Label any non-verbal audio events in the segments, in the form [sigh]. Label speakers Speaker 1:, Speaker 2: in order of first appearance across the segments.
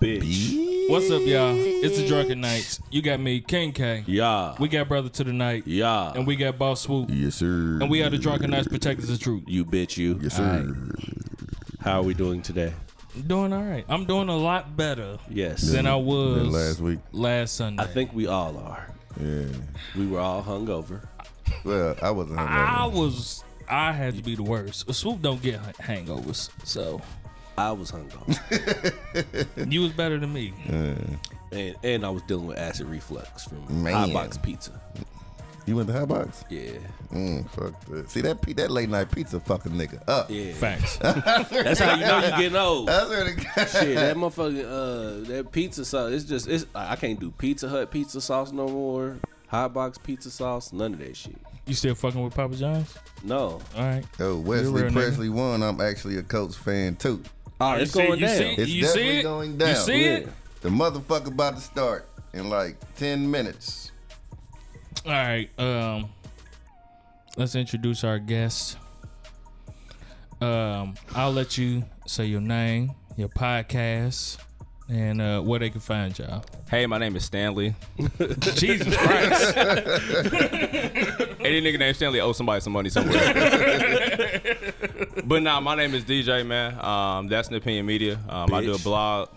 Speaker 1: bitch.
Speaker 2: What's up, y'all? It's the Drunken Knights. You got me, King K.
Speaker 1: Yeah.
Speaker 2: We got Brother to the Night.
Speaker 1: yeah.
Speaker 2: And we got Boss Swoop.
Speaker 3: Yes, sir.
Speaker 2: And we are the Drunken Knights Protectors of Truth.
Speaker 1: you bitch you.
Speaker 3: Yes, sir.
Speaker 1: How are we doing today?
Speaker 2: Doing all right. I'm doing a lot better
Speaker 1: Yes.
Speaker 2: than I was
Speaker 3: Than last week.
Speaker 2: last Sunday.
Speaker 1: I think we all are.
Speaker 3: Yeah.
Speaker 1: We were all hungover.
Speaker 3: Well, I wasn't.
Speaker 2: I
Speaker 3: hungover.
Speaker 2: was. I had to be the worst. Swoop don't get ha- hangovers, so
Speaker 1: I was
Speaker 3: [laughs]
Speaker 1: hungover.
Speaker 2: you was better than me.
Speaker 1: and and I was dealing with acid reflux from
Speaker 3: Man.
Speaker 1: hot box pizza.
Speaker 3: You went to Hot Box?
Speaker 1: Yeah.
Speaker 3: Mm, fuck that. See that pe- that late night pizza fucking nigga up.
Speaker 1: Yeah.
Speaker 3: [laughs]
Speaker 2: Facts.
Speaker 1: That's how you know you're getting old.
Speaker 3: That's where the [laughs] guy.
Speaker 1: Shit, that motherfucking uh, that pizza sauce. It's just it's. I I can't do Pizza Hut pizza sauce no more. Hot box pizza sauce, none of that shit.
Speaker 2: you still fucking with Papa John's?
Speaker 1: No,
Speaker 2: All right.
Speaker 3: Oh,
Speaker 2: You're a
Speaker 3: Wesley
Speaker 2: real nigga.
Speaker 3: Presley won. I'm actually a Colts fan too.
Speaker 1: oh, it's
Speaker 2: you see-
Speaker 1: going
Speaker 2: you
Speaker 1: down.
Speaker 2: see-
Speaker 3: It's
Speaker 2: You
Speaker 3: definitely
Speaker 2: see it?
Speaker 3: going
Speaker 2: You
Speaker 3: down.
Speaker 2: see it?
Speaker 3: The motherfucker about to start in like ten minutes.
Speaker 2: All right. Um, let's introduce our guest. Um, I'll let you say your name, your podcast, and uh, where they can find y'all.
Speaker 4: Hey, my name is Stanley.
Speaker 2: Jesus Christ!
Speaker 4: Any nigga named Stanley owe somebody some money somewhere.
Speaker 1: [laughs]
Speaker 4: but nah, my name is DJ, man. Um, that's an opinion media. Um, I do a
Speaker 1: Bitch.
Speaker 4: blog,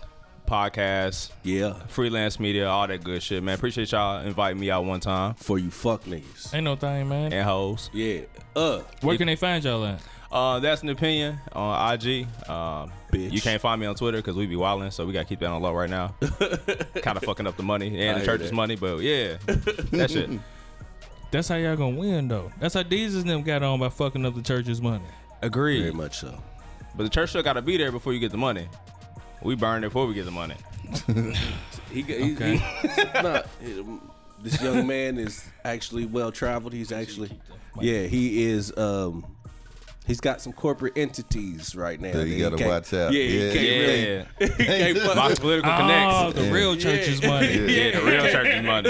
Speaker 4: podcast,
Speaker 1: Yeah,
Speaker 4: freelance media, all that good shit, man. Appreciate y'all inviting me out one time
Speaker 1: for you fuck niggas.
Speaker 2: Ain't no thing, man.
Speaker 4: and hoes.
Speaker 1: Yeah, uh,
Speaker 2: Where can they find y'all at?
Speaker 4: Uh, that's an opinion on IG. Um,
Speaker 1: Bitch.
Speaker 4: You can't find me on Twitter because we be wilding, so we gotta keep that on low right
Speaker 1: [laughs]
Speaker 4: now. kind of fucking up the money
Speaker 1: I
Speaker 4: and
Speaker 1: hear
Speaker 4: the church's
Speaker 1: that.
Speaker 4: money, but yeah, that
Speaker 1: [laughs]
Speaker 4: shit.
Speaker 2: That's how y'all gonna win, though. That's how these and them got on by fucking up the church's money.
Speaker 1: very
Speaker 4: Agreed.
Speaker 1: much so.
Speaker 4: But the church still gotta be there before you get the money. We burn it before we get the money.
Speaker 1: He, he,
Speaker 4: [laughs]
Speaker 2: Okay.
Speaker 1: he- [laughs] nah, um, this young man is actually well traveled. He's actually, yeah, he is. Um, he's got some corporate entities right now.
Speaker 3: That
Speaker 1: that
Speaker 3: you
Speaker 1: he
Speaker 3: gotta
Speaker 1: can't-
Speaker 3: watch out.
Speaker 1: Yeah, he
Speaker 3: Yeah.
Speaker 1: can't really.
Speaker 4: Yeah.
Speaker 1: He can't
Speaker 4: [laughs]
Speaker 1: fuck-
Speaker 4: My political
Speaker 2: Oh,
Speaker 4: connects.
Speaker 2: the real church's money,
Speaker 3: Yeah.
Speaker 4: Yeah, the
Speaker 2: [laughs]
Speaker 4: real church is money.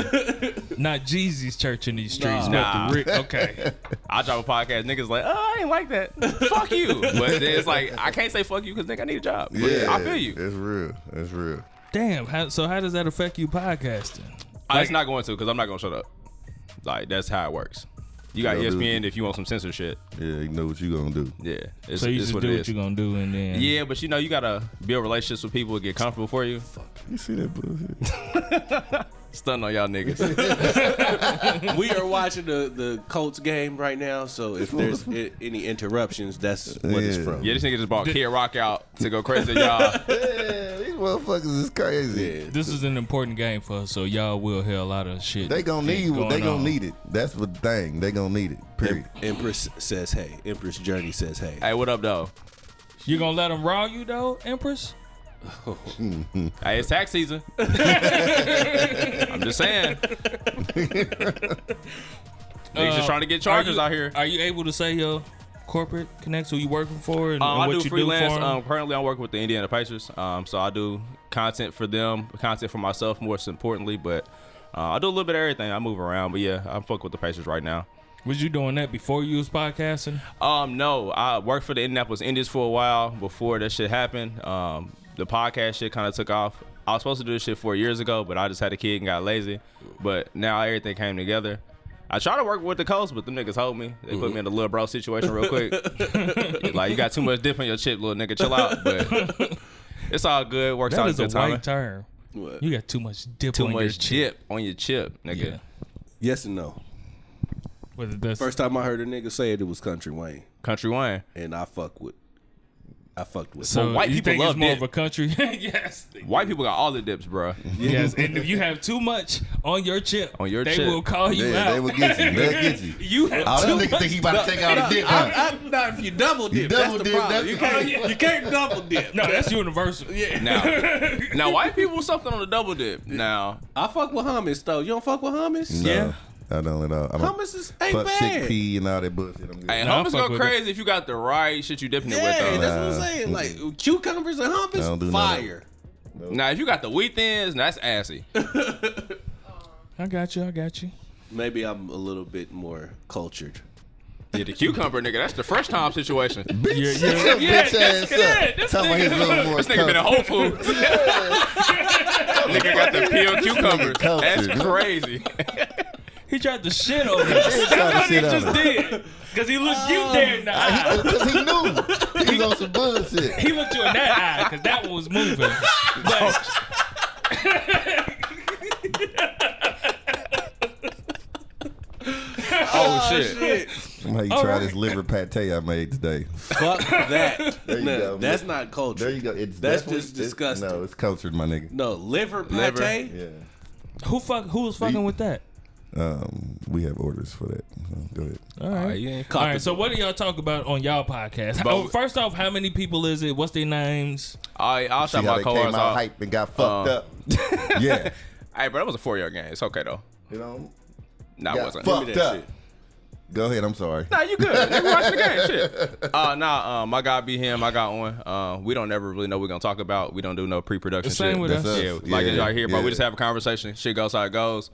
Speaker 2: not Jeezy's church in these streets.
Speaker 4: Nah.
Speaker 2: But the re- okay,
Speaker 4: [laughs] I drop a podcast, niggas like, oh, I ain't like that. fuck you. But then it's like, I can't say fuck you because, nigga, I need a job. But I feel you.
Speaker 3: It's real. It's real.
Speaker 2: damn. How, so how does that affect you podcasting?
Speaker 4: I- it's not going to because I'm not going to shut up. Like, that's how it works. You got E
Speaker 3: Yeah, dude.
Speaker 4: ESPN if you want some censorship.
Speaker 3: Yeah, you know what you gonna do.
Speaker 4: Yeah. It's,
Speaker 2: So you
Speaker 4: it's
Speaker 2: just
Speaker 4: what
Speaker 2: do
Speaker 4: it
Speaker 2: what
Speaker 4: is.
Speaker 2: you gonna do, and then
Speaker 4: yeah, but you know, you got to build relationships with people, get comfortable for you.
Speaker 3: You see that bullshit?
Speaker 4: Stun on y'all niggas.
Speaker 1: we are watching the, the Colts game right now, so if
Speaker 3: [laughs]
Speaker 1: there's i- any interruptions, that's what it's
Speaker 3: Yeah.
Speaker 1: from.
Speaker 4: yeah, this nigga just bought Kid Rock out to go crazy, y'all.
Speaker 3: [laughs] yeah, these motherfuckers is crazy.
Speaker 2: This is an important game for us, so y'all will hear a lot of shit.
Speaker 3: They gonna
Speaker 2: that's
Speaker 3: need. they
Speaker 2: going
Speaker 3: gonna
Speaker 2: on.
Speaker 3: need it. That's the thing. They gonna need it. Period.
Speaker 1: Empress says, "Hey." Empress Journey says, "Hey."
Speaker 4: Hey, what up, though?
Speaker 2: You gonna let them raw you though, Empress?
Speaker 4: Hey, it's tax season. [laughs] I'm just [laughs] saying. Niggas
Speaker 2: Uh,
Speaker 4: just trying to get charges
Speaker 2: are you,
Speaker 4: out here.
Speaker 2: Are you able to say your corporate connects who you working for and,
Speaker 4: Um,
Speaker 2: and
Speaker 4: I
Speaker 2: what
Speaker 4: do
Speaker 2: you do
Speaker 4: freelance.
Speaker 2: for 'em?
Speaker 4: um, currently, I'm working with the Indiana Pacers. Um, so I do content for them, content for myself, most importantly. But uh, I do a little bit of everything. I move around, but yeah, I'm fucking with the Pacers right now.
Speaker 2: Was you doing that before you was podcasting?
Speaker 4: Um, no, I worked for the Indianapolis Indians for a while before that shit happened. Um, the podcast shit kind of took off. I was supposed to do this shit four years ago, but I just had a kid and got lazy. But now everything came together. I tried to work with the coach, but them niggas hold me. They put me in a little bro situation real quick.
Speaker 2: [laughs]
Speaker 4: like you got too much dip in your chip, little nigga. Chill out. But
Speaker 2: [laughs]
Speaker 4: it's all good. Works
Speaker 2: That
Speaker 4: out
Speaker 2: is
Speaker 4: in
Speaker 2: a
Speaker 4: good time.
Speaker 2: white term.
Speaker 1: What?
Speaker 2: You got too much dip
Speaker 4: Too
Speaker 2: on your
Speaker 4: much
Speaker 2: chin.
Speaker 4: chip on your chip, nigga.
Speaker 2: Yeah.
Speaker 1: Yes and no.
Speaker 2: Whether that's
Speaker 1: First time I heard a nigga say it, it was Country Wayne,
Speaker 4: Country wine.
Speaker 1: and I fuck with. I fucked with.
Speaker 2: so
Speaker 4: Well, white
Speaker 2: you
Speaker 4: people
Speaker 2: think
Speaker 4: love
Speaker 2: it's more
Speaker 4: dip.
Speaker 2: of a country. [laughs] yes.
Speaker 4: White people got all the dips, bro.
Speaker 2: Yes. And if you have too much on your chip,
Speaker 4: On your
Speaker 2: they
Speaker 4: chip.
Speaker 2: will call you
Speaker 3: Yeah,
Speaker 2: out.
Speaker 3: they will
Speaker 2: [laughs]
Speaker 3: get you. They'll get you.
Speaker 2: you have
Speaker 3: All
Speaker 2: too
Speaker 3: them niggas
Speaker 2: much.
Speaker 3: think he about to take
Speaker 1: [laughs]
Speaker 3: out a dick. huh?
Speaker 1: I, I, not if you double dip.
Speaker 3: double
Speaker 1: that's the
Speaker 3: dip,
Speaker 1: problem.
Speaker 3: that's
Speaker 1: you
Speaker 3: the
Speaker 1: can't.
Speaker 2: problem.
Speaker 1: You can't double dip.
Speaker 2: [laughs] no, that's universal. Yeah. [laughs]
Speaker 4: Now, now white people something on the double dip. Now,
Speaker 1: I fuck with hummus though. You don't fuck with hummus.
Speaker 3: No,
Speaker 2: Yeah.
Speaker 3: I don't at all. I'm a-
Speaker 1: Hummus is ain't
Speaker 3: fuck
Speaker 1: bad.
Speaker 3: chickpea and all that bullshit. I'm good.
Speaker 4: [laughs] Hey,
Speaker 2: Nah, I
Speaker 4: hummus
Speaker 2: fuck
Speaker 4: go
Speaker 2: with
Speaker 4: crazy if you got the right shit you dipping
Speaker 1: Yeah,
Speaker 4: it with though.
Speaker 1: that's what I'm saying. Like cucumbers and
Speaker 3: uh, mm. don't
Speaker 1: hummus,
Speaker 3: do none of
Speaker 1: fire.
Speaker 4: Now, if you got the wheat thins, that's assy.
Speaker 2: I got you. I got you.
Speaker 1: Maybe I'm a little bit more cultured.
Speaker 4: Yeah, the cucumber, nigga, that's the first time
Speaker 3: [laughs]
Speaker 4: situation. [laughs]
Speaker 3: bitch,
Speaker 2: You're-
Speaker 3: shut your
Speaker 2: yeah,
Speaker 3: bitch
Speaker 2: that's
Speaker 3: ass
Speaker 2: good.
Speaker 3: up.
Speaker 2: This
Speaker 3: Talking about
Speaker 2: nigga-
Speaker 3: he's a little more
Speaker 4: This nigga been at [laughs]
Speaker 3: comfortable.
Speaker 4: Whole Foods. Steel cucumbers. That's
Speaker 3: cultured. [laughs]
Speaker 4: crazy.
Speaker 3: Oh,
Speaker 2: He tried to shit on me.
Speaker 3: He
Speaker 2: That's
Speaker 3: tried to
Speaker 2: what he
Speaker 3: shit on
Speaker 2: just
Speaker 3: him.
Speaker 2: did. Cause he looked you there in the eye.
Speaker 3: [laughs] Because he knew he was on some bullshit.
Speaker 2: He looked you in that eye because that one was moving. But
Speaker 4: Oh shit.
Speaker 3: I'm gonna try this liver pate I made today.
Speaker 1: Fuck that.
Speaker 3: There you
Speaker 1: no,
Speaker 3: go.
Speaker 1: that's not culture.
Speaker 3: There you go. It's
Speaker 1: That's
Speaker 3: definitely-
Speaker 1: just
Speaker 3: it's-
Speaker 1: disgusting.
Speaker 3: No, it's cultured, my nigga.
Speaker 1: No, liver pate.
Speaker 4: Liver.
Speaker 3: Yeah.
Speaker 2: who fuck? Who was fucking with that?
Speaker 3: Um, we have orders for that. So go ahead.
Speaker 2: All right.
Speaker 4: Oh, you ain't
Speaker 2: All right, so what do y'all talk about on y'all podcast?
Speaker 4: Both.
Speaker 2: Oh, first off, how many people is it? What's their names?
Speaker 4: I, I'll
Speaker 3: See
Speaker 4: shout
Speaker 3: how
Speaker 4: my
Speaker 3: they came
Speaker 4: co-hosts
Speaker 3: out
Speaker 4: out.
Speaker 3: hype and got fucked
Speaker 4: Uh,
Speaker 3: up. yeah.
Speaker 4: Hey, bro, that was a four-yard game. It's okay though.
Speaker 3: You know,
Speaker 4: Nah, it
Speaker 3: got
Speaker 4: wasn't.
Speaker 1: me
Speaker 3: fucked
Speaker 1: that
Speaker 3: up.
Speaker 1: shit.
Speaker 3: Go ahead. I'm sorry.
Speaker 4: Nah, you good. They were watching the game. Shit.
Speaker 3: [laughs]
Speaker 4: Uh, nah, um, I got be him. I got on. Uh, we don't never really know what we're gonna talk about. We don't do no pre-production.
Speaker 2: The same
Speaker 4: shit.
Speaker 2: with That's us.
Speaker 3: us.
Speaker 4: Yeah, like
Speaker 3: Yeah,
Speaker 4: y'all here, bro.
Speaker 3: yeah.
Speaker 4: We just have a conversation. Shit goes how it goes.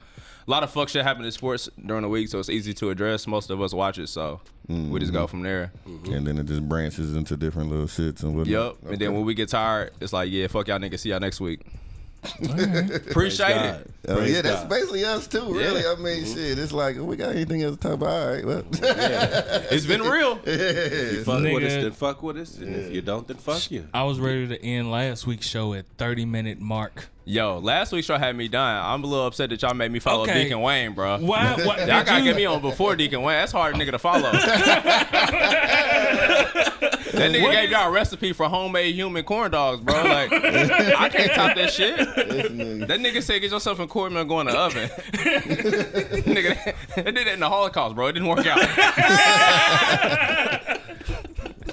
Speaker 4: A lot of fuck shit happened in sports during the week, so it's easy to address. Most of us watch it, so we just go from there.
Speaker 3: And then it just branches into different little shits and whatnot.
Speaker 4: Yup. And then when we get tired, it's like, yeah, fuck y'all niggas. See y'all next week. Appreciate
Speaker 1: God.
Speaker 4: it.
Speaker 3: Oh,
Speaker 1: Praise
Speaker 3: yeah, that's
Speaker 1: God.
Speaker 3: basically us too. Really, I mean, shit. It's like we got anything else to talk about? All right, well,
Speaker 4: It's been real.
Speaker 1: Fuck with us,
Speaker 2: Nigga.
Speaker 1: then fuck with us. And if you don't, then fuck you.
Speaker 2: I was ready to end last week's show at 30 minute mark.
Speaker 4: Yo, last week's show had me done. I'm a little upset that y'all made me follow
Speaker 2: Okay.
Speaker 4: Deacon Wayne, bro.
Speaker 2: [laughs] Why? why did
Speaker 4: Y'all gotta
Speaker 2: you-
Speaker 4: get me on before Deacon Wayne. That's hard nigga to follow. that nigga gave y'all a recipe for homemade human corn dogs, bro. Like I can't top that shit. That nigga said get yourself in corn and go in the oven. [laughs] nigga, they did that in the Holocaust, bro. It didn't work out.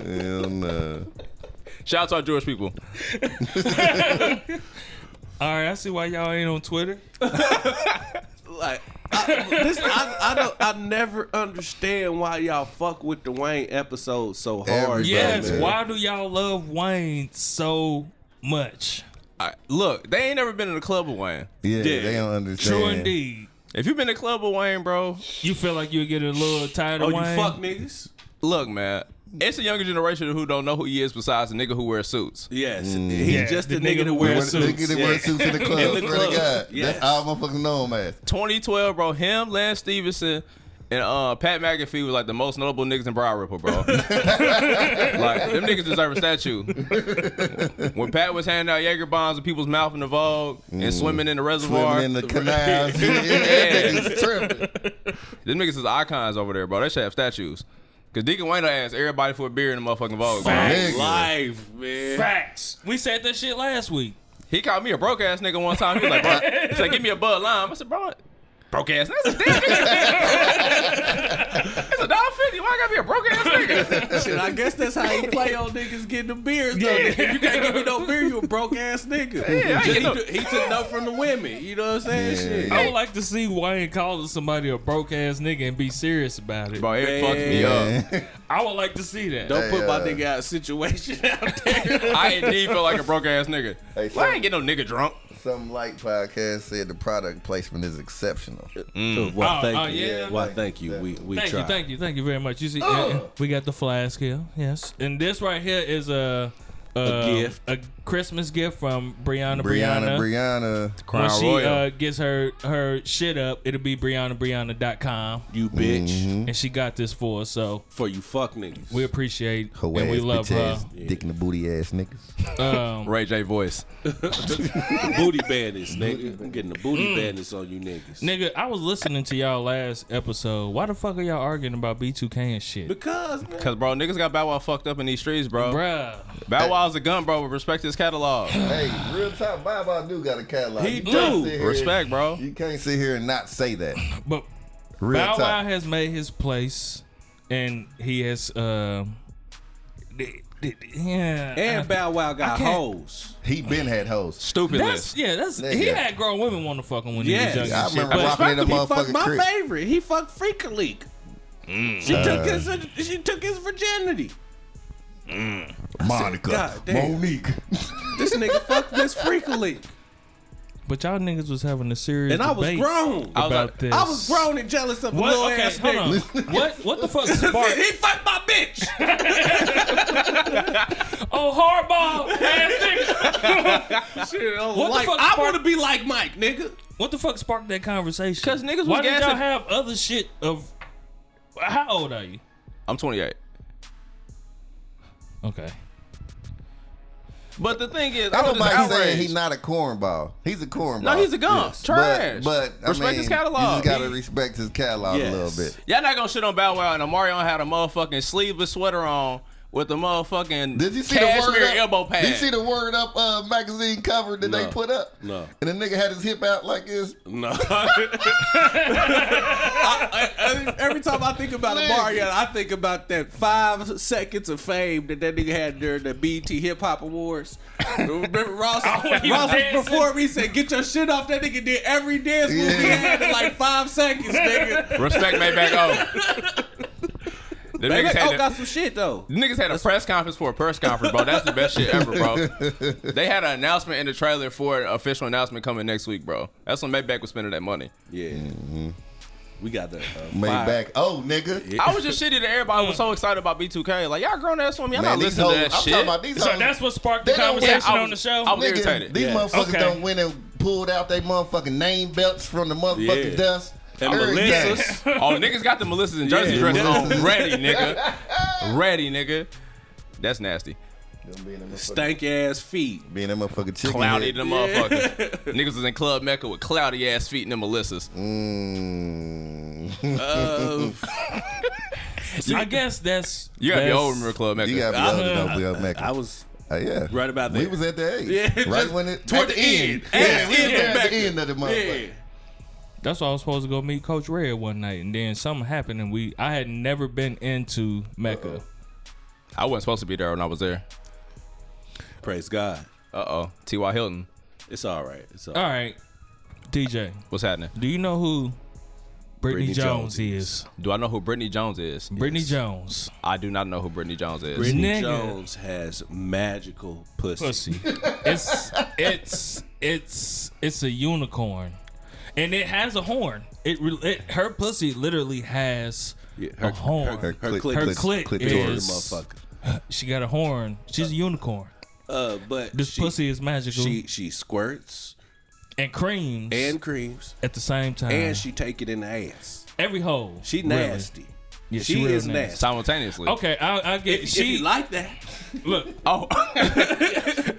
Speaker 3: and, uh,
Speaker 4: Shout out to our Jewish people.
Speaker 2: All right, I see why y'all ain't on Twitter.
Speaker 1: Like, I, this, I, I don't. I never understand why y'all fuck with the Wayne episode so hard.
Speaker 3: Everybody.
Speaker 1: bro.
Speaker 2: Yes,
Speaker 3: man.
Speaker 2: why do y'all love Wayne so much?
Speaker 4: All right, look, they ain't never been in a club with Wayne.
Speaker 3: yeah,
Speaker 1: Yeah.
Speaker 3: they don't understand.
Speaker 2: True indeed.
Speaker 4: If you've been in a club with Wayne, bro,
Speaker 2: You feel like you'll get a little tired
Speaker 1: Oh,
Speaker 2: of
Speaker 1: you
Speaker 2: Wayne?
Speaker 1: fuck niggas.
Speaker 4: look, man. It's a younger generation who don't know who he is besides the nigga who wears suits.
Speaker 1: Yes, he's
Speaker 2: Yeah,
Speaker 1: just
Speaker 2: the
Speaker 1: a Mm. nigga,
Speaker 2: nigga
Speaker 1: that
Speaker 2: who
Speaker 1: wears
Speaker 2: wears
Speaker 3: They
Speaker 1: suits.
Speaker 3: get they
Speaker 1: yeah.
Speaker 3: wear suits in the club.
Speaker 1: In the
Speaker 3: swear to
Speaker 1: club,
Speaker 3: God.
Speaker 1: yes.
Speaker 3: That's all motherfuckers know him as.
Speaker 4: 2012, bro. Him, Lance Stevenson, and uh, Pat McAfee was like the most notable niggas in Briar Ripple, bro. like them niggas deserve a statue. when Pat was handing out Jaeger bombs in people's mouth in the Vogue and swimming in the reservoir,
Speaker 3: Swimming in the
Speaker 1: [laughs]
Speaker 3: canals. yeah, niggas tripping.
Speaker 4: them niggas is icons over there, bro. They should have statues. Cause Deacon Wayne done asked everybody for a beer in the motherfucking Vogue. Bro.
Speaker 1: [laughs]
Speaker 2: Fact.
Speaker 3: Nigga.
Speaker 1: Live, man.
Speaker 2: Facts. We said that shit last week.
Speaker 4: He called me a broke ass nigga one time. He was like, bro, he's like, give me a Bud Lime. I said, bro, broke ass. That's a damn. [laughs] It's a dollar fifty. Why I gotta be a broke ass nigga? [laughs]
Speaker 1: Shit, I guess that's how
Speaker 2: [laughs]
Speaker 1: you play on niggas getting the beers. Yeah. If you can't give me no beer, you a broke ass nigga.
Speaker 4: Yeah, I
Speaker 1: he,
Speaker 4: get no-
Speaker 1: took- he took no from the women. You know what I'm saying?
Speaker 3: Yeah.
Speaker 1: Shit.
Speaker 2: I would like to see Wayne calling somebody a broke ass nigga and be serious about it.
Speaker 4: Bro, it fucked me up.
Speaker 1: Man.
Speaker 3: Yeah.
Speaker 2: I would like to see that.
Speaker 1: Don't put my
Speaker 3: uh,
Speaker 1: nigga out of situation [laughs] out there.
Speaker 4: I indeed feel like a broke ass nigga.
Speaker 3: Hey,
Speaker 4: Well, I
Speaker 3: so-
Speaker 4: ain't get no nigga drunk.
Speaker 3: Some like podcast said the product placement is exceptional.
Speaker 1: Well,
Speaker 2: Oh,
Speaker 1: Mm, thank
Speaker 2: oh,
Speaker 1: you.
Speaker 2: yeah.
Speaker 1: Well, thank you. We we
Speaker 2: Thank
Speaker 1: tried.
Speaker 2: you, thank you, thank you very much. You see, yeah, we got the flask here, yes, and this right here is a a,
Speaker 1: gift.
Speaker 2: a Christmas gift from Brianna.
Speaker 3: Brianna,
Speaker 2: Brianna.
Speaker 3: Brianna.
Speaker 2: when
Speaker 4: Crown
Speaker 2: she
Speaker 4: Royal.
Speaker 2: uh, gets her her shit up, it'll be BriannaBrianna.com,
Speaker 1: You bitch.
Speaker 2: and she got this for us. So
Speaker 1: For you fuck niggas.
Speaker 2: we appreciate
Speaker 3: Her
Speaker 2: and we
Speaker 3: ass,
Speaker 2: love
Speaker 3: bitch
Speaker 2: her.
Speaker 3: ass, dick in the booty ass niggas.
Speaker 2: Um,
Speaker 4: Ray J voice.
Speaker 1: the booty bandits, nigga. I'm getting the booty
Speaker 2: Mm.
Speaker 1: bandits on you niggas.
Speaker 2: nigga, I was listening to y'all last episode. Why the fuck are y'all arguing about B2K and shit,
Speaker 1: Because man,
Speaker 4: Cause bro, niggas got Bow Wow fucked up in these streets, bro.
Speaker 2: bruh?
Speaker 4: Bow Wow's a gun, bro. But respect his
Speaker 3: [laughs]
Speaker 4: catalog.
Speaker 3: hey, real talk, Bob I do got a catalog.
Speaker 1: He
Speaker 3: You can't
Speaker 1: do.
Speaker 3: sit here-
Speaker 4: respect, bro.
Speaker 3: You can't sit here and not say that.
Speaker 2: But
Speaker 3: Real
Speaker 2: Bow Wow
Speaker 3: talk.
Speaker 2: has made his place, and he has. Uh, d- d- d- yeah, Uh,
Speaker 1: and
Speaker 2: I-
Speaker 1: Bow Wow got
Speaker 2: can't-
Speaker 1: hoes.
Speaker 3: He been had hoes.
Speaker 4: Stupid list.
Speaker 2: that's yeah, that's he
Speaker 3: Nigga.
Speaker 2: had grown women want to fuck him when
Speaker 1: Yes.
Speaker 2: he was young.
Speaker 3: I
Speaker 2: and shit,
Speaker 3: remember
Speaker 2: but-
Speaker 3: walking in the
Speaker 1: He fucked
Speaker 3: motherfucking
Speaker 1: my
Speaker 3: crib.
Speaker 1: favorite. He fucked Freak Leak.
Speaker 2: Mm.
Speaker 1: She took his she took his virginity.
Speaker 3: Monica,
Speaker 1: God damn.
Speaker 3: Monique.
Speaker 1: This nigga fucked Miss Freak Leak.
Speaker 2: But y'all niggas was having a serious
Speaker 1: And I was
Speaker 2: debate
Speaker 1: grown.
Speaker 4: I was
Speaker 2: about
Speaker 4: like-
Speaker 2: this.
Speaker 1: I was grown and jealous of a little
Speaker 2: What? Okay,
Speaker 1: [laughs] ass
Speaker 2: hold
Speaker 1: nigga.
Speaker 2: on. what? What the fuck
Speaker 1: He
Speaker 2: sparked?
Speaker 1: fucked my bitch.
Speaker 2: oh, hardball ass nigga.
Speaker 1: Shit, I was
Speaker 2: [laughs] What the
Speaker 1: like,
Speaker 2: fuck
Speaker 1: I
Speaker 2: spark-
Speaker 1: want to be like Mike, nigga.
Speaker 2: What the fuck sparked that conversation?
Speaker 4: 'Cause niggas was
Speaker 2: Why did y'all
Speaker 4: gassing-
Speaker 2: have other shit of? How old are you?
Speaker 4: I'm 28.
Speaker 2: Okay.
Speaker 4: But
Speaker 2: but
Speaker 4: the thing is,
Speaker 3: I
Speaker 4: I
Speaker 3: don't
Speaker 4: was
Speaker 3: mind
Speaker 4: just
Speaker 3: saying
Speaker 4: outraged.
Speaker 3: he's not a cornball. He's a cornball.
Speaker 4: no, he's a gump. Trash.
Speaker 3: But, but I
Speaker 4: respect his
Speaker 3: mean, You just
Speaker 4: catalog.
Speaker 3: gotta respect his catalog
Speaker 1: Yes.
Speaker 3: a little bit.
Speaker 4: Y'all not gonna shit on Bow Wow and Omarion had a motherfucking sleeveless sweater on with a motherfucking
Speaker 3: Did you see the
Speaker 4: cashmere
Speaker 3: word up?
Speaker 4: elbow pad.
Speaker 3: Did you see the word up uh, magazine cover that they
Speaker 1: No.
Speaker 3: put up?
Speaker 1: No.
Speaker 3: And the nigga had his hip out like this.
Speaker 1: [laughs] No. I- I- every time I think about
Speaker 3: Nigga.
Speaker 1: Omarion, I think about that five seconds of fame that that nigga had during the BT Hip Hop Awards. Remember Ross?
Speaker 2: when he was
Speaker 1: Ross was
Speaker 2: dancing?
Speaker 1: performing. He said, "Get your shit off." That nigga did every dance move he
Speaker 3: Yeah.
Speaker 1: had in like five seconds, nigga.
Speaker 4: Respect Maybach
Speaker 3: [laughs]
Speaker 4: O. The niggas,
Speaker 1: Maybach
Speaker 4: had
Speaker 3: oh,
Speaker 1: O
Speaker 4: a-
Speaker 1: oh, got some shit though.
Speaker 4: the niggas had a press conference for a press conference, bro. That's the best shit ever, bro.
Speaker 3: [laughs]
Speaker 4: They had an announcement in the trailer for an official announcement coming next week, bro. That's when Maybach was spending that money.
Speaker 1: Yeah, Mm-hmm. we got that. Uh, [laughs]
Speaker 3: Made
Speaker 1: fire.
Speaker 3: back. Oh, nigga.
Speaker 4: I was just shitty to everybody. who was so excited about B2K. Like, y'all grown ass for me. I'm
Speaker 3: Man,
Speaker 4: not
Speaker 3: these
Speaker 4: listening
Speaker 3: hoes.
Speaker 4: to that
Speaker 3: I'm
Speaker 4: shit.
Speaker 3: talking about these
Speaker 2: So
Speaker 3: hoes.
Speaker 2: that's what sparked the
Speaker 3: They don't- yeah,
Speaker 2: conversation
Speaker 4: I
Speaker 2: on the
Speaker 4: was-
Speaker 2: show.
Speaker 4: I was-
Speaker 3: Nigga,
Speaker 4: irritated.
Speaker 3: These
Speaker 1: Yeah.
Speaker 3: motherfuckers
Speaker 2: Okay.
Speaker 3: don't win and pulled out their motherfucking name belts from the motherfucking
Speaker 1: Yeah.
Speaker 3: dust.
Speaker 1: And
Speaker 3: Every
Speaker 1: Melissa's.
Speaker 3: day.
Speaker 4: Oh, niggas got the Melissa's
Speaker 3: [laughs]
Speaker 4: and Jersey
Speaker 1: Yeah.
Speaker 4: dresses on ready, nigga. Ready, nigga. That's nasty.
Speaker 3: Them Being that motherfucking-
Speaker 1: Stank ass feet.
Speaker 3: being that motherfucking chicken.
Speaker 4: Cloudy the
Speaker 3: head.
Speaker 4: motherfucker. Niggas was in Club Mecca with cloudy ass feet and them Melissa's.
Speaker 3: Mm. [laughs]
Speaker 1: Uh,
Speaker 2: I guess that's
Speaker 4: You gotta be
Speaker 2: that's-
Speaker 4: old remember Club Mecca.
Speaker 3: You gotta
Speaker 1: I-
Speaker 3: be older than Bill Mac.
Speaker 1: I was
Speaker 3: yeah.
Speaker 1: right about
Speaker 3: We
Speaker 1: there.
Speaker 3: was at the age.
Speaker 1: Yeah,
Speaker 3: right
Speaker 1: just
Speaker 3: when it
Speaker 1: toward
Speaker 3: at
Speaker 1: the end.
Speaker 3: Yeah,
Speaker 1: Ass
Speaker 3: we was
Speaker 1: end
Speaker 3: there at
Speaker 1: back.
Speaker 3: the end of the motherfucker.
Speaker 1: yeah.
Speaker 2: That's why I was supposed to go meet Coach Red one night, and then something happened, and we I had never been into Mecca.
Speaker 4: I wasn't supposed to be there when I was there.
Speaker 1: Praise God.
Speaker 4: Uh oh. T.Y. Hilton.
Speaker 1: It's all right. It's all
Speaker 2: All
Speaker 1: right.
Speaker 2: right, DJ,
Speaker 4: What's happening?
Speaker 2: do you know who Brittany,
Speaker 1: Brittany
Speaker 2: Jones,
Speaker 1: Jones
Speaker 2: is?
Speaker 4: Do I know who Brittany Jones is?
Speaker 2: Brittany Jones,
Speaker 4: I do not know who Brittany Jones is.
Speaker 1: Brittany
Speaker 2: Nigga.
Speaker 1: Jones has magical pussy.
Speaker 2: pussy. it's it's it's it's a unicorn, and it has a horn. It, re- it her pussy literally has
Speaker 1: Yeah,
Speaker 2: a horn.
Speaker 1: Her,
Speaker 3: Click,
Speaker 1: click,
Speaker 2: her
Speaker 1: click,
Speaker 2: clit
Speaker 1: click,
Speaker 2: is-
Speaker 1: motherfucker.
Speaker 2: [laughs] she got a horn. She's a unicorn.
Speaker 1: Uh, but
Speaker 2: This
Speaker 1: she,
Speaker 2: pussy is magical
Speaker 1: She she squirts
Speaker 2: and creams
Speaker 1: and creams
Speaker 2: at the same time.
Speaker 1: and she take it in the ass.
Speaker 2: every hole.
Speaker 1: She
Speaker 2: Uh. really.
Speaker 1: nasty.
Speaker 2: Yeah,
Speaker 1: she
Speaker 2: she real
Speaker 1: is
Speaker 2: nasty.
Speaker 1: nasty.
Speaker 4: Simultaneously.
Speaker 2: Okay, I, I get
Speaker 1: If, she,
Speaker 2: she
Speaker 1: if you like that, [laughs]
Speaker 2: look.
Speaker 4: Oh.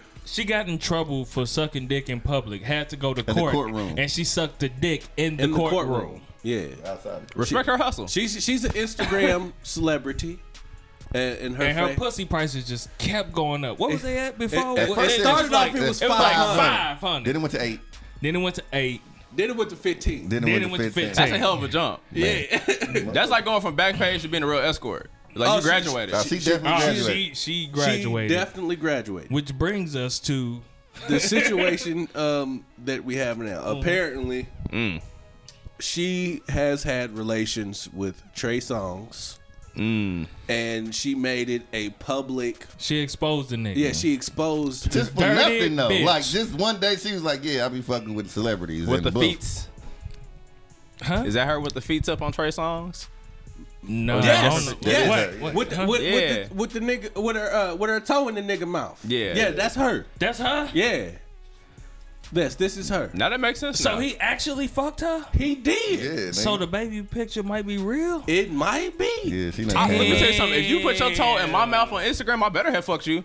Speaker 2: [laughs] She got in trouble for sucking dick in public. Had to go to court,
Speaker 3: courtroom.
Speaker 2: and she sucked the dick in the
Speaker 1: in the
Speaker 2: courtroom.
Speaker 1: courtroom. Yeah,
Speaker 3: Outside the
Speaker 4: Respect her hustle.
Speaker 1: she's she's an
Speaker 2: [laughs]
Speaker 1: Instagram celebrity, and, and her
Speaker 2: And her
Speaker 1: fa-
Speaker 2: pussy prices just kept going up. What was they at before?
Speaker 1: at
Speaker 2: What-
Speaker 3: first
Speaker 2: it,
Speaker 3: it
Speaker 2: started
Speaker 3: was
Speaker 2: like,
Speaker 1: off, it was
Speaker 2: it was like
Speaker 1: 500.
Speaker 2: five hundred.
Speaker 3: Then it went to eight.
Speaker 2: Then it went to eight.
Speaker 1: Then it went to fifteen.
Speaker 3: Then
Speaker 2: Then
Speaker 3: it went to
Speaker 4: That's
Speaker 3: fifteen.
Speaker 4: a hell of a jump.
Speaker 1: yeah,
Speaker 4: [laughs] That's like going from backpage to being a real escort. Like
Speaker 1: Oh,
Speaker 4: you
Speaker 1: she-
Speaker 4: graduated.
Speaker 3: Nah, she definitely
Speaker 2: Oh,
Speaker 3: graduated.
Speaker 2: she she
Speaker 1: she
Speaker 2: graduated,
Speaker 1: definitely graduated.
Speaker 2: which brings us to
Speaker 1: the situation um, that we have now. Apparently, she has had relations with Trey Songs, and she made it a public.
Speaker 2: she exposed the nigga.
Speaker 1: Yeah, she exposed.
Speaker 3: just for
Speaker 2: Dirty
Speaker 3: nothing though.
Speaker 2: bitch.
Speaker 3: Like just one day she was like, "Yeah, I be fucking with celebrities
Speaker 4: with
Speaker 3: and
Speaker 4: the
Speaker 3: boom.
Speaker 4: feats.
Speaker 2: Huh?
Speaker 4: Is that her with the feats up on Trey Songs?
Speaker 2: no.
Speaker 1: Yes,
Speaker 2: I don't know.
Speaker 1: yes.
Speaker 2: What, what,
Speaker 1: with, the,
Speaker 2: huh?
Speaker 1: with,
Speaker 4: Yeah.
Speaker 1: with, the, with the nigga, with her, uh, with her toe in the nigga mouth.
Speaker 4: Yeah.
Speaker 1: yeah, that's her.
Speaker 2: That's her.
Speaker 1: Yeah, this, this is her.
Speaker 4: Now that makes sense.
Speaker 2: So
Speaker 4: now.
Speaker 2: he actually fucked her.
Speaker 1: He did.
Speaker 3: Yeah, nigga.
Speaker 2: So the baby picture might be real.
Speaker 1: It might be.
Speaker 3: yeah, she
Speaker 4: I,
Speaker 3: not
Speaker 4: let me tell you
Speaker 3: yeah.
Speaker 4: something. If you put your toe in my mouth on Instagram, I better have fucked you.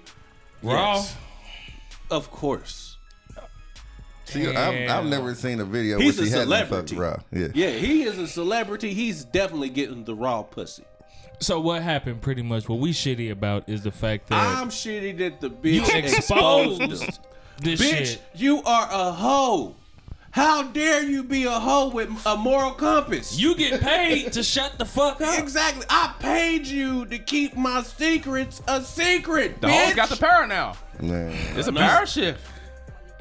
Speaker 2: Raw.
Speaker 1: Of course.
Speaker 3: she, I've, I've
Speaker 2: Damn.
Speaker 3: never seen a video
Speaker 1: He's
Speaker 3: where
Speaker 1: a
Speaker 3: she had not fucked
Speaker 1: celebrity.
Speaker 3: raw. Yeah.
Speaker 1: Yeah, he is a celebrity. He's definitely getting the raw pussy.
Speaker 2: So what happened? Pretty much, what we shitty about is the fact that
Speaker 1: I'm shitty that the bitch
Speaker 2: you
Speaker 1: exposed
Speaker 2: exposed
Speaker 1: them.
Speaker 2: this
Speaker 1: Bitch,
Speaker 2: shit.
Speaker 1: you are a hoe. How dare you be a hoe with a moral compass?
Speaker 2: You get paid to shut the fuck up.
Speaker 1: exactly. I paid you to keep my secrets a secret.
Speaker 4: The
Speaker 1: bitch.
Speaker 4: hoes got the power now.
Speaker 3: Man.
Speaker 4: It's a power shift.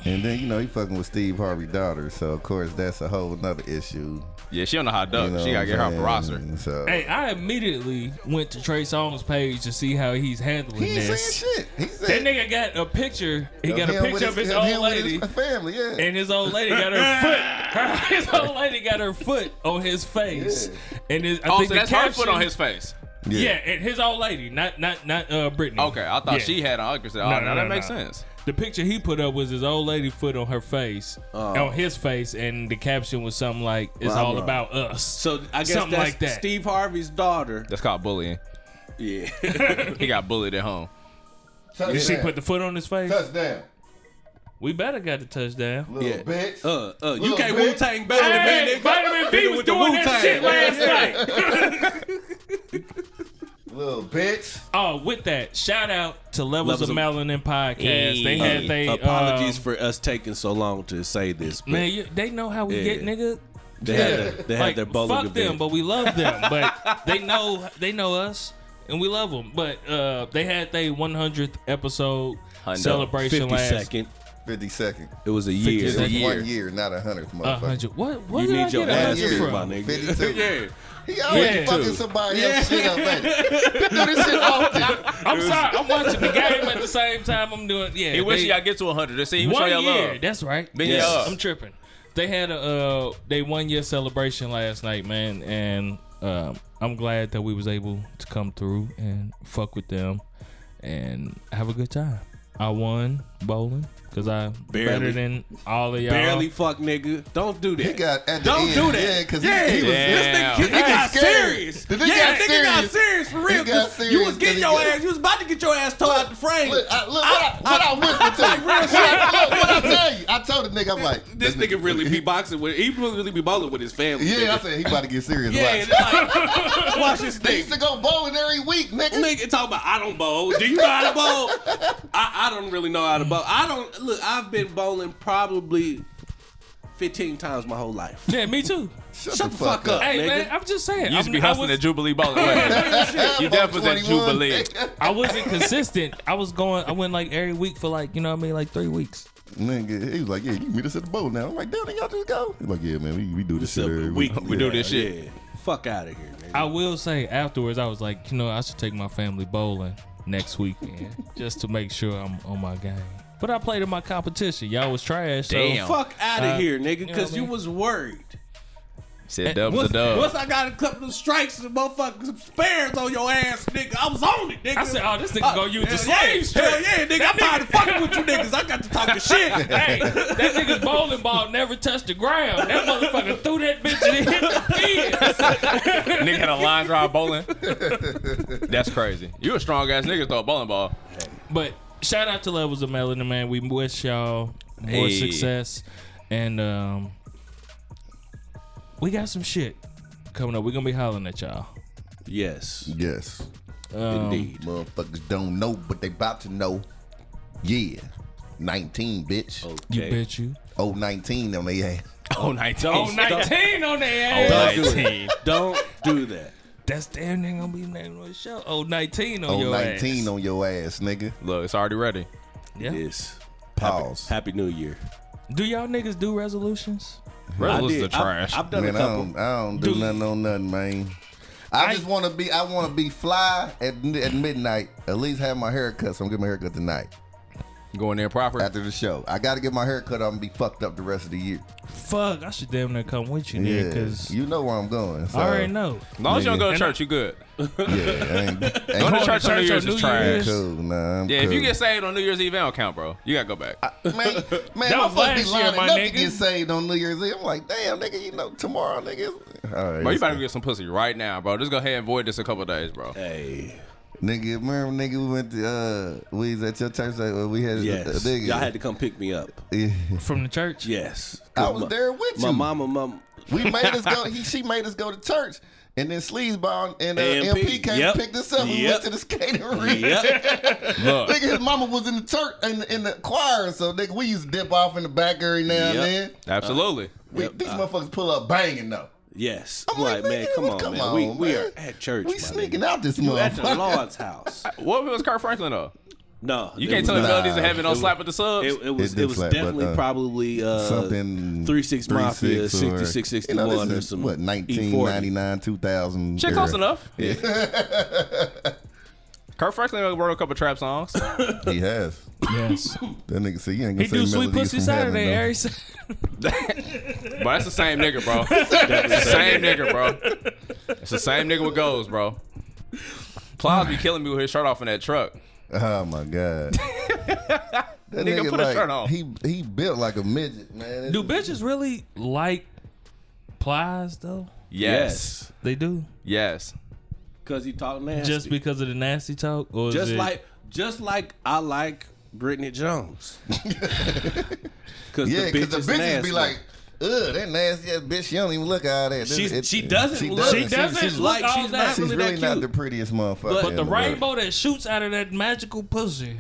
Speaker 3: And then you know he fucking with Steve Harvey's daughter, so of course that's a whole nother issue.
Speaker 4: Yeah, she don't know how to duck.
Speaker 3: You know
Speaker 4: Oh, she gotta get her off the
Speaker 3: what I'm
Speaker 4: roster.
Speaker 3: saying? So
Speaker 2: Hey, I immediately went to Trey Song's page to see how he's handling
Speaker 3: he ain't
Speaker 2: this.
Speaker 3: saying shit. He said
Speaker 2: That nigga got a picture. He got a
Speaker 3: him with
Speaker 2: picture of his
Speaker 3: him
Speaker 2: old
Speaker 3: with
Speaker 2: lady,
Speaker 3: [laughs] his family. Yeah.
Speaker 2: and his old lady
Speaker 4: [laughs]
Speaker 2: got her foot. [laughs] Her, his old lady got her foot on his face, and his, I
Speaker 4: Oh,
Speaker 2: think
Speaker 4: so
Speaker 2: the
Speaker 4: that's
Speaker 2: caption,
Speaker 4: her foot on his face.
Speaker 2: Yeah, and his old lady, not not not uh Brittany.
Speaker 4: Okay, I thought
Speaker 2: Yeah.
Speaker 4: she had. I said, oh,
Speaker 2: No,
Speaker 4: no,
Speaker 2: no,
Speaker 4: that
Speaker 2: no,
Speaker 4: makes
Speaker 2: no.
Speaker 4: sense.
Speaker 2: The picture he put up was his old lady foot on her face,
Speaker 3: Oh.
Speaker 2: on his face, and the caption was something like, "It's
Speaker 1: Well, I'm
Speaker 2: all
Speaker 1: wrong.
Speaker 2: about us."
Speaker 1: So I guess
Speaker 2: Something
Speaker 1: that's
Speaker 2: like that.
Speaker 1: Steve Harvey's daughter.
Speaker 4: That's called bullying.
Speaker 1: Yeah.
Speaker 4: He got bullied at home.
Speaker 3: Touchdown.
Speaker 2: Did she put the foot on his face?
Speaker 3: Touchdown.
Speaker 2: We better got the touchdown.
Speaker 3: Little
Speaker 1: Yeah.
Speaker 3: bitch.
Speaker 1: uh, uh, you
Speaker 3: Little
Speaker 1: can't
Speaker 3: bitch.
Speaker 1: Wu Tang battle
Speaker 2: Hey,
Speaker 1: man.
Speaker 2: Vitamin V was
Speaker 1: with the
Speaker 2: doing that
Speaker 1: Wu-Tang.
Speaker 2: shit last
Speaker 1: [laughs]
Speaker 2: night.
Speaker 3: Little bitch.
Speaker 2: Oh, with that, shout out to Levels,
Speaker 1: Levels
Speaker 2: of
Speaker 1: of-
Speaker 2: Melanin podcast. They had
Speaker 4: Hey.
Speaker 2: they
Speaker 1: Uh, Apologies
Speaker 2: um,
Speaker 1: for us taking so long to say this. But
Speaker 2: man. You, they know how we
Speaker 1: Yeah.
Speaker 2: get, nigga.
Speaker 1: they had, their- they had
Speaker 2: Like
Speaker 1: their
Speaker 2: fuck
Speaker 1: bowling
Speaker 2: them,
Speaker 1: event.
Speaker 2: but we
Speaker 1: [laughs]
Speaker 2: love them. But they know they know us, and we love them. But uh, they had their 100th episode
Speaker 4: Hundo.
Speaker 2: celebration
Speaker 1: 50
Speaker 2: last
Speaker 1: second.
Speaker 3: 50 second.
Speaker 1: It was a
Speaker 2: Fifty
Speaker 1: year.
Speaker 3: It's
Speaker 2: second.
Speaker 4: year.
Speaker 3: one year, not a hundred,
Speaker 2: A
Speaker 3: motherfucker.
Speaker 2: hundred. What? What
Speaker 1: You
Speaker 2: did I
Speaker 1: need your
Speaker 2: get a
Speaker 1: ass
Speaker 2: hundred
Speaker 1: beat,
Speaker 2: from?
Speaker 1: my nigga.
Speaker 3: 52.
Speaker 1: yeah.
Speaker 3: He always
Speaker 2: Yeah.
Speaker 3: fucking somebody else shit
Speaker 1: [laughs]
Speaker 3: up, man. do this shit often.
Speaker 2: I'm sorry. I'm watching the game at the same time. I'm doing. Yeah.
Speaker 4: He wish
Speaker 2: they-
Speaker 4: y'all get to 100. Let's see. He wish
Speaker 2: one
Speaker 4: y'all
Speaker 2: year.
Speaker 4: love.
Speaker 2: That's right.
Speaker 4: Big
Speaker 1: Yes.
Speaker 4: y'all up.
Speaker 2: I'm tripping. They had a uh, they one year celebration last night, man, and um, I'm glad that we was able to come through and fuck with them and have a good time. I won bowling because I better
Speaker 1: Barely.
Speaker 2: than all of y'all.
Speaker 1: Barely fuck nigga. Don't do that.
Speaker 3: He got at the
Speaker 1: Don't
Speaker 3: end.
Speaker 1: do that.
Speaker 3: Yeah, 'cause he-
Speaker 1: yeah.
Speaker 3: he was-
Speaker 1: this
Speaker 4: Yeah.
Speaker 1: nigga, he
Speaker 3: He
Speaker 1: got
Speaker 3: was scared.
Speaker 1: serious.
Speaker 3: The nigga
Speaker 1: yeah,
Speaker 3: got
Speaker 1: nigga got
Speaker 3: serious.
Speaker 1: serious for real.
Speaker 3: He got
Speaker 1: 'cause
Speaker 3: serious
Speaker 1: You was
Speaker 3: 'cause
Speaker 1: getting
Speaker 3: he
Speaker 1: your
Speaker 3: got-
Speaker 1: ass. You was about to get your ass towed out the frame.
Speaker 3: Look, I, look, what, I, what I witnessed to. what, I, look, what I tell you. I told the nigga, I'm like,
Speaker 1: this nigga really be boxing with. He really be bowling with his family.
Speaker 3: [laughs] Yeah, I
Speaker 1: nigga.
Speaker 3: said he about to get serious.
Speaker 1: yeah.
Speaker 3: Watch.
Speaker 1: it's like, [laughs] watch this
Speaker 3: They used
Speaker 1: nigga.
Speaker 3: to go bowling every week, nigga.
Speaker 1: Nigga talking about I don't bowl. Do you know how to bowl? I, I don't really know how to bowl. I don't look. I've been bowling probably fifteen times my whole life.
Speaker 2: [laughs] Yeah, me too.
Speaker 3: Shut,
Speaker 1: Shut the fuck [laughs] up,
Speaker 2: Hey man,
Speaker 1: nigga.
Speaker 2: I'm just saying.
Speaker 4: You used to be
Speaker 2: I'm- I
Speaker 4: hosting the
Speaker 2: was-
Speaker 4: Jubilee Ball.
Speaker 2: [laughs]
Speaker 4: Wait, You definitely was at
Speaker 3: 21.
Speaker 4: Jubilee.
Speaker 2: I wasn't consistent. I was going. I went like every week for like you know what I mean, like three weeks.
Speaker 3: Nigga, he was like, yeah, you can meet us at the boat now. I'm like, damn, nigga, y'all just go. He's like, yeah, man, we, we do this shit
Speaker 1: up,
Speaker 3: every
Speaker 1: we-
Speaker 3: week.
Speaker 4: we do this shit.
Speaker 1: Yeah, fuck out of here, nigga.
Speaker 2: I will say afterwards, I was like, you know, I should take my family bowling next weekend just to make sure I'm on my game. But I played in my competition. Y'all was trash. So
Speaker 4: Damn.
Speaker 1: Fuck out of
Speaker 2: Uh,
Speaker 1: here,
Speaker 2: you
Speaker 1: nigga,
Speaker 2: know
Speaker 1: because
Speaker 2: what I
Speaker 1: you
Speaker 2: mean?
Speaker 1: was worried.
Speaker 4: Said dubs a
Speaker 1: Once, once
Speaker 4: dub.
Speaker 1: I got a couple of strikes and motherfucking spares on your ass, nigga, I was on it, nigga.
Speaker 2: I said, oh, this nigga gonna use the
Speaker 1: Hell yeah,
Speaker 2: slave strip.
Speaker 1: Hell yeah, nigga, I'm tired of fucking with you niggas. I got to talk the shit.
Speaker 2: Hey, that nigga's bowling ball never touched the ground. That motherfucker threw that bitch and it hit the pins.
Speaker 4: Nigga
Speaker 2: [laughs]
Speaker 4: had a line drive bowling. That's crazy. You a strong ass nigga throw a bowling ball.
Speaker 2: But shout out to Levels of Melanin, man. We wish y'all more
Speaker 4: Hey.
Speaker 2: success. And um, we got some shit coming up. We're gonna be hollering at y'all.
Speaker 1: Yes,
Speaker 3: Yes.
Speaker 2: Um,
Speaker 1: indeed.
Speaker 3: Motherfuckers don't know, but they about to know. Yeah. 19, bitch. Oh,
Speaker 2: You bet you.
Speaker 3: 19 on they ass.
Speaker 4: Oh, 19.
Speaker 2: Oh, [laughs] 19 on their ass.
Speaker 1: Don't do
Speaker 4: 19.
Speaker 1: it. Don't do that.
Speaker 2: That's damn near gonna be the name of the show. Oh, 19 on
Speaker 3: Oh,
Speaker 2: your
Speaker 3: 19
Speaker 2: ass.
Speaker 3: on your ass, nigga.
Speaker 4: Look, it's already ready.
Speaker 2: Yeah.
Speaker 1: Yes.
Speaker 3: Pause.
Speaker 1: Happy New Year.
Speaker 2: Do y'all niggas do resolutions?
Speaker 4: Resolutions are trash.
Speaker 1: I, have done
Speaker 3: Man,
Speaker 1: a
Speaker 3: I
Speaker 1: couple.
Speaker 3: don't, I don't do
Speaker 2: Dude.
Speaker 3: nothing on nothing, man. I, just want to be. I want to be fly at, at midnight. At least have my haircut. So I'm getting my haircut tonight
Speaker 4: Going there proper.
Speaker 3: after the show. I got to get my haircut. I'm gonna be fucked up the rest of the year.
Speaker 2: Fuck, I should damn near come with you, nigga, because
Speaker 3: you know where I'm going. So,
Speaker 2: I already know.
Speaker 4: As long as you don't go to
Speaker 2: And
Speaker 4: church, you good.
Speaker 3: Yeah, I ain't,
Speaker 4: Going to
Speaker 3: ain't,
Speaker 4: church on New Year's is trash.
Speaker 3: cool. Nah, I'm
Speaker 4: Yeah,
Speaker 3: cool.
Speaker 4: if you get saved on New Year's Eve, I don't count, bro. You gotta go back.
Speaker 3: Man, man,
Speaker 2: That
Speaker 3: my
Speaker 2: was
Speaker 3: fuck be
Speaker 2: last year,
Speaker 3: lying
Speaker 2: my
Speaker 3: enough to
Speaker 2: nigga.
Speaker 3: get saved on New Year's Eve. I'm like, damn, nigga, you know, tomorrow, nigga. it's- All
Speaker 4: Bro,
Speaker 3: right,
Speaker 4: you
Speaker 3: it's-
Speaker 4: better get some pussy right now, bro. Just go ahead and void this a couple days, bro.
Speaker 1: Uh, Hey,
Speaker 3: nigga. Remember, nigga, we went to uh, we was at your church. Like, well, we had a
Speaker 1: yes.
Speaker 3: nigga.
Speaker 1: Y'all had to come pick me up.
Speaker 2: From the church?
Speaker 1: Yes.
Speaker 3: I was there with
Speaker 1: My
Speaker 3: you.
Speaker 1: mama,
Speaker 3: [laughs]
Speaker 1: mama.
Speaker 3: We made us go. He, she made us go to church, and then Sleazebone and uh,
Speaker 1: AMP,
Speaker 3: MP came
Speaker 1: yep.
Speaker 3: and picked us up. We
Speaker 1: Yep.
Speaker 3: went to the skating rink.
Speaker 1: Yep.
Speaker 4: Look,
Speaker 3: Nigga, his mama was in the church in the, in the choir, so nigga, we used to dip off in the back every now and
Speaker 1: Yep.
Speaker 3: then.
Speaker 4: absolutely.
Speaker 3: We,
Speaker 1: Yep.
Speaker 3: These motherfuckers pull up banging though.
Speaker 1: Yes.
Speaker 3: I'm like,
Speaker 1: man,
Speaker 3: nigga,
Speaker 1: come on,
Speaker 3: come
Speaker 1: man.
Speaker 3: on,
Speaker 1: we, we
Speaker 3: man.
Speaker 1: are at church.
Speaker 3: we
Speaker 1: my
Speaker 3: sneaking
Speaker 1: nigga.
Speaker 3: out this
Speaker 1: You at the
Speaker 3: motherfucker.
Speaker 1: Lord's
Speaker 3: [laughs]
Speaker 1: house.
Speaker 4: What if it was Kirk Franklin though?
Speaker 1: No,
Speaker 4: You
Speaker 1: it
Speaker 4: can't
Speaker 1: was
Speaker 4: tell the
Speaker 1: not.
Speaker 4: melodies of heaven
Speaker 1: It
Speaker 4: don't
Speaker 1: was-
Speaker 4: slap with the subs.
Speaker 1: It, it was
Speaker 3: It
Speaker 1: it,
Speaker 3: did
Speaker 1: was
Speaker 3: slap, but,
Speaker 1: definitely
Speaker 3: uh,
Speaker 1: probably uh,
Speaker 3: something-
Speaker 1: three six mafia
Speaker 3: 36 or-
Speaker 1: sixty six sixty
Speaker 3: You know,
Speaker 1: one
Speaker 3: this
Speaker 1: or
Speaker 3: is,
Speaker 1: some E
Speaker 3: what
Speaker 1: E40.
Speaker 3: 1999, 2000.
Speaker 4: Shit
Speaker 3: era.
Speaker 4: close enough. [laughs] Kirk Franklin wrote a couple trap songs.
Speaker 3: He has.
Speaker 2: Yes.
Speaker 3: That nigga said you ain't
Speaker 2: he
Speaker 3: gonna say
Speaker 2: do Sweet
Speaker 3: Melodies
Speaker 2: Pussy
Speaker 3: from Heaven,
Speaker 2: Saturday,
Speaker 3: though.
Speaker 2: Harry.
Speaker 4: But that's the same nigga, bro. It's the same nigga, bro. It's the same nigga with goals, bro. Plies be killing me with his shirt off in that truck.
Speaker 3: [laughs] Oh my god. That
Speaker 4: Nigga, put a
Speaker 3: like,
Speaker 4: shirt on.
Speaker 3: He he built like a midget, man. It's
Speaker 2: Do
Speaker 3: just-
Speaker 2: bitches really like plies though?
Speaker 4: Yes.
Speaker 2: They do.
Speaker 4: Yes.
Speaker 1: Because he talked nasty.
Speaker 2: Just because of the nasty talk, or is
Speaker 1: Just
Speaker 2: it-
Speaker 1: like just like I like Brittany
Speaker 3: [laughs]
Speaker 1: Jones. [laughs] Cause the
Speaker 3: Yeah,
Speaker 1: bitch
Speaker 3: because the
Speaker 1: is
Speaker 3: bitches
Speaker 1: nasty.
Speaker 3: be like, ugh, that nasty ass bitch. She don't even look all that. This-
Speaker 1: She's-
Speaker 3: it-
Speaker 1: she doesn't
Speaker 3: She
Speaker 1: look-
Speaker 3: doesn't.
Speaker 2: she doesn't
Speaker 1: she's
Speaker 2: look
Speaker 1: like-
Speaker 2: all
Speaker 1: she's
Speaker 2: that.
Speaker 1: not
Speaker 3: She's
Speaker 1: really
Speaker 3: really
Speaker 1: that
Speaker 3: not
Speaker 1: cute.
Speaker 3: the prettiest motherfucker.
Speaker 1: But-
Speaker 2: but
Speaker 3: in
Speaker 2: the
Speaker 3: world.
Speaker 2: rainbow that shoots out of that magical pussy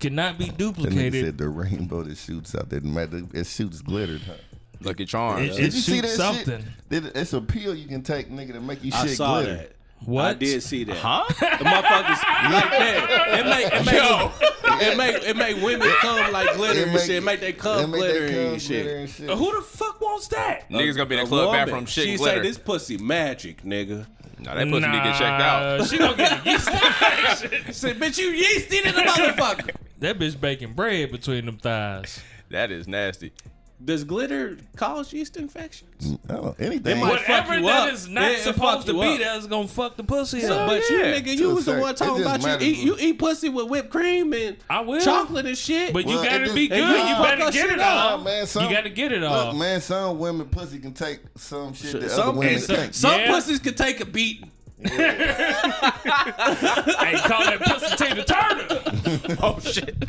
Speaker 2: cannot be
Speaker 3: That nigga
Speaker 2: duplicated.
Speaker 3: said the rainbow that shoots out that matter. It shoots glittered. Huh?
Speaker 4: Lucky charm.
Speaker 2: It-
Speaker 3: Did you see that
Speaker 2: shoots something.
Speaker 3: shit? It- It's a pill you can take, nigga, to make you
Speaker 1: I
Speaker 3: shit
Speaker 1: saw
Speaker 3: glitter.
Speaker 1: that.
Speaker 2: What?
Speaker 1: I did see that.
Speaker 4: huh?
Speaker 1: The motherfuckers like
Speaker 3: [laughs]
Speaker 1: that. It make it make, it make it make women come like glitter and shit. It make they
Speaker 3: it
Speaker 1: come
Speaker 3: make
Speaker 1: glitter
Speaker 3: that cum
Speaker 1: and
Speaker 3: glitter
Speaker 1: shit.
Speaker 3: and shit.
Speaker 2: Who the fuck wants that?
Speaker 4: Niggas gonna be in
Speaker 1: A
Speaker 4: the club
Speaker 1: woman,
Speaker 4: bathroom shit
Speaker 1: She
Speaker 4: glitter.
Speaker 1: say this pussy magic,
Speaker 4: [laughs]
Speaker 1: nigga.
Speaker 4: nah, that pussy need to get checked out.
Speaker 2: Nah, She gonna get yeasty.
Speaker 1: I said, bitch, you yeasted in the motherfucker.
Speaker 2: [laughs] that bitch baking bread between them thighs.
Speaker 4: That is nasty.
Speaker 1: Does glitter cause yeast infections?
Speaker 3: I don't know. Anything.
Speaker 1: It might- fuck
Speaker 2: Whatever
Speaker 1: you
Speaker 2: that
Speaker 1: up.
Speaker 2: is
Speaker 1: Yeah,
Speaker 2: not
Speaker 1: it fuck
Speaker 2: supposed to
Speaker 1: you
Speaker 2: be,
Speaker 1: up.
Speaker 2: that's gonna fuck the pussy
Speaker 1: So,
Speaker 2: up.
Speaker 1: but you,
Speaker 4: yeah.
Speaker 1: nigga,
Speaker 3: To
Speaker 1: you
Speaker 3: a
Speaker 1: was the
Speaker 3: certain-
Speaker 1: one
Speaker 3: it
Speaker 1: talking
Speaker 3: just
Speaker 1: about you
Speaker 3: matters.
Speaker 1: eat you eat pussy with whipped cream and
Speaker 2: I will.
Speaker 1: chocolate and shit.
Speaker 2: But
Speaker 3: Well,
Speaker 2: you
Speaker 3: it
Speaker 2: gotta
Speaker 3: just-
Speaker 2: be
Speaker 3: it
Speaker 2: good.
Speaker 1: just
Speaker 2: You
Speaker 1: fuck
Speaker 2: better
Speaker 1: us
Speaker 2: get
Speaker 1: shit
Speaker 2: it
Speaker 1: up,
Speaker 2: all.
Speaker 3: man, some-
Speaker 2: you gotta get it all.
Speaker 3: Look, man, some women pussy can take some shit that
Speaker 1: some
Speaker 3: other women
Speaker 1: and some-
Speaker 3: can't.
Speaker 1: some
Speaker 2: Yeah.
Speaker 1: pussies could take a beating.
Speaker 2: hey, call that pussy Tina Turner.
Speaker 3: [laughs]
Speaker 4: Oh shit.
Speaker 3: You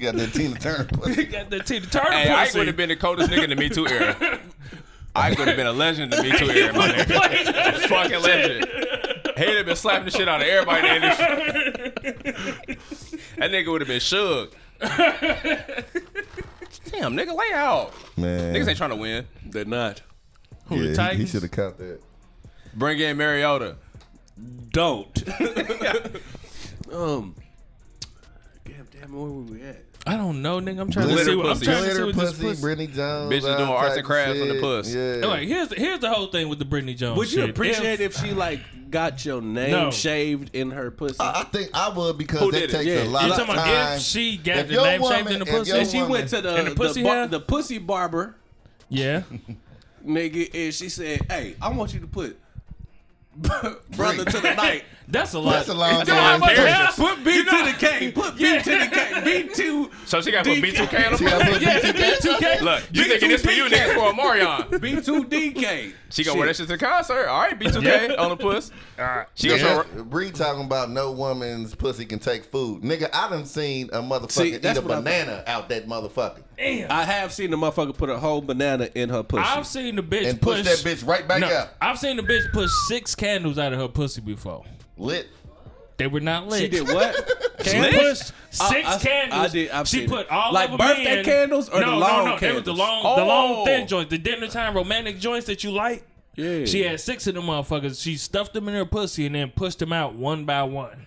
Speaker 3: got that Tina
Speaker 2: [laughs]
Speaker 3: Turner
Speaker 2: You
Speaker 3: pussy.
Speaker 2: [laughs] got that Tina Turner
Speaker 4: Hey, I
Speaker 2: pussy.
Speaker 4: would have been the coldest nigga in the Me Too era. I would have been a legend in the Me Too era, my nigga. Fucking legend. He'd have been slapping the shit out of everybody in this. That nigga would have been shook. Damn, nigga, lay out.
Speaker 3: Man.
Speaker 4: Niggas ain't trying to win.
Speaker 1: They're not.
Speaker 2: Who, the
Speaker 3: yeah, he,
Speaker 2: Titans?
Speaker 3: should have caught that.
Speaker 4: Bring in Mariota.
Speaker 1: Don't. um. Damn, damn, where were we at?
Speaker 2: I don't know, nigga. I'm trying to
Speaker 4: Glitter
Speaker 2: see what
Speaker 4: pussy.
Speaker 2: I'm trying to see
Speaker 3: Glitter
Speaker 2: what this
Speaker 3: pussy,
Speaker 2: pussy.
Speaker 3: Brittany Jones.
Speaker 4: Bitches
Speaker 3: all
Speaker 4: doing arts and
Speaker 3: type of
Speaker 4: crapts on the
Speaker 3: shit.
Speaker 4: puss.
Speaker 3: Yeah.
Speaker 2: Like here's the, here's the whole thing with the Britney Jones.
Speaker 1: Would you
Speaker 2: Oh, shit.
Speaker 1: appreciate if, she like got your name
Speaker 2: No.
Speaker 1: shaved in her pussy?
Speaker 4: Uh,
Speaker 3: I I think I would because
Speaker 4: Who
Speaker 3: that
Speaker 4: did it?
Speaker 3: takes
Speaker 1: Yeah.
Speaker 3: a
Speaker 1: You
Speaker 3: lot
Speaker 2: You
Speaker 3: of
Speaker 2: talking about
Speaker 3: time.
Speaker 2: if she got
Speaker 3: If
Speaker 2: the
Speaker 3: your
Speaker 2: name
Speaker 3: woman-
Speaker 2: shaved in the
Speaker 3: if your
Speaker 2: pussy?
Speaker 1: and she
Speaker 3: woman-
Speaker 1: went to the
Speaker 2: And the
Speaker 1: the,
Speaker 2: pussy
Speaker 1: bar-
Speaker 2: hair?
Speaker 1: the pussy barber
Speaker 2: Yeah.
Speaker 1: nigga, and she said, "Hey, I want you to put [laughs] brother to the
Speaker 4: [laughs]
Speaker 1: night."
Speaker 2: That's a lot.
Speaker 3: That's a long
Speaker 2: know how
Speaker 3: damn
Speaker 2: much
Speaker 3: thing.
Speaker 2: hair-
Speaker 1: Put B to the K. Put B to the K. B to
Speaker 4: So she got to put B2K on
Speaker 3: She got
Speaker 4: the
Speaker 3: put
Speaker 2: [laughs] Yeah,
Speaker 3: B2K.
Speaker 2: B2K.
Speaker 4: [laughs] Look, you thinking this for you, nigga, for a Marion.
Speaker 1: B to DK.
Speaker 4: She gonna wear that shit to the concert. All right, B2K on the puss. She gonna
Speaker 3: Yeah.
Speaker 4: show
Speaker 3: Bree talking about no woman's pussy can take food. Nigga, I done seen a motherfucker
Speaker 1: See,
Speaker 3: eat
Speaker 1: that's
Speaker 3: a
Speaker 1: what I thought.
Speaker 3: banana out that motherfucker
Speaker 1: I have seen the motherfucker put a whole banana in her pussy.
Speaker 2: I've seen the bitch
Speaker 3: and push
Speaker 2: push,
Speaker 3: that bitch right back
Speaker 2: No,
Speaker 3: out.
Speaker 2: I've seen the bitch push six candles out of her pussy before.
Speaker 3: Lit.
Speaker 2: They were not lit.
Speaker 1: she did what?
Speaker 2: [laughs] She
Speaker 1: Candles?
Speaker 2: pushed
Speaker 1: I-
Speaker 2: six
Speaker 1: I-
Speaker 2: candles.
Speaker 1: I did- I've
Speaker 2: she
Speaker 1: seen
Speaker 2: put
Speaker 1: it.
Speaker 2: all
Speaker 1: Like
Speaker 2: of them
Speaker 1: birthday
Speaker 2: in.
Speaker 1: candles or the
Speaker 2: no,
Speaker 1: long
Speaker 2: no, no, They was the
Speaker 1: candles?
Speaker 2: long, the long
Speaker 4: Oh.
Speaker 2: thin joints, the dinner time romantic joints that you like.
Speaker 1: Yeah.
Speaker 2: She had six of them motherfuckers. She stuffed them in her pussy and then pushed them out one by one.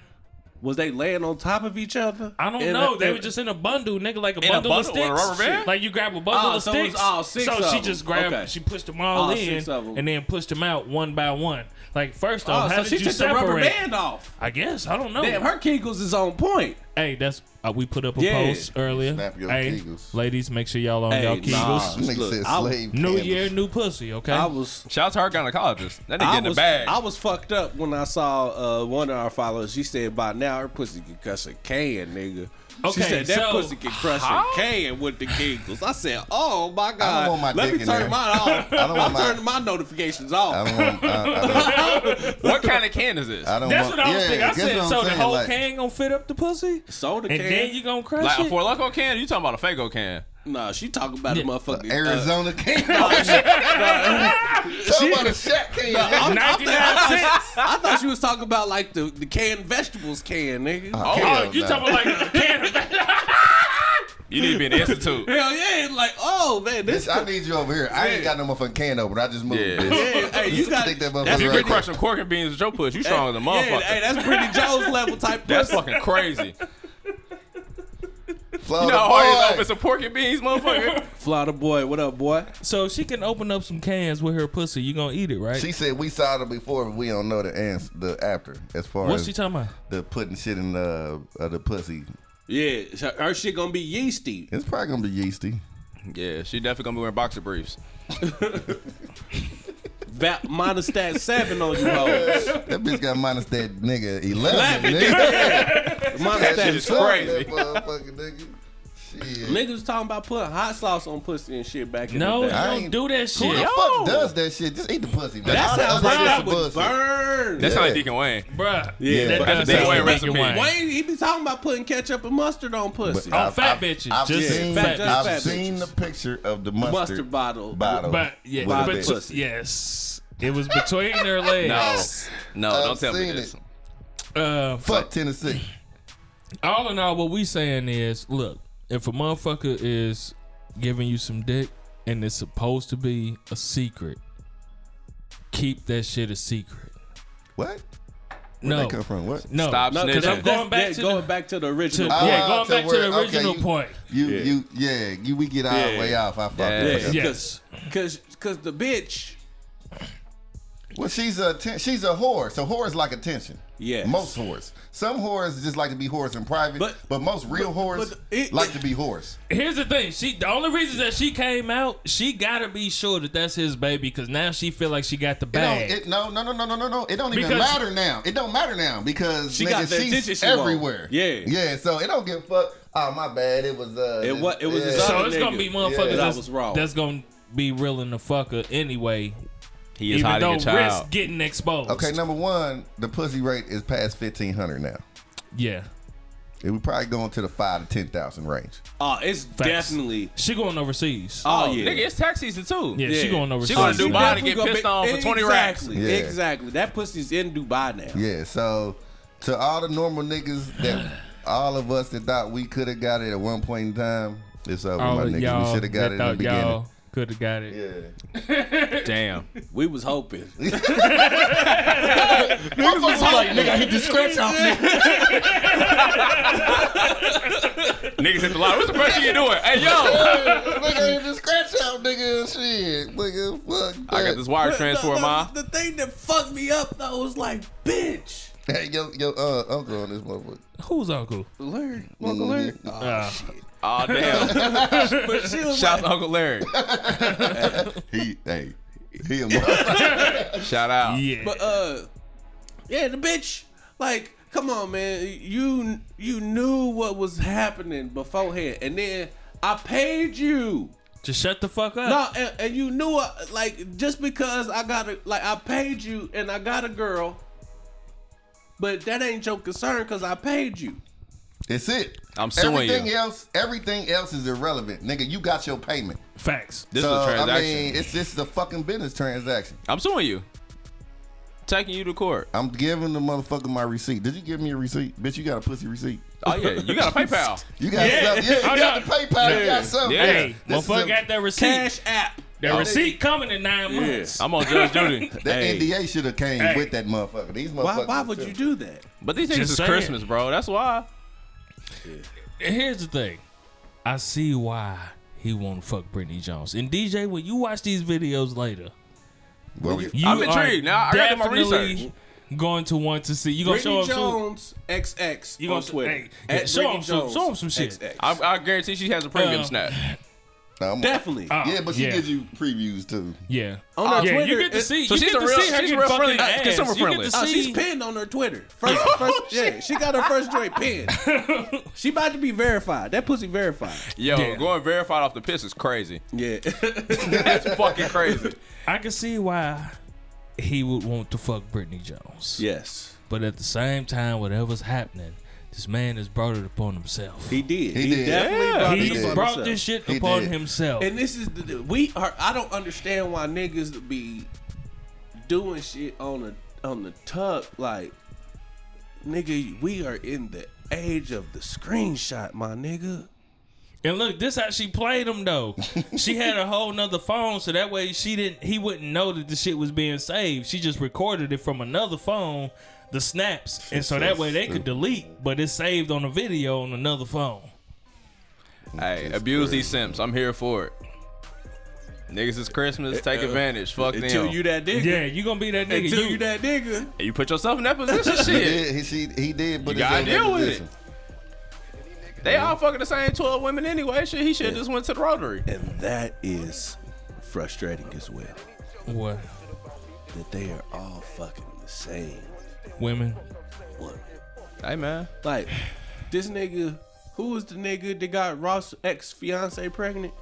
Speaker 1: Was they laying on top of each other?
Speaker 2: I don't
Speaker 1: In
Speaker 2: know.
Speaker 1: a-
Speaker 2: they
Speaker 1: in-
Speaker 2: were just in a bundle, nigga, like a,
Speaker 4: a
Speaker 2: bundle,
Speaker 4: bundle with a
Speaker 2: of
Speaker 4: rubber
Speaker 2: sticks.
Speaker 4: band?
Speaker 2: Like you grab a bundle
Speaker 1: Oh,
Speaker 2: of
Speaker 1: so it was
Speaker 2: sticks.
Speaker 1: all six
Speaker 2: so
Speaker 1: of
Speaker 2: she
Speaker 1: them.
Speaker 2: just grabbed,
Speaker 1: Okay.
Speaker 2: she pushed them all
Speaker 1: All
Speaker 2: in,
Speaker 1: six of them.
Speaker 2: and then pushed them out one by one. Like first
Speaker 1: Oh,
Speaker 2: off, how
Speaker 1: so she
Speaker 2: did you
Speaker 1: took the rubber
Speaker 2: separate?
Speaker 1: band off.
Speaker 2: I guess I don't know.
Speaker 1: Damn, her kegels is on point.
Speaker 2: Hey, that's uh, we put up a
Speaker 1: Yeah.
Speaker 2: post earlier.
Speaker 3: Snap your
Speaker 2: hey,
Speaker 3: Kegels.
Speaker 2: ladies, make sure y'all on
Speaker 1: Hey,
Speaker 2: y'all kegels.
Speaker 1: nah.
Speaker 3: Ah, Nigga
Speaker 1: Look,
Speaker 3: said
Speaker 1: I-
Speaker 3: slave.
Speaker 2: New
Speaker 3: candles.
Speaker 2: year, new pussy. Okay.
Speaker 1: I was
Speaker 4: her. Shout out to her gynecologist. That nigga
Speaker 1: I
Speaker 4: in the
Speaker 1: was,
Speaker 4: bag.
Speaker 1: I was fucked up when I saw uh, one of our followers. She said by now her pussy can crush a can, nigga.
Speaker 2: Okay,
Speaker 1: she said that
Speaker 2: so-
Speaker 1: pussy can crush
Speaker 4: Huh?
Speaker 1: a can with the giggles. I said, oh my god,
Speaker 3: want my
Speaker 1: let
Speaker 3: dick
Speaker 1: me
Speaker 3: in
Speaker 1: turn
Speaker 3: there.
Speaker 1: mine off.
Speaker 3: I
Speaker 1: I
Speaker 3: don't want
Speaker 1: am
Speaker 3: my-
Speaker 1: turning my notifications
Speaker 3: I
Speaker 1: off.
Speaker 3: don't want. I, I
Speaker 1: [laughs]
Speaker 3: don't,
Speaker 4: What kind of can is this?
Speaker 3: I
Speaker 2: [laughs]
Speaker 3: don't
Speaker 2: that's
Speaker 3: want,
Speaker 2: what I was
Speaker 3: yeah,
Speaker 2: thinking. I
Speaker 3: that's
Speaker 2: said,
Speaker 3: what I'm
Speaker 2: so the
Speaker 3: saying,
Speaker 2: whole
Speaker 3: like,
Speaker 2: can gonna fit up the pussy,
Speaker 1: Soda
Speaker 2: and
Speaker 1: can?
Speaker 2: then you gonna crush
Speaker 4: Like a
Speaker 2: it.
Speaker 4: Four Loco can? You talking about a Fago can?
Speaker 1: Nah, she talking about a motherfucking [laughs] uh,
Speaker 2: [laughs]
Speaker 3: Arizona can. [laughs] Talking about a shot can. nigga.
Speaker 1: I'm- I'm-
Speaker 2: 99
Speaker 1: [laughs]
Speaker 2: cents.
Speaker 1: I thought she was talking about like the, the canned vegetables can, nigga.
Speaker 3: Uh-huh.
Speaker 4: Oh,
Speaker 2: Oh, you
Speaker 3: no.
Speaker 2: talking like a can of
Speaker 4: You need to be
Speaker 3: [laughs]
Speaker 4: in the institute.
Speaker 1: Hell yeah! Like, oh man, this.
Speaker 3: Bitch, I need you over here. I ain't got no motherfucking can open. I just moved.
Speaker 4: Yeah.
Speaker 3: bitch.
Speaker 1: [laughs] yeah, hey, you got.
Speaker 3: Take that
Speaker 1: that's-
Speaker 4: If you
Speaker 3: motherfucker
Speaker 4: can
Speaker 3: right
Speaker 4: crush
Speaker 3: there.
Speaker 4: some cork and beans with your push, you strong as a
Speaker 1: Yeah,
Speaker 4: motherfucker.
Speaker 1: hey, that's Pretty [laughs] Joe's level type.
Speaker 4: that's
Speaker 1: pussy.
Speaker 4: fucking
Speaker 3: [laughs]
Speaker 4: crazy. You
Speaker 3: [laughs]
Speaker 2: [laughs]
Speaker 3: Florida
Speaker 4: know how hard it's
Speaker 3: boy.
Speaker 4: open some pork and beans, motherfucker?
Speaker 3: [laughs]
Speaker 1: Florida boy, what up, boy?
Speaker 2: So if she can open up some cans with her pussy. You gonna eat it, right?
Speaker 3: She said we saw it before, but we don't know the answer, the after, as far
Speaker 2: What's
Speaker 3: as
Speaker 2: she talking about?
Speaker 3: the putting shit in the uh, the pussy.
Speaker 1: Yeah, so her shit gonna be yeasty.
Speaker 3: It's probably gonna be yeasty.
Speaker 4: yeah, she definitely gonna be wearing boxer briefs.
Speaker 1: va- minus that seven on you
Speaker 3: [laughs]
Speaker 1: hoes.
Speaker 3: That bitch got minus that nigga
Speaker 1: Eleven,
Speaker 2: [laughs]
Speaker 3: eleven. nigga.
Speaker 1: Minus that
Speaker 4: is
Speaker 1: seven.
Speaker 4: crazy.
Speaker 3: That motherfucking nigga. Shit.
Speaker 1: Niggas was talking about putting hot sauce on pussy and shit back in
Speaker 2: No,
Speaker 1: the day.
Speaker 3: I
Speaker 2: don't
Speaker 3: ain't-
Speaker 2: do that
Speaker 3: Who the
Speaker 2: shit,
Speaker 1: Yo.
Speaker 3: fuck does that shit? Just eat the pussy. Man.
Speaker 1: That's
Speaker 3: All that
Speaker 1: how
Speaker 3: other shit
Speaker 1: Brian
Speaker 3: is
Speaker 1: would
Speaker 3: bullshit.
Speaker 1: burn.
Speaker 4: That's
Speaker 3: Yeah.
Speaker 4: not Deacon Wayne.
Speaker 2: bruh.
Speaker 1: Yeah,
Speaker 2: that
Speaker 1: but
Speaker 2: does
Speaker 4: that's
Speaker 2: sound
Speaker 4: the way
Speaker 2: like
Speaker 4: recipe.
Speaker 2: wine.
Speaker 1: Wayne, he be talking about putting ketchup and mustard on pussy.
Speaker 3: uh,
Speaker 2: Oh, fat bitches.
Speaker 3: I've
Speaker 2: Just
Speaker 3: seen,
Speaker 1: fat- just
Speaker 3: I've
Speaker 1: fat
Speaker 3: seen
Speaker 1: bitches.
Speaker 3: the picture of the mustard,
Speaker 1: Mustard bottle.
Speaker 3: bottle.
Speaker 2: But yeah,
Speaker 3: with
Speaker 2: but
Speaker 3: it.
Speaker 2: t- yes, it was between their legs.
Speaker 4: No,
Speaker 3: I've
Speaker 4: don't tell me
Speaker 3: seen
Speaker 4: this.
Speaker 3: it.
Speaker 2: Uh,
Speaker 3: fuck Tennessee.
Speaker 2: all in all, what we saying is, look, if a motherfucker is giving you some dick and it's supposed to be a secret, keep that shit a secret.
Speaker 3: What?
Speaker 2: no,
Speaker 3: That come from what?
Speaker 2: no,
Speaker 4: Stop snitching.
Speaker 1: No, because I'm going back to going
Speaker 2: the-
Speaker 1: back to the
Speaker 2: to-
Speaker 1: original.
Speaker 3: Oh,
Speaker 2: yeah,
Speaker 3: uh,
Speaker 2: going
Speaker 3: to
Speaker 2: back to
Speaker 3: where-
Speaker 2: the
Speaker 3: okay,
Speaker 2: original
Speaker 3: you-
Speaker 2: point.
Speaker 3: You
Speaker 4: Yeah.
Speaker 3: you yeah. You we get our
Speaker 4: Yeah.
Speaker 3: way off. I fuck
Speaker 4: Yeah.
Speaker 3: with that.
Speaker 2: Yeah.
Speaker 1: Because because the bitch.
Speaker 3: Well, she's a ten- she's a whore. So whores like attention.
Speaker 1: Yes.
Speaker 3: Most whores. Some whores just like to be whores in private. But,
Speaker 1: But-
Speaker 3: most real
Speaker 1: but-
Speaker 3: whores
Speaker 1: but it-
Speaker 3: like to be whores.
Speaker 2: Here's the thing. She the only reason that she came out, she gotta be sure that that's his baby because now she feel like she got the
Speaker 3: It don't,
Speaker 2: bag.
Speaker 3: it, no, no, no, no, no, no, no. It don't even
Speaker 2: Because-
Speaker 3: matter now. It don't matter now because
Speaker 1: She
Speaker 3: nigga,
Speaker 1: got the
Speaker 3: she's
Speaker 1: attention she want.
Speaker 3: everywhere.
Speaker 1: Yeah.
Speaker 3: yeah. So it don't give a fuck. Oh my bad. It was uh.
Speaker 1: It wa- it was his
Speaker 2: so
Speaker 1: other
Speaker 2: it's gonna
Speaker 1: nigga.
Speaker 2: be
Speaker 1: Yeah,
Speaker 2: motherfuckers
Speaker 1: that
Speaker 2: that's,
Speaker 1: was wrong.
Speaker 2: that's gonna be reeling the fucker anyway.
Speaker 4: He is
Speaker 2: Even
Speaker 4: hiding
Speaker 2: though
Speaker 4: your
Speaker 2: risk
Speaker 4: child.
Speaker 2: getting exposed.
Speaker 3: Okay, number one, the pussy rate is past fifteen hundred now.
Speaker 2: Yeah.
Speaker 3: It would probably go into the five to ten thousand range.
Speaker 1: Oh, it's definitely.
Speaker 2: She going overseas.
Speaker 1: Oh, yeah.
Speaker 4: Nigga, it's tax season too.
Speaker 2: yeah, she
Speaker 1: yeah.
Speaker 2: going overseas.
Speaker 4: She gonna
Speaker 1: she
Speaker 4: do Dubai to
Speaker 1: definitely
Speaker 4: get
Speaker 1: gonna
Speaker 4: pissed
Speaker 1: be-
Speaker 4: on for 20 racks.
Speaker 1: Exactly.
Speaker 3: Yeah.
Speaker 1: Exactly. That pussy's in Dubai now.
Speaker 3: Yeah, so to all the normal niggas
Speaker 4: [sighs]
Speaker 3: that all of us that thought we could have got it at one point in time, it's over,
Speaker 2: All
Speaker 3: my
Speaker 2: of
Speaker 3: niggas. We
Speaker 2: Oh, y'all
Speaker 3: should have got it in the beginning.
Speaker 2: Could have got it.
Speaker 3: Yeah.
Speaker 4: [laughs] Damn.
Speaker 1: We
Speaker 4: [laughs]
Speaker 1: was hoping.
Speaker 3: Niggas was like, nigga, I hit this scratch off.
Speaker 4: Niggas hit the lottery. What's the first thing you doing? Hey, yo.
Speaker 3: nigga, I hit this scratch off, nigga. Shit, nigga, fuck that.
Speaker 4: I got this wire
Speaker 1: But
Speaker 4: transfer,
Speaker 1: the,
Speaker 3: [laughs]
Speaker 4: ma.
Speaker 1: the, the thing that fucked me up though was like, bitch,
Speaker 3: Hey, yo, yo, uh, uncle on this motherfucker.
Speaker 2: Who's Uncle?
Speaker 1: Larry, Uncle Larry.
Speaker 3: Mm-hmm.
Speaker 2: Uh,
Speaker 4: Oh,
Speaker 3: [laughs]
Speaker 4: damn.
Speaker 1: But she was
Speaker 4: Shout out
Speaker 1: like,
Speaker 4: to Uncle Larry.
Speaker 3: He, hey, he a [laughs] motherfucker.
Speaker 4: Shout out.
Speaker 2: yeah.
Speaker 1: but uh, yeah, the bitch. Like, come on, man. You you knew what was happening beforehand, and then I paid you.
Speaker 2: Just shut the fuck up.
Speaker 1: No, and, and you knew I, like just because I got a like I paid you and I got a girl, but that ain't your concern because I paid you.
Speaker 3: That's it.
Speaker 4: I'm suing
Speaker 3: everything
Speaker 4: you.
Speaker 3: else, everything else is irrelevant, nigga. You got your payment.
Speaker 2: Facts.
Speaker 4: This
Speaker 3: so,
Speaker 4: is a transaction.
Speaker 3: I mean, it's this is a fucking business transaction.
Speaker 4: I'm suing you. Taking you to court.
Speaker 3: I'm giving the motherfucker my receipt. Did you give me a receipt? Bitch, you got a pussy receipt.
Speaker 4: Oh, yeah. You got
Speaker 2: [laughs]
Speaker 4: a PayPal.
Speaker 3: You got
Speaker 2: Yeah. Oh,
Speaker 3: something. Yeah,
Speaker 2: I
Speaker 3: you got the
Speaker 2: know.
Speaker 3: PayPal. You got something.
Speaker 4: Yeah.
Speaker 2: Hey,
Speaker 3: This is
Speaker 2: motherfucker
Speaker 3: a-
Speaker 2: got that receipt.
Speaker 1: Cash app.
Speaker 2: That receipt coming in nine months.
Speaker 4: I'm on Judge Judy.
Speaker 3: That
Speaker 4: Hey.
Speaker 3: NDA should have came
Speaker 2: Hey.
Speaker 3: with that motherfucker. These motherfuckers.
Speaker 1: Why why would you do that?
Speaker 4: But these
Speaker 2: Just
Speaker 4: niggas is
Speaker 2: saying.
Speaker 4: Christmas, bro. That's why.
Speaker 2: Here's the thing. I see why he want to fuck Brittany Jones. And DJ, when you watch these videos later,
Speaker 3: Well, we-
Speaker 2: you
Speaker 4: I'm
Speaker 2: are
Speaker 4: intrigued. Now, I gotta do my
Speaker 2: definitely
Speaker 4: research.
Speaker 2: Going to want to see. You gonna
Speaker 1: Brittany
Speaker 2: show him
Speaker 1: Jones XX
Speaker 2: You
Speaker 1: on
Speaker 2: gonna-
Speaker 1: Twitter.
Speaker 2: hey, yeah,
Speaker 1: At
Speaker 2: show
Speaker 1: Brittany
Speaker 2: him some-
Speaker 1: Jones
Speaker 2: show him some shit.
Speaker 1: XX.
Speaker 4: I, I guarantee she has a premium
Speaker 2: Uh,
Speaker 4: snap.
Speaker 3: I'm-
Speaker 1: Definitely.
Speaker 2: Uh,
Speaker 3: yeah, but she
Speaker 2: yeah.
Speaker 3: gives you previews too.
Speaker 2: Yeah.
Speaker 1: On her
Speaker 2: yeah, you
Speaker 1: Twitter,
Speaker 2: get to
Speaker 1: it-
Speaker 2: see.
Speaker 4: so
Speaker 2: you
Speaker 4: she's
Speaker 2: get
Speaker 4: a
Speaker 2: to
Speaker 4: real-
Speaker 2: see her
Speaker 4: she's
Speaker 2: get
Speaker 4: real
Speaker 2: fucking
Speaker 4: friendly, uh,
Speaker 2: ass.
Speaker 4: consumer
Speaker 2: You
Speaker 4: friendly.
Speaker 2: get to
Speaker 1: Oh,
Speaker 2: see. Oh,
Speaker 1: she's pinned on her Twitter.
Speaker 2: [laughs]
Speaker 1: First, first, yeah, she got her first joint pinned. She about to be verified. That pussy verified.
Speaker 4: Yo,
Speaker 2: Yeah.
Speaker 4: going verified off the piss is crazy. [laughs]
Speaker 1: Yeah,
Speaker 4: That's fucking crazy.
Speaker 2: I can see why he would want to fuck Brittany Jones.
Speaker 1: yes,
Speaker 2: But at the same time, whatever's happening, this man has brought it upon himself.
Speaker 1: he did.
Speaker 3: He
Speaker 1: He,
Speaker 3: did.
Speaker 1: definitely
Speaker 4: Yeah.
Speaker 1: brought,
Speaker 2: He's
Speaker 1: this
Speaker 3: did.
Speaker 1: on
Speaker 2: brought
Speaker 1: himself.
Speaker 2: this shit
Speaker 3: He
Speaker 2: upon
Speaker 3: did.
Speaker 2: himself.
Speaker 1: And this is the- the we are. I don't understand why niggas be doing shit on the on the tuck like nigga. We are in the age of the screenshot, my nigga.
Speaker 2: And look, this how she played him though. she had a whole nother phone, so that way she didn't he wouldn't know that the shit was being saved. She just recorded it from another phone, the snaps. And so that way they could delete, but it's saved on a video on another phone.
Speaker 4: Hey, abuse these simps. I'm here for it. Niggas, it's Christmas. Take advantage. Fuck them.
Speaker 1: Until you that nigga.
Speaker 2: Yeah, you gonna be that nigga.
Speaker 1: Until
Speaker 2: You,
Speaker 1: you that nigga.
Speaker 4: you put yourself in that
Speaker 3: [laughs]
Speaker 4: position.
Speaker 3: He
Speaker 4: Shit.
Speaker 3: did. He, she, he did. But
Speaker 4: You
Speaker 3: it's
Speaker 4: gotta
Speaker 3: in that
Speaker 4: deal with
Speaker 3: position. [laughs]
Speaker 4: it. They all fucking the same 12 women anyway. Shit, he should have just went to the Rotary.
Speaker 1: And that is frustrating as well.
Speaker 2: What?
Speaker 1: that they are all fucking the same
Speaker 2: Women.
Speaker 1: woman.
Speaker 4: Hey man,
Speaker 1: Like, this nigga, who was the nigga that got Ross ex fiance pregnant?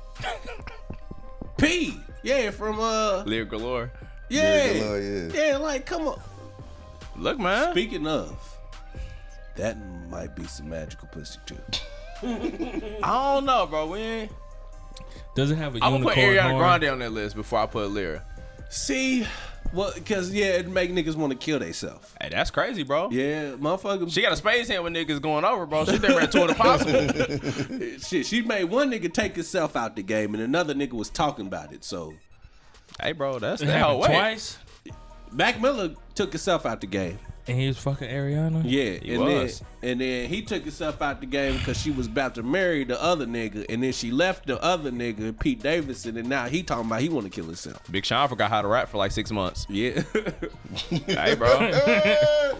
Speaker 1: P. Yeah, from uh,
Speaker 4: live galore.
Speaker 1: yeah,
Speaker 3: Galore,
Speaker 1: yeah. Like, come on.
Speaker 4: Look man,
Speaker 1: Speaking of, that might be some magical pussy too.
Speaker 4: I don't know, bro. We ain't.
Speaker 2: Does it have a
Speaker 4: I'm gonna put
Speaker 2: unicorn
Speaker 4: Ariana
Speaker 2: horn?
Speaker 4: Grande on that list before I put Lyra.
Speaker 1: See, well, cause yeah, it make niggas want to kill theyself.
Speaker 4: Hey, that's crazy, bro.
Speaker 1: Yeah, motherfucker.
Speaker 4: She got a space hand with niggas going over, bro. She never had tour the possible.
Speaker 1: [laughs] Shit, she made one nigga take himself out the game, and another nigga was talking about it. So
Speaker 4: hey, bro, that's
Speaker 2: It
Speaker 4: the
Speaker 2: happened
Speaker 4: whole way.
Speaker 2: twice,
Speaker 1: Mac Miller took himself out the game.
Speaker 2: and he was fucking Ariana.
Speaker 1: Yeah,
Speaker 4: He
Speaker 1: and
Speaker 4: was.
Speaker 1: then and then he took himself out the game because she was about to marry the other nigga, and then she left the other nigga, Pete Davidson, and now he talking about he want to kill himself.
Speaker 4: Big Sean forgot how to rap for like six months.
Speaker 1: Yeah,
Speaker 4: [laughs] hey, [laughs] bro.
Speaker 1: that's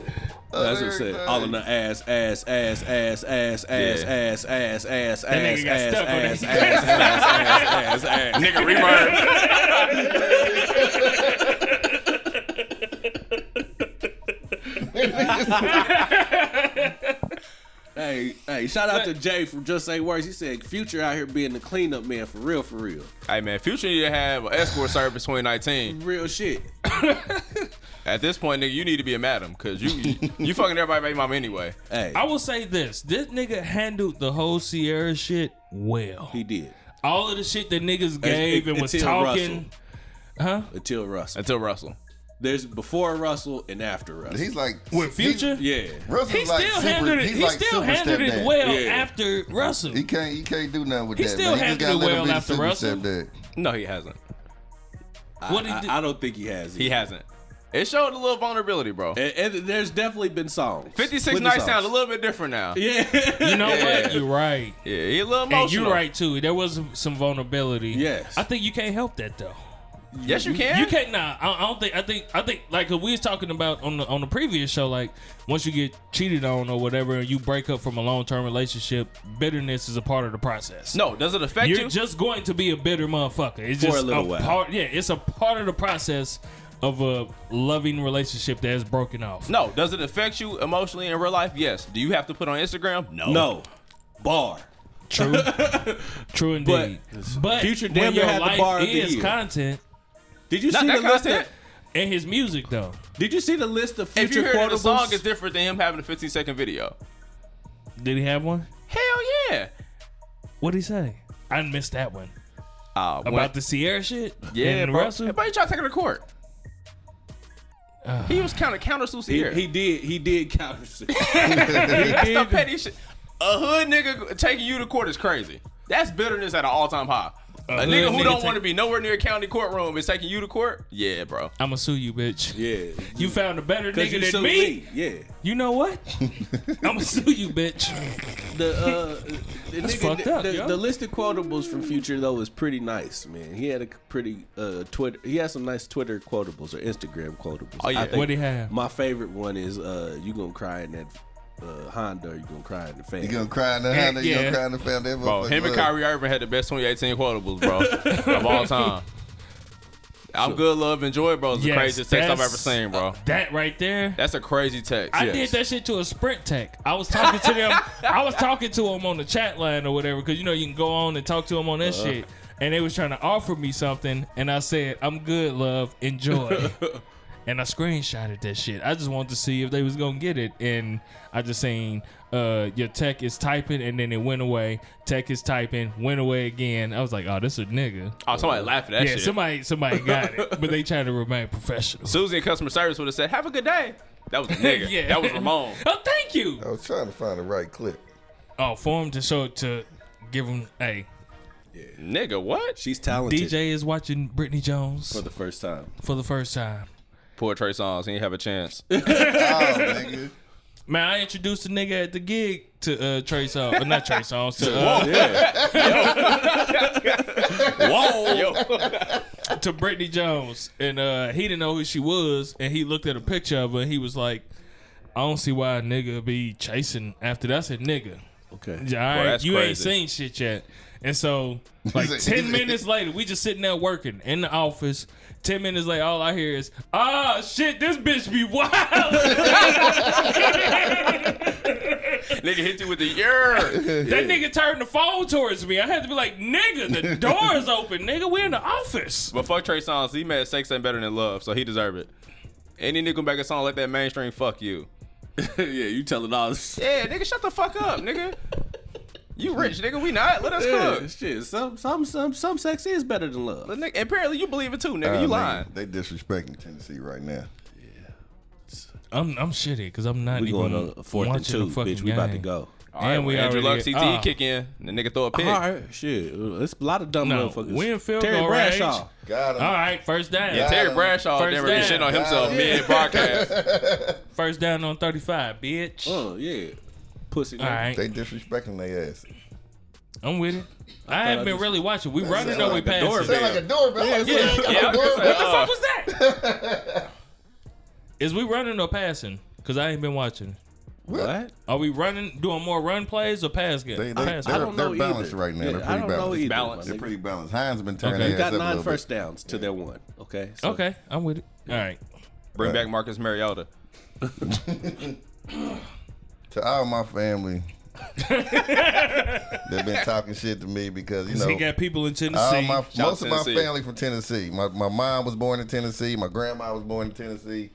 Speaker 1: what I said. All in the ass, ass, ass, ass, ass, ass,
Speaker 4: Yeah.
Speaker 1: ass, ass, ass, ass,
Speaker 2: nigga got
Speaker 1: ass,
Speaker 2: stuck on
Speaker 1: ass, ass, ass,
Speaker 2: that.
Speaker 1: ass, ass, ass.
Speaker 4: Nigga, [laughs] reverb.
Speaker 1: Hey, hey! Shout out to Jay from Just Say Words. He said Future out here being the cleanup man for real, for real,
Speaker 4: hey, man, Future need to have an escort service 2019.
Speaker 1: real shit.
Speaker 4: At this point, nigga, you need to be a madam because you, you fucking everybody baby mama anyway.
Speaker 1: Hey,
Speaker 2: I will say this: this nigga handled the whole Sierra shit well.
Speaker 1: he did
Speaker 2: All of the shit that niggas gave and was
Speaker 1: until
Speaker 2: talking.
Speaker 1: until Russell.
Speaker 4: Until Russell.
Speaker 1: There's before Russell and after Russell.
Speaker 3: He's like
Speaker 2: With Future?
Speaker 1: yeah,
Speaker 3: Russell's
Speaker 2: He
Speaker 3: like
Speaker 2: still
Speaker 3: super,
Speaker 2: handled it.
Speaker 3: He's
Speaker 2: He
Speaker 3: like
Speaker 2: still
Speaker 3: super
Speaker 2: handled it
Speaker 3: stepdad.
Speaker 2: well
Speaker 1: Yeah.
Speaker 2: after Russell.
Speaker 3: He can't. He can't do nothing with
Speaker 2: He
Speaker 3: that.
Speaker 2: still
Speaker 3: man.
Speaker 2: handled
Speaker 3: he just
Speaker 2: it
Speaker 3: got a little
Speaker 2: well
Speaker 3: bit of
Speaker 2: after
Speaker 3: super
Speaker 2: Russell.
Speaker 3: stepdad.
Speaker 4: No, he hasn't.
Speaker 2: What did he
Speaker 1: I,
Speaker 2: do?
Speaker 1: I don't think he has.
Speaker 4: He
Speaker 1: It.
Speaker 4: hasn't. It showed a little vulnerability, bro.
Speaker 1: And, and there's definitely been songs.
Speaker 4: 56
Speaker 1: Plenty
Speaker 4: nights
Speaker 1: songs.
Speaker 4: sound a little bit different now. Yeah,
Speaker 1: [laughs] Yeah,
Speaker 2: you know what? You're right.
Speaker 4: he a little emotional.
Speaker 2: And you're right too. There was some vulnerability.
Speaker 1: Yes.
Speaker 2: I think you can't help that though.
Speaker 4: Yes, you can.
Speaker 2: You can't. Nah, I, I don't think. I think. I think. Like 'cause we was talking about on the on the previous show. Like once you get cheated on or whatever, and you break up from a long term relationship, bitterness is a part of the process.
Speaker 4: No, does it affect
Speaker 2: you're
Speaker 4: you?
Speaker 2: just going to be a bitter motherfucker. It's
Speaker 1: For a
Speaker 2: just
Speaker 1: little while.
Speaker 2: part. Yeah, it's a part of the process of a loving relationship that is broken off.
Speaker 4: no, does it affect you emotionally in real life? Yes. Do you have to put on Instagram? No.
Speaker 1: no bar.
Speaker 2: True.
Speaker 1: [laughs]
Speaker 2: True indeed. But,
Speaker 1: Future damn
Speaker 2: when
Speaker 1: near
Speaker 2: your
Speaker 1: had the
Speaker 2: life
Speaker 1: bar of the
Speaker 2: is
Speaker 1: year.
Speaker 2: content
Speaker 1: Did you
Speaker 4: Not
Speaker 1: see
Speaker 4: that
Speaker 1: the list? Of,
Speaker 4: content.
Speaker 2: and his music though.
Speaker 1: did you see the list of
Speaker 4: If you
Speaker 1: future
Speaker 4: hear that the
Speaker 1: quotables?
Speaker 4: song is different than him having a 15 second video.
Speaker 2: Did he have one?
Speaker 4: Hell yeah.
Speaker 2: What did he say? I missed that one
Speaker 4: Uh,
Speaker 2: about the Sierra shit.
Speaker 4: yeah,
Speaker 2: and
Speaker 4: bro.
Speaker 2: Russell.
Speaker 4: Everybody trying to take her to court.
Speaker 2: Uh.
Speaker 4: he was counter counter Susie
Speaker 1: [sighs] he,
Speaker 4: here.
Speaker 1: he did. He did counterfeit.
Speaker 4: That's the petty shit. A hood nigga taking you to court is crazy. That's bitterness at an all time high. A,
Speaker 2: hood
Speaker 4: nigga who
Speaker 2: nigga
Speaker 4: don't
Speaker 2: take-
Speaker 4: want to be nowhere near a county courtroom is taking you to court. Yeah, bro.
Speaker 2: I'ma sue you, bitch.
Speaker 1: [laughs] yeah.
Speaker 2: You found a better
Speaker 1: 'Cause
Speaker 2: nigga
Speaker 1: you
Speaker 2: than
Speaker 1: so
Speaker 2: me.
Speaker 1: mean. Yeah.
Speaker 2: You know
Speaker 1: [laughs]
Speaker 2: what? I'ma sue you, bitch.
Speaker 1: The uh, the, nigga,
Speaker 2: fucked up,
Speaker 1: the,
Speaker 2: yo.
Speaker 1: the list of quotables from Future though is pretty nice, man. He had a pretty uh Twitter. He had some nice Twitter quotables or Instagram quotables.
Speaker 4: Oh, yeah.
Speaker 1: I think
Speaker 2: What'd he have?
Speaker 1: My favorite one is uh, you gonna cry in that uh, Honda, or you gonna cry in the fan.
Speaker 3: You gonna cry in the house? You
Speaker 2: yeah.
Speaker 3: gonna cry in the family? That
Speaker 4: Bro,
Speaker 3: motherfucker
Speaker 4: him and
Speaker 3: love.
Speaker 4: Kyrie Irving had the best 2018 quotables, bro, of [laughs] all time. I'm good, love, and joy, bro. Is the
Speaker 2: Yes,
Speaker 4: craziest text I've
Speaker 2: that's-
Speaker 4: ever seen, bro.
Speaker 2: That right there.
Speaker 4: That's a crazy text.
Speaker 2: I
Speaker 4: Yes.
Speaker 2: did that shit to a sprint tech. I was talking to them. I was talking to them on the chat line or whatever, because you know you can go on and talk to them on that
Speaker 4: Uh-huh.
Speaker 2: shit. And they was trying to offer me something, and I said, "I'm good, love,
Speaker 4: [laughs]
Speaker 2: enjoy." and I screenshotted that shit. I just wanted to see if they was gonna get it, and I just seen uh, your tech is typing, and then it went away. Tech is typing, went away again. I was like, "Oh, this a nigga."
Speaker 4: Oh, somebody laughed at that
Speaker 2: yeah,
Speaker 4: shit.
Speaker 2: somebody somebody
Speaker 4: [laughs]
Speaker 2: got it, but they trying to remain professional.
Speaker 4: Susie in customer service would have said, "Have a good day." That
Speaker 2: [laughs]
Speaker 4: was a nigga.
Speaker 2: Yeah.
Speaker 4: That was Ramon.
Speaker 2: Oh, thank you.
Speaker 3: I was trying to find the right
Speaker 2: [laughs]
Speaker 3: clip.
Speaker 2: Oh, for him to show to give him hey
Speaker 4: nigga, what?
Speaker 1: She's talented
Speaker 2: DJ is watching Britney Jones
Speaker 1: for
Speaker 2: for the,
Speaker 1: the first time.
Speaker 2: first time.
Speaker 4: Poor Trey Songs. He didn't have a chance.
Speaker 3: Oh, [laughs] nigga.
Speaker 2: Man, I introduced a nigga at the gig to uh, Trey Songz, uh, not Trey Songz, to, uh,
Speaker 4: [laughs] Whoa. [laughs] Yo.
Speaker 2: to Britney Jones, and uh, he didn't know who she was, and he looked at a picture of her, and he was like, "I don't see why a nigga be chasing after that." I said, "Nigga,
Speaker 1: Okay.
Speaker 2: [laughs] all right,
Speaker 4: that's
Speaker 2: you ain't
Speaker 4: crazy.
Speaker 2: seen shit yet." And so, like
Speaker 3: He's a-
Speaker 2: ten
Speaker 3: he's a-
Speaker 2: minutes later, we just sitting there working in the office. Ten minutes later, all I hear is, "Ah, shit, this bitch be [laughs] wild."
Speaker 4: Nigga hit you with the yer.
Speaker 2: That nigga turned the phone towards me. I had to be like,
Speaker 1: [laughs]
Speaker 2: "Nigga, the door's open. Nigga, we're in the office."
Speaker 4: But fuck Trey Songz. He made sex ain't better than love, so he deserve it. Any nigga gonna make a song like that mainstream, fuck you.
Speaker 2: [laughs]
Speaker 1: yeah, you telling all this shit.
Speaker 4: Yeah, nigga, shut the fuck up, nigga. You rich, nigga. We not. Let us
Speaker 1: [laughs] Yeah,
Speaker 4: cook.
Speaker 1: shit. Some some some some sex is better than love.
Speaker 4: But nigga, apparently you believe it too,
Speaker 3: I
Speaker 2: Oh,
Speaker 4: nigga.
Speaker 2: Uh,
Speaker 4: You
Speaker 3: mean,
Speaker 4: lying.
Speaker 3: They disrespecting Tennessee right now.
Speaker 2: I'm I'm shitty because I'm not
Speaker 1: We
Speaker 2: even
Speaker 1: going on a fourth and
Speaker 2: watching
Speaker 1: two,
Speaker 2: the fucking
Speaker 1: bitch. We about to
Speaker 2: game.
Speaker 1: go.
Speaker 4: All right,
Speaker 2: and we
Speaker 4: Andrew Luck,
Speaker 2: already Uh-huh.
Speaker 4: CT
Speaker 2: ah,
Speaker 4: kick in. The nigga throw a pick.
Speaker 1: All right, shit. It's a lot of dumb
Speaker 2: No,
Speaker 1: motherfuckers.
Speaker 2: we in field
Speaker 1: Terry
Speaker 2: goal
Speaker 1: Bradshaw.
Speaker 2: range.
Speaker 3: Got him.
Speaker 2: All right, first down.
Speaker 4: Yeah, Terry Bradshaw
Speaker 2: First
Speaker 4: never been
Speaker 2: down.
Speaker 4: shitting on himself
Speaker 3: Yeah.
Speaker 4: mid
Speaker 2: [laughs]
Speaker 4: broadcast.
Speaker 2: First down on 35, bitch.
Speaker 1: Oh yeah, pussy.
Speaker 2: All right,
Speaker 3: They disrespecting their ass.
Speaker 2: I'm with it. I haven't been really watching. We running
Speaker 3: sound
Speaker 2: though we
Speaker 1: a
Speaker 3: like
Speaker 2: passing.
Speaker 1: doorbell.
Speaker 3: Sound like a doorbell. Like,
Speaker 2: Yeah,
Speaker 3: sound like a
Speaker 4: yeah, I was gonna
Speaker 3: doorbell.
Speaker 4: say,
Speaker 2: What the
Speaker 4: Uh,
Speaker 2: fuck was that? Is we running or passing? Cause I ain't been watching.
Speaker 1: What?
Speaker 2: Are we running, doing more run plays or pass game?
Speaker 3: They- they-
Speaker 2: pass
Speaker 3: they-
Speaker 2: game?
Speaker 3: They're- they're balanced right now. They're
Speaker 1: I
Speaker 3: pretty
Speaker 1: don't know
Speaker 3: balanced.
Speaker 1: either.
Speaker 4: Balanced.
Speaker 1: my
Speaker 3: They're
Speaker 1: nigga.
Speaker 3: pretty balanced. Hines been turning
Speaker 2: Okay.
Speaker 3: their
Speaker 2: You
Speaker 1: They
Speaker 3: ass
Speaker 1: got
Speaker 3: up a
Speaker 1: nine
Speaker 3: little bit.
Speaker 1: first downs to their one. Okay. so-
Speaker 2: okay, I'm with it. All right,
Speaker 4: Bring back Marcus Mariota.
Speaker 3: to all
Speaker 2: [laughs]
Speaker 3: my family they've been talking shit to me because you know
Speaker 2: he got people in
Speaker 3: all
Speaker 2: Tennessee.
Speaker 3: Uh, my, most of my
Speaker 4: Tennessee.
Speaker 3: family from Tennessee. My my mom was born in Tennessee. My grandma was born in Tennessee.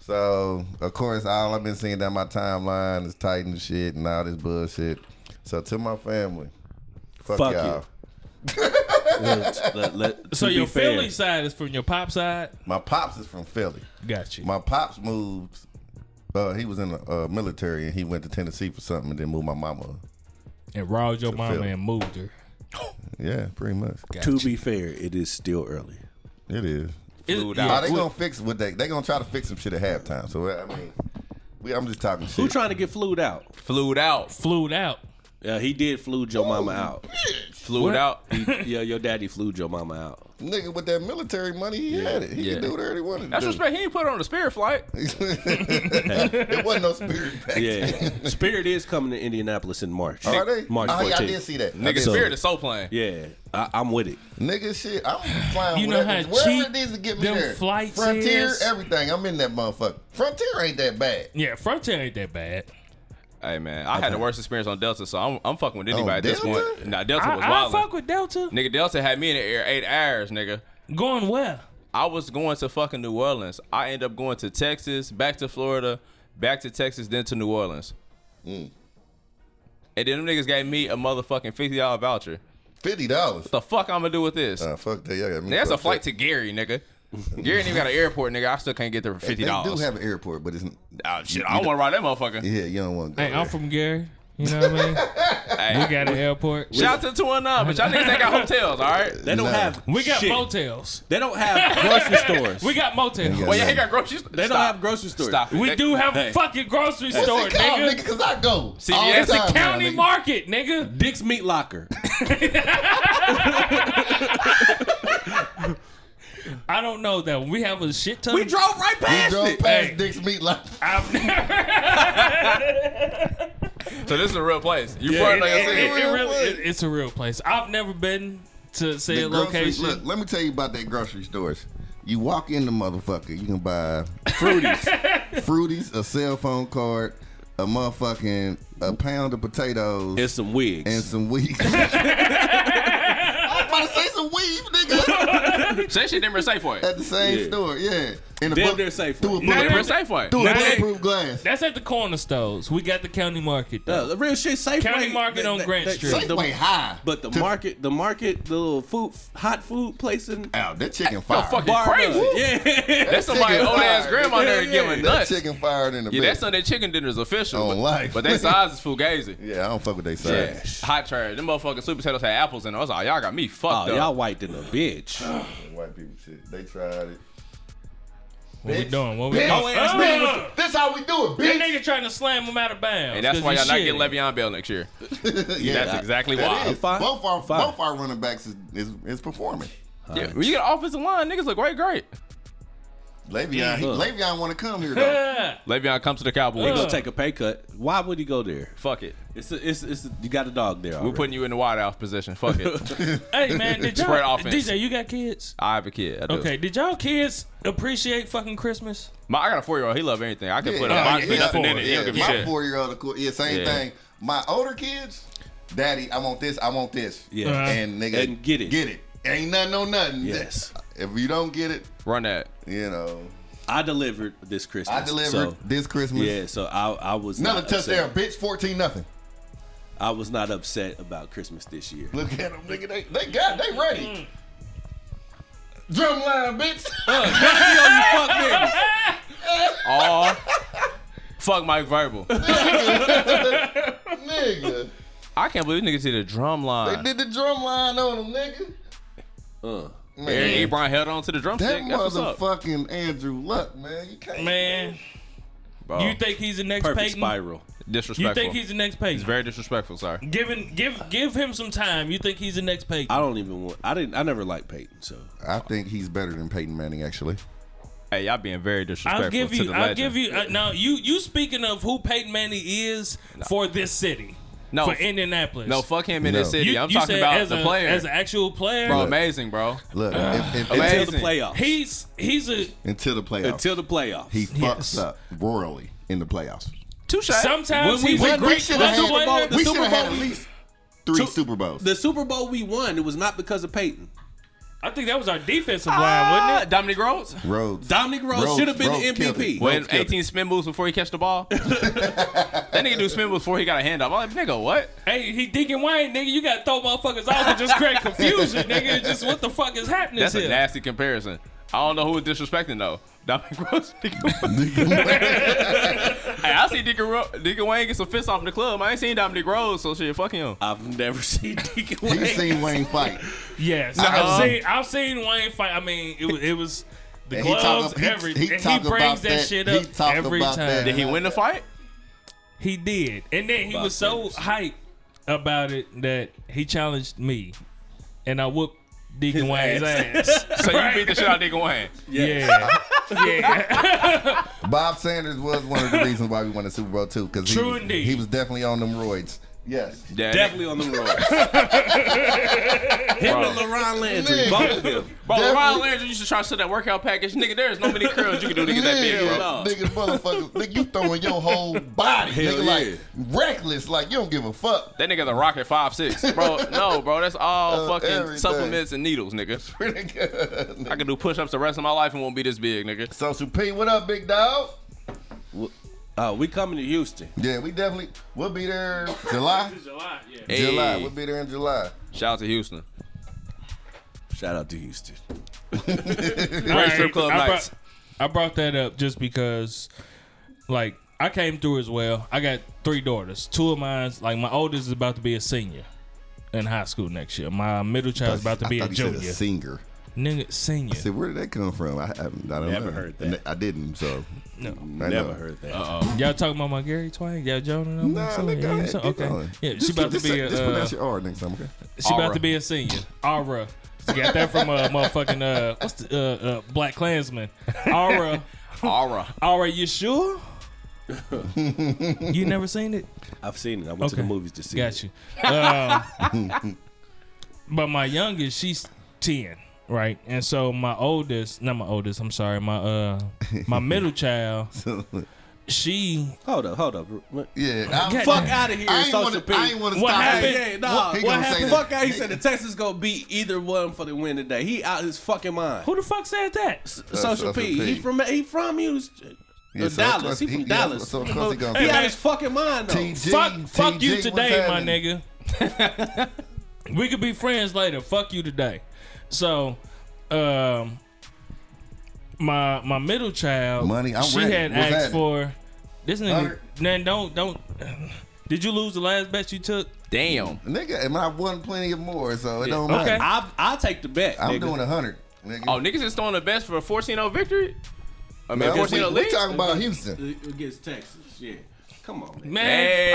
Speaker 3: So of course, all I've been seeing down my timeline is Titan shit and all this bullshit. So to my family, fuck,
Speaker 1: Fuck
Speaker 3: y'all.
Speaker 1: you. [laughs] Let- let- let- to
Speaker 2: [laughs] so
Speaker 1: be
Speaker 2: your
Speaker 1: fair,
Speaker 2: Philly side is from your pop side.
Speaker 3: My pops is from Philly.
Speaker 2: Got you.
Speaker 3: My pops moved. Uh, he was in the uh, military and he went to Tennessee for something and then moved my mama.
Speaker 2: and robbed your mama
Speaker 3: Philly.
Speaker 2: and moved her.
Speaker 3: Yeah, pretty much.
Speaker 1: To be fair, it is still early.
Speaker 3: It is.
Speaker 2: It-
Speaker 4: Flew
Speaker 2: yeah,
Speaker 4: down.
Speaker 3: Oh, they
Speaker 2: we-
Speaker 3: gonna fix what they they gonna try to fix some shit at halftime. So I mean, we, I'm just talking shit.
Speaker 1: Who trying to get flued out?
Speaker 4: Flued out.
Speaker 2: flued out.
Speaker 1: Yeah, he did flued your mama out.
Speaker 4: Flued out.
Speaker 2: [laughs]
Speaker 1: He- yeah, your daddy flued your mama out.
Speaker 3: Nigga with that military money, he had it. He
Speaker 4: Yeah.
Speaker 3: could do whatever he wanted.
Speaker 4: That's
Speaker 3: to do.
Speaker 4: respect. He ain't put it on the spirit flight.
Speaker 3: it wasn't
Speaker 4: [laughs]
Speaker 3: no spirit back.
Speaker 1: Yeah, Spirit is coming to Indianapolis in March.
Speaker 3: Are they?
Speaker 1: March
Speaker 3: Oh, yeah, I
Speaker 1: 14th.
Speaker 3: did see that. I
Speaker 4: Nigga,
Speaker 3: did
Speaker 4: spirit
Speaker 3: see
Speaker 4: is so playing.
Speaker 1: Yeah, I, I'm with it.
Speaker 3: that. Nigga, shit. I'm flying.
Speaker 2: You know
Speaker 3: whatever-
Speaker 2: how
Speaker 3: wherever
Speaker 2: cheap
Speaker 3: it needs to get me
Speaker 2: them
Speaker 3: there.
Speaker 2: flights
Speaker 3: Frontier,
Speaker 2: is?
Speaker 3: everything. I'm in that motherfucker. Frontier ain't that bad.
Speaker 2: Yeah, Frontier ain't that bad.
Speaker 4: Hey man, I had the worst experience on Delta, so I'm, I'm fucking with anybody at this
Speaker 3: Delta?
Speaker 4: point. Nah, Delta
Speaker 2: Oh, I,
Speaker 4: was
Speaker 2: I
Speaker 4: wild.
Speaker 2: fuck with Delta.
Speaker 4: nigga, Delta had me in the air eight hours, nigga.
Speaker 2: Going well.
Speaker 4: I was going to fucking New Orleans. I end up going to Texas, back to Florida, back to Texas, then to New Orleans.
Speaker 3: Mm.
Speaker 4: And then them niggas gave me a motherfucking fifty dollar voucher.
Speaker 3: Fifty dollars.
Speaker 4: The fuck I'm gonna do with this?
Speaker 3: Uh, fuck that. Y'all got me
Speaker 4: That's a
Speaker 3: fucked
Speaker 4: flight
Speaker 3: up.
Speaker 4: to Gary, nigga. Gary ain't even got an airport, nigga. I still can't get there for fifty
Speaker 3: They do
Speaker 4: dollars.
Speaker 3: have an airport, but it's
Speaker 4: Ah, shit, I don't want to ride that motherfucker.
Speaker 3: yeah. You don't want to go.
Speaker 2: Hey,
Speaker 3: there.
Speaker 2: I'm from Gary. You know what I
Speaker 3: [laughs]
Speaker 2: mean?
Speaker 4: Hey,
Speaker 2: We got an airport.
Speaker 4: shout out to the two and nine, but y'all niggas ain't got hotels, all right?
Speaker 1: They don't
Speaker 3: Nah.
Speaker 1: have.
Speaker 2: We got
Speaker 1: shit.
Speaker 2: motels.
Speaker 1: They
Speaker 4: [laughs]
Speaker 1: don't have grocery stores.
Speaker 2: We got motels.
Speaker 3: Yeah.
Speaker 4: Well, yeah, ain't got grocery stores.
Speaker 1: They don't have grocery stores.
Speaker 4: Stop. it.
Speaker 2: We
Speaker 4: They-
Speaker 2: do have
Speaker 1: Hey.
Speaker 2: fucking grocery
Speaker 3: What's
Speaker 2: store,
Speaker 3: it called,
Speaker 2: nigga.
Speaker 3: nigga? Cause I go.
Speaker 4: See,
Speaker 3: all
Speaker 4: that's a
Speaker 3: the time now,
Speaker 2: County
Speaker 3: nigga.
Speaker 2: market, nigga.
Speaker 1: Dick's Meat Locker.
Speaker 2: I don't know that one. We have a shit ton.
Speaker 4: [laughs]
Speaker 1: we
Speaker 2: of-
Speaker 1: drove right
Speaker 3: We
Speaker 1: past
Speaker 3: drove
Speaker 1: it.
Speaker 3: past
Speaker 2: Hey.
Speaker 3: Dick's Meat Locker.
Speaker 2: I've never.
Speaker 4: So this is a real place. You
Speaker 1: Yeah,
Speaker 4: yeah,
Speaker 2: it,
Speaker 4: like I
Speaker 2: it-
Speaker 4: said.
Speaker 2: it- it really, it- it's a real place. I've never been to say
Speaker 3: The
Speaker 2: a
Speaker 3: grocery-
Speaker 2: location.
Speaker 3: Look, let me tell you about that grocery stores. You walk in the motherfucker, you can buy
Speaker 1: Fruities.
Speaker 3: fruities, a cell phone card, a motherfucking a pound of potatoes,
Speaker 1: and some wigs.
Speaker 3: and some weed. [laughs] I was about to say some weed, nigga.
Speaker 4: Say shit never safe for it.
Speaker 3: At the same
Speaker 1: Yeah.
Speaker 3: store, yeah. In a
Speaker 1: Damn
Speaker 3: bullet-
Speaker 1: near safe
Speaker 3: Through a
Speaker 1: one.
Speaker 3: bullet-
Speaker 4: Never safe for
Speaker 3: through a
Speaker 2: Nah, they-
Speaker 3: bulletproof glass.
Speaker 2: That's at the corner stores. We got the county market. Though.
Speaker 1: Uh, the real shit. Safeway.
Speaker 2: County Market on Grant Street.
Speaker 1: the-
Speaker 3: Safeway high.
Speaker 1: but the market, the market, the little food, hot food place in
Speaker 3: Ow, that chicken fired.
Speaker 4: fucking
Speaker 1: Bar
Speaker 4: crazy.
Speaker 1: Nut. Yeah. [laughs]
Speaker 4: That's somebody
Speaker 3: Chicken
Speaker 4: old ass
Speaker 3: fried.
Speaker 4: grandma
Speaker 1: Yeah,
Speaker 4: there
Speaker 1: yeah.
Speaker 4: giving
Speaker 3: that
Speaker 4: nuts.
Speaker 3: chicken fired in the
Speaker 4: Yeah,
Speaker 3: back.
Speaker 4: that Sunday chicken dinner is official.
Speaker 3: On
Speaker 4: but,
Speaker 3: life.
Speaker 4: But
Speaker 3: [laughs]
Speaker 4: their size is fugazi.
Speaker 3: yeah, I don't fuck with they
Speaker 4: Yeah.
Speaker 3: size.
Speaker 4: Hot trash. Them motherfucking sweet potatoes had apples in them. I was like, y'all got me fucked
Speaker 1: Oh,
Speaker 4: up.
Speaker 1: y'all white than a bitch.
Speaker 3: White people shit. They tried it.
Speaker 2: What we
Speaker 3: bitch.
Speaker 2: doing? What we
Speaker 3: Bitch.
Speaker 2: doing?
Speaker 3: Your
Speaker 1: ass
Speaker 2: Uh,
Speaker 3: Man, this how we do it,
Speaker 2: that
Speaker 3: bitch.
Speaker 2: nigga trying to slam him out of bounds.
Speaker 4: and that's
Speaker 2: 'cause
Speaker 4: why
Speaker 2: he
Speaker 4: y'all not getting
Speaker 2: shitty.
Speaker 4: Le'Veon Bell next year.
Speaker 3: yeah,
Speaker 4: That's exactly
Speaker 3: That
Speaker 4: why.
Speaker 3: is.
Speaker 1: Fine.
Speaker 3: Both our
Speaker 1: Fine.
Speaker 3: both our running backs is, is, is performing.
Speaker 4: Yeah. When you get an offensive line, niggas look right, great.
Speaker 3: Le'Veon, he, Le'Veon want to come
Speaker 4: [laughs]
Speaker 3: here though.
Speaker 4: Le'Veon come to the
Speaker 1: They
Speaker 4: Cowboys.
Speaker 1: gonna take a pay cut. Why would he go there?
Speaker 4: Fuck it.
Speaker 1: It's a, it's it's you got a dog there.
Speaker 4: We're putting you in the wideout position. Fuck
Speaker 1: [laughs]
Speaker 4: it.
Speaker 2: Hey
Speaker 4: [laughs]
Speaker 2: man, did
Speaker 4: Spread
Speaker 2: y'all
Speaker 4: offense.
Speaker 2: DJ, you got kids?
Speaker 4: I have a kid. I do.
Speaker 2: Okay, did y'all kids appreciate fucking Christmas?
Speaker 4: My, I got a four year old. He love anything. I can put a
Speaker 3: Yeah,
Speaker 4: box
Speaker 3: yeah,
Speaker 4: with nothing
Speaker 2: yeah,
Speaker 4: in it. he
Speaker 3: yeah,
Speaker 4: don't give a
Speaker 3: my
Speaker 4: shit.
Speaker 3: four year old, cool. Yeah, same
Speaker 4: Yeah.
Speaker 3: thing. My older kids, daddy, I want this, I want this.
Speaker 1: Yeah.
Speaker 2: Uh-huh.
Speaker 3: And nigga,
Speaker 1: And get it.
Speaker 3: Get it. Ain't nothing on nothing.
Speaker 1: Yes.
Speaker 3: If you don't get it,
Speaker 4: Run that.
Speaker 3: you know,
Speaker 1: I delivered this Christmas.
Speaker 3: I delivered
Speaker 1: So,
Speaker 3: this Christmas.
Speaker 1: yeah, so I I was
Speaker 3: Another
Speaker 1: not
Speaker 3: touchdown,
Speaker 1: upset.
Speaker 3: bitch. Fourteen nothing.
Speaker 1: I was not upset about Christmas this year.
Speaker 3: Look at them, nigga. They, they got, they ready.
Speaker 1: Mm.
Speaker 3: Drum line, bitch.
Speaker 1: [laughs]
Speaker 4: All. Fuck Mike Verbal.
Speaker 3: nigga,
Speaker 4: I can't believe niggas did a drum
Speaker 3: they
Speaker 4: line.
Speaker 3: did the drum line on them, nigga.
Speaker 1: Uh,
Speaker 4: Eric
Speaker 3: Man,
Speaker 4: Ebron held on to the
Speaker 3: that
Speaker 4: drumstick. That's what's up.
Speaker 3: motherfucking Andrew Luck, man. You can't,
Speaker 2: Man,
Speaker 4: Bro,
Speaker 2: you think he's the next
Speaker 1: perfect
Speaker 2: Peyton?
Speaker 1: spiral.
Speaker 4: disrespectful.
Speaker 2: You think he's the next Peyton?
Speaker 4: It's very disrespectful, sorry.
Speaker 2: give him, give give him some time. You think he's the next Peyton?
Speaker 1: I don't even want. I didn't. I never liked Peyton. So
Speaker 3: I think he's better than Peyton Manning, actually.
Speaker 4: Hey, y'all being very disrespectful
Speaker 2: I'll give
Speaker 4: to
Speaker 2: you.
Speaker 4: the
Speaker 2: I'll
Speaker 4: legend.
Speaker 2: give you. Uh, now you you speaking of who Peyton Manning is for this city,
Speaker 4: No,
Speaker 2: for
Speaker 4: f-
Speaker 2: Indianapolis.
Speaker 4: No, fuck him in
Speaker 3: No.
Speaker 4: this city.
Speaker 2: You-
Speaker 4: I'm
Speaker 2: you
Speaker 4: talking
Speaker 2: said
Speaker 4: about
Speaker 2: as
Speaker 4: the
Speaker 2: a-
Speaker 4: player.
Speaker 2: as an actual player.
Speaker 4: bro, amazing, bro.
Speaker 3: Look, if, if,
Speaker 1: until
Speaker 4: Amazing.
Speaker 1: the playoffs.
Speaker 2: He's he's a
Speaker 3: until the playoffs,
Speaker 1: until the playoffs.
Speaker 3: he fucks
Speaker 2: Yes.
Speaker 3: up royally in the playoffs.
Speaker 4: Touche.
Speaker 2: sometimes
Speaker 1: When we
Speaker 2: he's
Speaker 1: win
Speaker 2: a
Speaker 1: the
Speaker 2: great
Speaker 1: Super Bowl,
Speaker 2: football player.
Speaker 1: the
Speaker 3: we
Speaker 1: Super
Speaker 3: should have had at
Speaker 1: Bowl-
Speaker 3: least three
Speaker 1: Two-
Speaker 3: Super Bowls.
Speaker 1: the Super Bowl we won. It was not because of Peyton.
Speaker 2: I think that was our defensive line,
Speaker 4: Ah,
Speaker 2: wasn't
Speaker 4: Dominic Rhodes.
Speaker 3: Rhodes. [laughs]
Speaker 1: Dominic Rose
Speaker 3: Rhodes-
Speaker 1: should have been
Speaker 3: Rhodes
Speaker 1: the
Speaker 3: killed
Speaker 1: MVP.
Speaker 3: it.
Speaker 1: Well,
Speaker 4: When
Speaker 3: Rhodes killed
Speaker 4: 18 spin moves before he catch the ball. that nigga do spin moves before he got a handoff. I'm like, nigga, what?
Speaker 2: it? Hey, he Deacon Wayne, nigga, you gotta throw motherfuckers off and just create confusion, nigga. It's just what the fuck is happening
Speaker 4: That's
Speaker 2: here?
Speaker 4: a nasty comparison. I don't know who was disrespecting though. [laughs] Dominic Rhodes. hey, I see Deacon, Ro- Deacon Wayne get some fists off in the club. I ain't seen Dominic Rhodes, so shit, fuck him.
Speaker 1: I've never [laughs] seen Deacon Wayne.
Speaker 3: He's seen Wayne fight.
Speaker 1: [laughs]
Speaker 2: yes,
Speaker 3: Uh-uh.
Speaker 2: I've seen I've seen Wayne fight. I mean, it was it was the
Speaker 3: And he
Speaker 2: gloves,
Speaker 3: talk- he-
Speaker 2: every
Speaker 3: he
Speaker 2: and he
Speaker 3: talk
Speaker 2: brings
Speaker 3: about
Speaker 2: that,
Speaker 3: that-
Speaker 2: shit
Speaker 3: he
Speaker 2: up
Speaker 3: talk
Speaker 2: every
Speaker 3: about
Speaker 2: time.
Speaker 3: that.
Speaker 4: Did he win the fight?
Speaker 2: He did, and then he
Speaker 1: Bob
Speaker 2: was so
Speaker 1: Sanders.
Speaker 2: hyped about it that he challenged me, and I whooped Deacon Wayne's ass.
Speaker 4: [laughs] So you beat the shit out of Deacon Wayne.
Speaker 2: Yeah,
Speaker 4: [laughs]
Speaker 2: [laughs] yeah.
Speaker 3: Bob Sanders was one of the reasons why we won the Super Bowl too, because
Speaker 2: True
Speaker 3: he,
Speaker 2: indeed.
Speaker 3: was- he was definitely on them roids. Yes.
Speaker 4: Yeah,
Speaker 1: Definitely on the
Speaker 3: [laughs]
Speaker 1: road. Him and LeRon Landry,
Speaker 3: Nigga.
Speaker 1: both of them.
Speaker 4: Bro,
Speaker 3: Definitely.
Speaker 4: Ron Landry used to try to sell that workout package. Nigga, there is no many curls you can do to get that big,
Speaker 3: Yeah,
Speaker 4: bro.
Speaker 1: dog.
Speaker 3: nigga,
Speaker 1: [laughs]
Speaker 3: motherfucker, nigga, you throwing your whole body,
Speaker 1: Hell yeah.
Speaker 3: nigga, like reckless, like you don't give a fuck. [laughs]
Speaker 4: That nigga's a rocket five six, bro. No, bro, that's all
Speaker 3: Uh,
Speaker 4: fucking
Speaker 3: everything.
Speaker 4: supplements and needles, nigga. I can do push-ups the rest of my life and won't be this big, nigga.
Speaker 3: Social P, what up, big dog?
Speaker 1: Uh, we coming to Houston.
Speaker 3: Yeah, we definitely we'll be there July.
Speaker 4: Hey,
Speaker 3: July, we'll be there in July.
Speaker 4: shout out to Houston.
Speaker 1: Shout out to Houston.
Speaker 4: Great
Speaker 2: All
Speaker 4: strip club
Speaker 2: I
Speaker 4: nights.
Speaker 2: Brought, I brought that up just because, like, I came through as well. I got three daughters. Two of mine's like my oldest is about to be a senior in high school next year. My middle child's about to be
Speaker 3: I
Speaker 2: a
Speaker 3: thought you said
Speaker 2: junior.
Speaker 3: singer.
Speaker 2: Nigga, senior.
Speaker 3: I said, where did that come from? I haven't. I don't
Speaker 1: Never
Speaker 3: know.
Speaker 1: heard that.
Speaker 3: I didn't. So
Speaker 2: No.
Speaker 3: I
Speaker 1: Never
Speaker 3: know.
Speaker 1: heard that.
Speaker 2: Y'all talking about my Gary Twain? Y'all joking? on me?
Speaker 3: Nah,
Speaker 2: So,
Speaker 3: nigga, go
Speaker 2: yeah,
Speaker 3: ahead,
Speaker 2: so-
Speaker 3: keep
Speaker 2: okay.
Speaker 3: going.
Speaker 2: Yeah,
Speaker 3: Just-
Speaker 2: she about to
Speaker 3: just-
Speaker 2: be a.
Speaker 3: Just
Speaker 2: uh,
Speaker 3: pronounce your R next time. Okay.
Speaker 2: She about
Speaker 4: Aura.
Speaker 2: to be a senior. Aura. She got that from
Speaker 3: [laughs]
Speaker 2: uh, motherfucking uh what's the uh, uh Black Klansman.
Speaker 3: [laughs]
Speaker 2: Aura.
Speaker 4: Aura.
Speaker 2: Aura, you sure? you never seen it?
Speaker 1: I've seen it. I went to the
Speaker 2: Okay.
Speaker 1: movies to see
Speaker 2: Got
Speaker 1: it.
Speaker 2: you. Um, [laughs] but my youngest, she's ten, right? And so my oldest, not my oldest, I'm sorry, my uh
Speaker 3: [laughs]
Speaker 2: my middle child, she
Speaker 1: Hold up, hold up. What-
Speaker 3: yeah. I'm,
Speaker 2: God
Speaker 1: Fuck
Speaker 2: damn.
Speaker 1: out of here,
Speaker 3: I ain't
Speaker 1: Social
Speaker 3: want
Speaker 1: P.
Speaker 3: to. I ain't want to
Speaker 2: What
Speaker 3: stop.
Speaker 2: happened?
Speaker 3: it.
Speaker 1: Yeah, nah.
Speaker 3: He
Speaker 1: What,
Speaker 3: gonna say
Speaker 1: happened?
Speaker 3: that.
Speaker 1: Fuck out. He said the Texans gonna beat either one for the win today. He out his fucking mind.
Speaker 2: who the fuck said that?
Speaker 1: Social
Speaker 3: Social
Speaker 1: P.
Speaker 3: P.
Speaker 1: He from he from Houston.
Speaker 3: Yeah, so
Speaker 1: Dallas. He
Speaker 3: that's-
Speaker 1: from
Speaker 3: he- yeah,
Speaker 1: Dallas.
Speaker 3: so of course he gonna-
Speaker 1: he out
Speaker 2: Hey,
Speaker 1: his fucking mind though.
Speaker 3: TG,
Speaker 2: fuck, fuck you
Speaker 3: TG,
Speaker 2: today,
Speaker 3: what's
Speaker 2: my
Speaker 3: happening?
Speaker 2: nigga. [laughs] we could be friends later. Fuck you today. So, um, my my middle child,
Speaker 3: Money, I'm
Speaker 2: she
Speaker 3: ready.
Speaker 2: had
Speaker 3: What's
Speaker 2: asked
Speaker 3: happening?
Speaker 2: for this nigga.
Speaker 3: Hundred.
Speaker 2: Then don't don't. Did you lose the last bet you took?
Speaker 4: Damn.
Speaker 3: Nigga, and I won plenty of more, so it don't
Speaker 2: Okay.
Speaker 3: matter.
Speaker 1: I I'll take the bet.
Speaker 3: I'm
Speaker 1: nigga.
Speaker 3: doing a hundred. Nigga.
Speaker 4: Oh, niggas is throwing the best for a 14-0 victory? I mean,
Speaker 3: Man, we,
Speaker 4: 14-0
Speaker 3: we
Speaker 4: lead?
Speaker 3: talking about Houston.
Speaker 1: against Texas. Yeah. Come on, man.
Speaker 4: Hey.
Speaker 2: Man,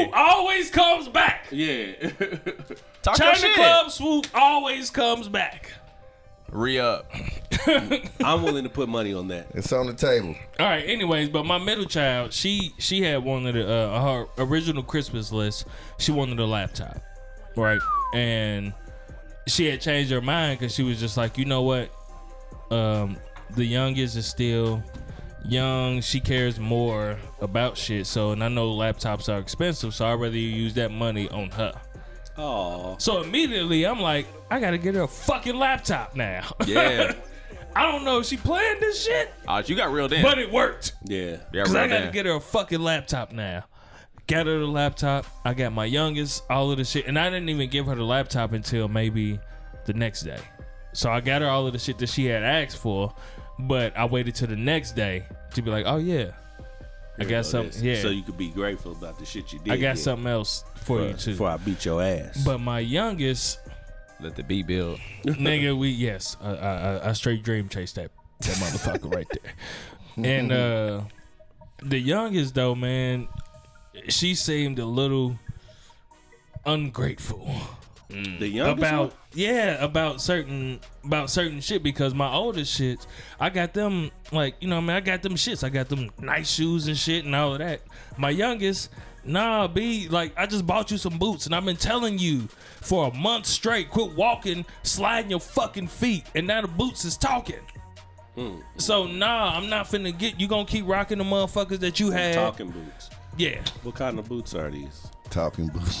Speaker 2: oh swoop always comes back.
Speaker 1: Yeah.
Speaker 4: Talk your
Speaker 2: China
Speaker 4: shit.
Speaker 2: Club swoop always comes back.
Speaker 4: Re
Speaker 2: [laughs]
Speaker 4: up.
Speaker 1: I'm willing to put money on that.
Speaker 3: It's on the table.
Speaker 2: All right. Anyways, but my middle child, she she had one of the uh, her original Christmas list. She wanted a laptop, right? And she had changed her mind because she was just like, you know what? Um, the youngest is still young. She cares more about shit. So, and I know laptops are expensive. So I'd rather you use that money on her.
Speaker 1: Oh,
Speaker 2: So immediately, I'm like, I gotta get her a fucking laptop now.
Speaker 4: Yeah.
Speaker 2: [laughs] I don't know if she planned this shit,
Speaker 4: Uh, you got reeled in.
Speaker 2: but it worked.
Speaker 1: yeah.
Speaker 4: yeah,
Speaker 2: Cause I gotta
Speaker 4: in.
Speaker 2: get her a fucking laptop now. Got her the laptop. I got my youngest, all of the shit, and I didn't even give her the laptop until maybe the next day. So I got her all of the shit that she had asked for, but I waited till the next day to be like, oh yeah, I
Speaker 1: Here
Speaker 2: got
Speaker 1: it
Speaker 2: something.
Speaker 1: is.
Speaker 2: Yeah,
Speaker 1: So you could be grateful about the shit you did.
Speaker 2: I got
Speaker 1: get
Speaker 2: something else for you too.
Speaker 1: Before I beat your ass.
Speaker 2: But my youngest,
Speaker 4: Let the beat build.
Speaker 2: nigga, we yes, I, I, I- I straight dream chased that that motherfucker right there. And uh the youngest though, man, she seemed a little ungrateful
Speaker 1: the youngest
Speaker 2: about
Speaker 1: one?
Speaker 2: yeah about certain about certain shit because my oldest shits I got them like you know what I mean I got them shits I got them nice shoes and shit and all of that my youngest nah B like I just bought you some boots and I've been telling you for a month straight quit walking sliding your fucking feet and now the boots is talking so nah I'm not finna get you gonna keep rocking the motherfuckers that you had
Speaker 1: talking boots.
Speaker 2: yeah
Speaker 1: What kind of boots are these?
Speaker 3: Talking boots.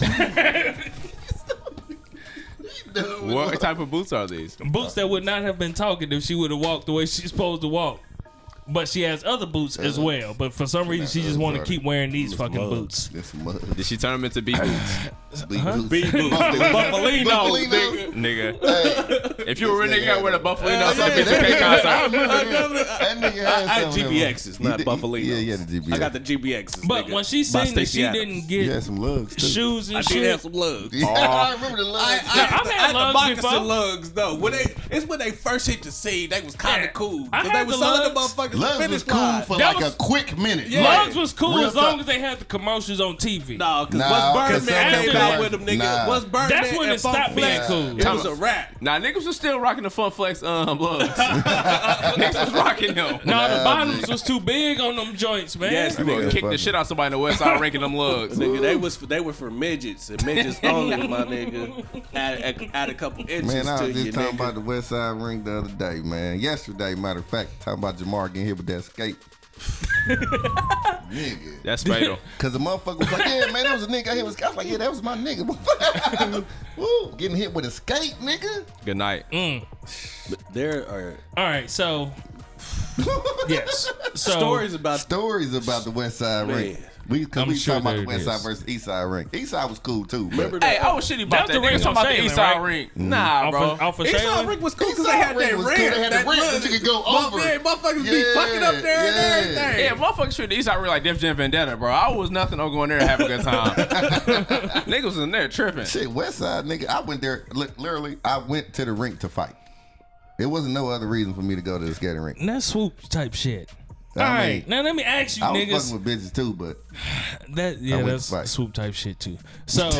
Speaker 4: What type of boots are these?
Speaker 2: boots that would not have been talking if she would have walked the way she's supposed to walk. But she has other boots as well. But for some reason, she just want to keep wearing these fucking boots.
Speaker 3: This mud.
Speaker 4: Did she turn them into beat boots?
Speaker 3: [laughs]
Speaker 1: Bee boots.
Speaker 2: Buffalino,
Speaker 3: Buffalino.
Speaker 4: nigga.
Speaker 3: Hey,
Speaker 4: If you were a nigga, I wear the buffalo
Speaker 3: yeah,
Speaker 4: outfit
Speaker 3: yeah,
Speaker 4: to
Speaker 3: yeah. [laughs]
Speaker 4: concert.
Speaker 3: that nigga had
Speaker 1: I had
Speaker 3: something in him.
Speaker 1: GBXs, not
Speaker 3: You did-
Speaker 1: Buffalinos.
Speaker 3: Yeah, yeah, the GBX.
Speaker 1: I got the GBXs.
Speaker 2: But
Speaker 1: nigga,
Speaker 2: when she
Speaker 1: by
Speaker 2: seen that
Speaker 1: Stacey
Speaker 2: she
Speaker 1: Adams.
Speaker 2: didn't
Speaker 3: You
Speaker 2: get
Speaker 3: had some lugs too.
Speaker 2: shoes and
Speaker 1: I did
Speaker 2: shit.
Speaker 1: have some lugs.
Speaker 3: Yeah, I remember the lugs.
Speaker 2: I- I've had lugs
Speaker 1: moccasin
Speaker 2: before.
Speaker 1: lugs though. When they, it's when they first hit the scene, they was kind
Speaker 2: Yeah.
Speaker 1: of cool.
Speaker 2: I
Speaker 1: 'Cause
Speaker 2: had
Speaker 1: they was
Speaker 2: the
Speaker 1: selling
Speaker 2: lugs.
Speaker 1: the motherfuckers
Speaker 3: Lugs
Speaker 1: finish
Speaker 3: was cool
Speaker 1: line.
Speaker 3: for
Speaker 2: That
Speaker 3: like
Speaker 2: was-
Speaker 3: a quick minute.
Speaker 1: Yeah.
Speaker 2: Lugs was cool
Speaker 3: Real
Speaker 2: as long
Speaker 3: talk.
Speaker 2: as they had the commercials on TV.
Speaker 1: No, because
Speaker 3: Nah,
Speaker 1: what's
Speaker 3: 'cause
Speaker 1: Birdman
Speaker 2: after
Speaker 1: came out
Speaker 2: that-
Speaker 1: with them, nigga?
Speaker 3: Nah.
Speaker 1: What's Birdman?
Speaker 2: That's when
Speaker 1: and
Speaker 2: it stopped
Speaker 1: Funk
Speaker 2: being
Speaker 1: Flex?
Speaker 2: cool.
Speaker 1: It was a rap.
Speaker 4: Nah, niggas was still rocking the Fun Flex um lugs. niggas was rocking them.
Speaker 2: No, the bottoms was too big on them joints, man.
Speaker 1: Yes,
Speaker 4: You gonna
Speaker 1: nigga.
Speaker 4: kick the shit out somebody in the West Side ranking them lugs.
Speaker 1: Nigga, they was they were for midgets and midgets only, my nigga. Add, add, add a couple inches
Speaker 3: Man, I
Speaker 1: to
Speaker 3: was
Speaker 1: you,
Speaker 3: just
Speaker 1: nigga.
Speaker 3: talking about the West Side Ring the other day, man. Yesterday, matter of fact, talking about Jamar getting hit with
Speaker 2: [laughs]
Speaker 3: that skate. nigga.
Speaker 4: That's fatal.
Speaker 3: Cause the motherfucker was like, yeah, man, that was a nigga. I hit with skate. I was like, yeah, that was my nigga. [laughs] Woo, getting hit with a skate, nigga.
Speaker 4: Good night.
Speaker 1: there are
Speaker 2: All right, so yes, so
Speaker 1: stories about
Speaker 3: [laughs] Stories about the West Side Ring.
Speaker 1: Man.
Speaker 3: We, cause
Speaker 2: I'm
Speaker 3: we
Speaker 2: sure
Speaker 3: talking about
Speaker 2: there
Speaker 3: the West
Speaker 2: it
Speaker 3: Side
Speaker 2: is.
Speaker 3: versus East Side Ring. East Side was cool too. but-
Speaker 1: remember
Speaker 4: Hey,
Speaker 1: that.
Speaker 4: I was shitty about
Speaker 2: That
Speaker 4: that.
Speaker 2: was the ring
Speaker 4: Niggas talking
Speaker 2: on
Speaker 4: about the
Speaker 2: Jalen,
Speaker 4: East Side
Speaker 2: right?
Speaker 4: ring. Nah,
Speaker 2: off,
Speaker 4: bro. [laughs]
Speaker 2: of- off of
Speaker 1: Eastside
Speaker 2: Shaylin.
Speaker 1: Rick was cool because
Speaker 3: Eastside
Speaker 1: they had
Speaker 3: Rick
Speaker 1: that
Speaker 3: was
Speaker 1: ramp.
Speaker 3: cool. They had
Speaker 1: that
Speaker 3: the ramp that
Speaker 1: was-
Speaker 3: you could go
Speaker 1: Well,
Speaker 3: over.
Speaker 1: man, motherfuckers be
Speaker 3: Yeah,
Speaker 1: fucking up there and
Speaker 3: yeah.
Speaker 1: everything.
Speaker 4: Yeah, motherfuckers shoot the East Side ring like Def Jam Vendetta, bro. I was nothing. I'm going there and have a good time. niggas in there tripping.
Speaker 3: Shit, West Side nigga, I went there. Look, literally, I went to the rink to fight. It wasn't no other reason for me to go to the skating rink.
Speaker 2: And that swoop type shit.
Speaker 3: I
Speaker 2: All right,
Speaker 3: mean,
Speaker 2: now let me ask you,
Speaker 3: I was
Speaker 2: niggas.
Speaker 3: fucking with bitches too, but
Speaker 2: That yeah,
Speaker 3: went
Speaker 2: that's
Speaker 3: back.
Speaker 2: swoop type shit too.
Speaker 3: [laughs]
Speaker 2: So, uh,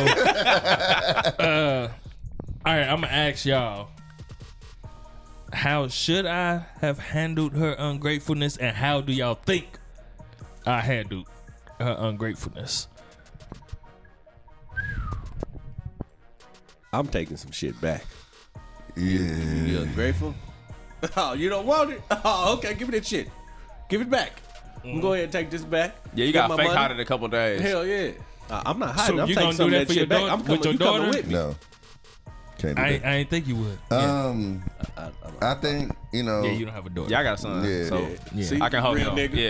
Speaker 2: all right, I'm gonna ask y'all, how should I have handled her ungratefulness, and how do y'all think I handled her ungratefulness?
Speaker 1: I'm taking some shit back.
Speaker 3: yeah.
Speaker 1: You ungrateful? [laughs] Oh, you don't want it? [laughs] Oh, okay. Give me that shit. Give it back. I'm going ahead and take this back.
Speaker 4: Yeah, you
Speaker 1: Get
Speaker 4: got
Speaker 1: my
Speaker 4: fake
Speaker 1: money.
Speaker 4: hot in a couple days.
Speaker 1: Hell yeah. Uh, I'm not hiding.
Speaker 2: So
Speaker 1: I'm
Speaker 2: you
Speaker 1: taking
Speaker 2: gonna
Speaker 1: some
Speaker 2: do that
Speaker 1: of
Speaker 2: for
Speaker 1: that
Speaker 2: your
Speaker 1: shit back.
Speaker 2: daughter-
Speaker 1: I'm
Speaker 2: with
Speaker 1: coming.
Speaker 2: your
Speaker 1: you coming
Speaker 2: daughter?
Speaker 1: with me?
Speaker 3: No, can't do
Speaker 2: I ain't,
Speaker 3: that.
Speaker 2: I ain't think you would.
Speaker 3: um, I think you know.
Speaker 2: yeah, you don't have a daughter.
Speaker 4: Yeah, I got something.
Speaker 3: Yeah.
Speaker 4: So
Speaker 2: Yeah.
Speaker 1: See,
Speaker 4: I can hold
Speaker 1: real
Speaker 4: him.
Speaker 1: nigga. [laughs]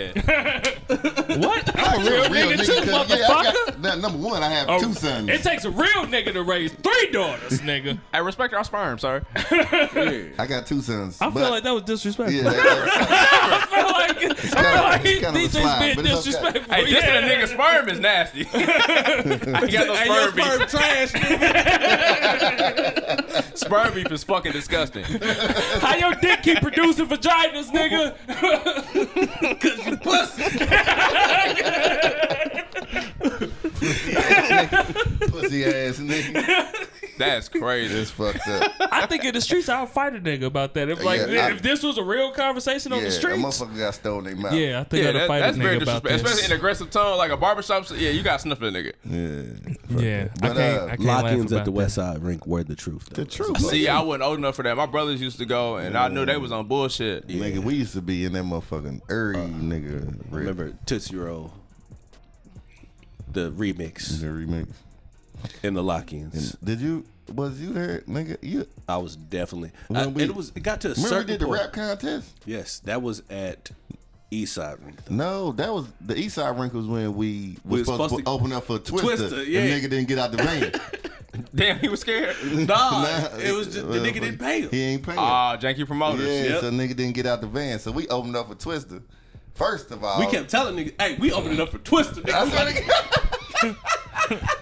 Speaker 4: Yeah.
Speaker 3: [laughs]
Speaker 2: what? I'm a real, nigga, too,
Speaker 3: 'cause,
Speaker 2: motherfucker.
Speaker 3: yeah, I got- now, number one, I have
Speaker 2: Oh,
Speaker 3: two sons.
Speaker 2: It takes a real nigga to raise three
Speaker 3: [laughs]
Speaker 2: daughters, nigga.
Speaker 4: I respect our sperm,
Speaker 1: [laughs]
Speaker 4: sir.
Speaker 1: Yeah.
Speaker 3: I got two sons.
Speaker 2: I
Speaker 3: but-
Speaker 2: feel like that was disrespectful.
Speaker 3: yeah, that-
Speaker 2: [laughs] I feel like, I feel
Speaker 3: kinda-
Speaker 2: like
Speaker 3: it's kinda
Speaker 2: DJ's
Speaker 3: slide,
Speaker 2: being
Speaker 3: but it's okay.
Speaker 2: disrespectful.
Speaker 4: Hey, this
Speaker 2: yeah.
Speaker 4: and a nigga sperm is
Speaker 1: [laughs]
Speaker 4: nasty. I got no
Speaker 1: Hey, your
Speaker 4: sperm
Speaker 1: sperm
Speaker 4: beef.
Speaker 1: trash.
Speaker 2: [laughs]
Speaker 1: nigga.
Speaker 4: Sperm beef is fucking disgusting.
Speaker 2: How your dick keep producing vaginas, nigga? [laughs]
Speaker 3: pussy ass nigga.
Speaker 4: That's crazy.
Speaker 3: It's fucked up.
Speaker 2: I think in the streets I'll fight a nigga about that. If like
Speaker 3: Yeah, I-
Speaker 2: if this was a real conversation on
Speaker 3: yeah,
Speaker 2: the
Speaker 3: that
Speaker 2: streets,
Speaker 3: motherfucker got stolen their mouth.
Speaker 2: yeah, I think
Speaker 4: Yeah,
Speaker 2: I'd
Speaker 4: that,
Speaker 2: fight
Speaker 4: that's
Speaker 2: a
Speaker 4: very
Speaker 2: nigga about
Speaker 4: disrespectful,
Speaker 2: this.
Speaker 4: especially in an aggressive tone, like a barbershop. Yeah, you got snuff a nigga.
Speaker 3: Yeah.
Speaker 2: yeah, I
Speaker 3: But,
Speaker 2: can't.
Speaker 3: uh,
Speaker 2: I can't laugh
Speaker 1: Lock-ins at
Speaker 2: about
Speaker 1: the
Speaker 2: that.
Speaker 1: West Side Rink were the truth. though.
Speaker 3: The truth.
Speaker 4: See, I wasn't old enough for that. My brothers used to go, and I knew they was on bullshit.
Speaker 3: [laughs] Nigga, we used to be in that motherfucking early nigga. Rip.
Speaker 1: Uh, Remember Tootsie Roll, the remix
Speaker 3: the remix?
Speaker 1: and the lock-ins.
Speaker 3: Did you? Was you there, nigga? You
Speaker 1: I was definitely.
Speaker 3: When
Speaker 1: I-
Speaker 3: we-
Speaker 1: it was. It got to a
Speaker 3: remember we
Speaker 1: certain
Speaker 3: did the
Speaker 1: point.
Speaker 3: rap contest?
Speaker 1: Yes, that was at East Side Rink.
Speaker 3: No, that was the East Side Rink was when we
Speaker 1: was
Speaker 3: was supposed,
Speaker 1: supposed
Speaker 3: to,
Speaker 1: to-
Speaker 3: open up for Twister.
Speaker 1: Twister, yeah.
Speaker 3: The nigga didn't get out the van.
Speaker 1: [laughs]
Speaker 3: [laughs]
Speaker 4: Damn, he was scared.
Speaker 2: [laughs]
Speaker 1: Nah,
Speaker 3: Nah,
Speaker 1: Uh, it was just the
Speaker 3: well,
Speaker 1: nigga didn't pay him. Oh,
Speaker 3: He ain't paying.
Speaker 4: Ah, janky promoters.
Speaker 3: yeah,
Speaker 1: yep.
Speaker 3: so nigga didn't get out the van. So we opened up for Twister. First of all,
Speaker 1: We kept "Oh, telling niggas, "Hey, we opened it up for Twister." [laughs]
Speaker 3: I
Speaker 1: Nigga.
Speaker 3: swear to God.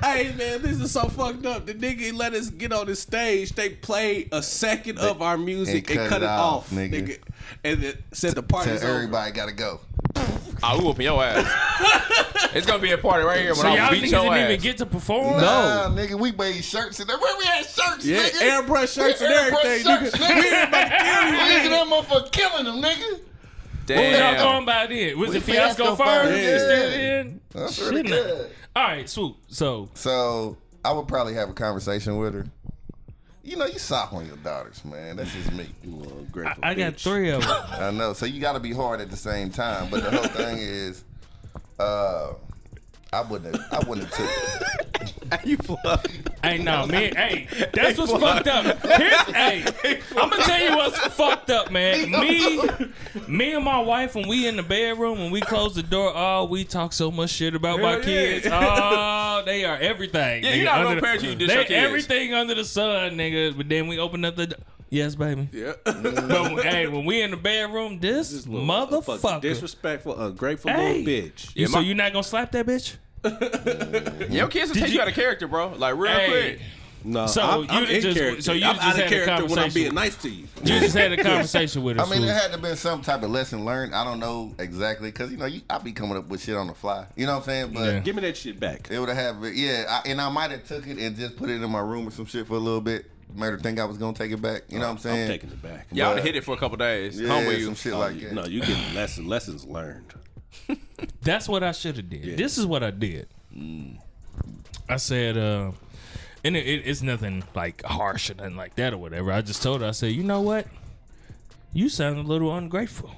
Speaker 1: hey man, this is so fucked up. The nigga let us get on the stage. They played a second of our music and, cut it, off, nigga. And it said the
Speaker 3: Tell
Speaker 1: party's over.
Speaker 3: everybody gotta go.
Speaker 4: I will whooping your
Speaker 1: [laughs]
Speaker 4: ass. it's gonna be a party right here when
Speaker 2: So
Speaker 4: I
Speaker 2: y'all
Speaker 4: beat
Speaker 2: niggas
Speaker 4: your
Speaker 2: didn't
Speaker 4: ass.
Speaker 2: even get to perform.
Speaker 3: Nah, nigga, we made shirts and where we had shirts,
Speaker 1: Yeah,
Speaker 3: nigga.
Speaker 1: airbrush shirts and
Speaker 3: Airbrush
Speaker 1: everything,
Speaker 3: shirts,
Speaker 1: nigga.
Speaker 3: nigga.
Speaker 1: We about to
Speaker 3: [laughs]
Speaker 1: kill you, nigga.
Speaker 3: Nigga, that motherfucker killing them, nigga.
Speaker 2: What was y'all um,
Speaker 4: Damn.
Speaker 2: going by then? Was it
Speaker 3: Fiasco
Speaker 2: fiasco first?
Speaker 3: first,
Speaker 2: It's still
Speaker 3: yeah.
Speaker 2: in?
Speaker 3: That's really
Speaker 2: Shit, nah.
Speaker 3: good.
Speaker 2: All right, swoop. So
Speaker 3: So I would probably have a conversation with her. You know, you soft on your daughters, man. That's just me.
Speaker 1: Well,
Speaker 2: I,
Speaker 1: grateful
Speaker 2: I got
Speaker 1: bitch.
Speaker 2: three of them.
Speaker 3: I know. So you got to be hard at the same time. But the
Speaker 1: [laughs]
Speaker 3: whole thing is, uh, I wouldn't. Have, I wouldn't have took.
Speaker 4: you fluffy.
Speaker 2: hey, no, man. Hey, that's what's fucked up. Here's, hey, I'm gonna tell you what's fucked up, man. Me, me and my wife, when we in the bedroom, when we close the door, oh, we talk so much shit about my
Speaker 4: Hell yeah.
Speaker 2: kids. Oh, they are everything.
Speaker 4: Yeah, you're
Speaker 2: nigga,
Speaker 4: not
Speaker 2: under
Speaker 4: gonna
Speaker 2: the-
Speaker 4: parent you dish
Speaker 2: They
Speaker 4: your kids.
Speaker 2: everything under the sun, nigga. But then we open up the. do- Yes, baby.
Speaker 1: Yeah.
Speaker 2: But when- hey, when we in the bedroom, this,
Speaker 1: Little
Speaker 2: motherfucker.
Speaker 1: fucking Disrespectful, ungrateful
Speaker 2: Hey.
Speaker 1: little bitch.
Speaker 2: You-
Speaker 4: Yeah,
Speaker 2: so
Speaker 4: my-
Speaker 2: you not gonna slap that bitch?
Speaker 4: Your kids will take you,
Speaker 2: you-
Speaker 4: out of character, bro. Like real
Speaker 2: Hey.
Speaker 4: quick.
Speaker 1: No,
Speaker 2: So
Speaker 1: I'm,
Speaker 2: you
Speaker 1: I'm
Speaker 2: done
Speaker 1: in
Speaker 2: just-
Speaker 1: character.
Speaker 2: so you
Speaker 1: I'm
Speaker 2: just
Speaker 1: out
Speaker 2: had
Speaker 1: of
Speaker 2: a
Speaker 1: character when I'm
Speaker 2: conversation.
Speaker 1: being nice to you.
Speaker 2: You just had a conversation with her.
Speaker 3: I mean,
Speaker 2: Swoop.
Speaker 3: there had to been some type of lesson learned. I don't know exactly because you know you, I be coming up with shit on the fly. You know what I'm saying? But
Speaker 2: Yeah.
Speaker 1: Give me that shit back.
Speaker 3: It would have, yeah, I, and I might have took it and just put it in my room or some shit for a little bit. Made her think I was gonna take it back. You know what I'm saying?
Speaker 1: I'm taking it back.
Speaker 4: Y'all
Speaker 3: But-
Speaker 4: would've hit it for a couple days.
Speaker 3: yeah,
Speaker 4: Home with you.
Speaker 3: some shit like that. [laughs]
Speaker 1: No, you getting lesson lessons learned.
Speaker 2: That's what I should have did. This is what I did. I said, uh, and it, it, it's nothing like harsh or nothing like that or whatever. I just told her, I said, you know what? You sound a little ungrateful.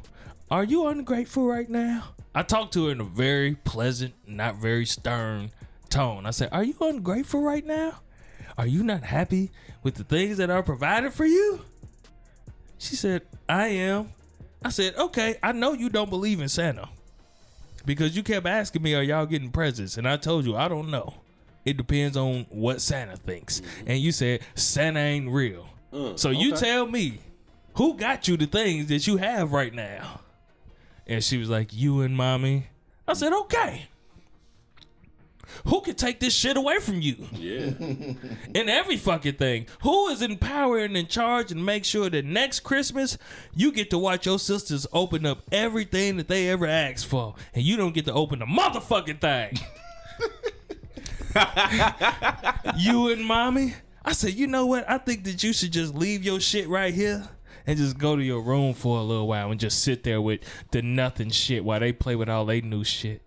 Speaker 2: Are you ungrateful right now? I talked to her in a very pleasant, not very stern tone. I said, Are you ungrateful right now? Are you not happy with the things that are provided for you? She said, I am. I said, Okay, I know you don't believe in Santa because you kept asking me, "Are y'all getting presents?" And I told you, I don't know. It depends on what Santa thinks. And you said Santa ain't real. so you tell me, who got you the things that you have right now? And she was like, "You and mommy." I said, "Okay." Who can take this shit away from you?
Speaker 1: Yeah.
Speaker 2: in every fucking thing. Who is in power and in charge and make sure that next Christmas you get to watch your sisters open up everything that they ever asked for and you don't get to open the motherfucking thing? [laughs] you and mommy? I said, you know what? I think that you should just leave your shit right here. And just go to your room for a little while and just sit there with the nothing shit while they play with all they new shit.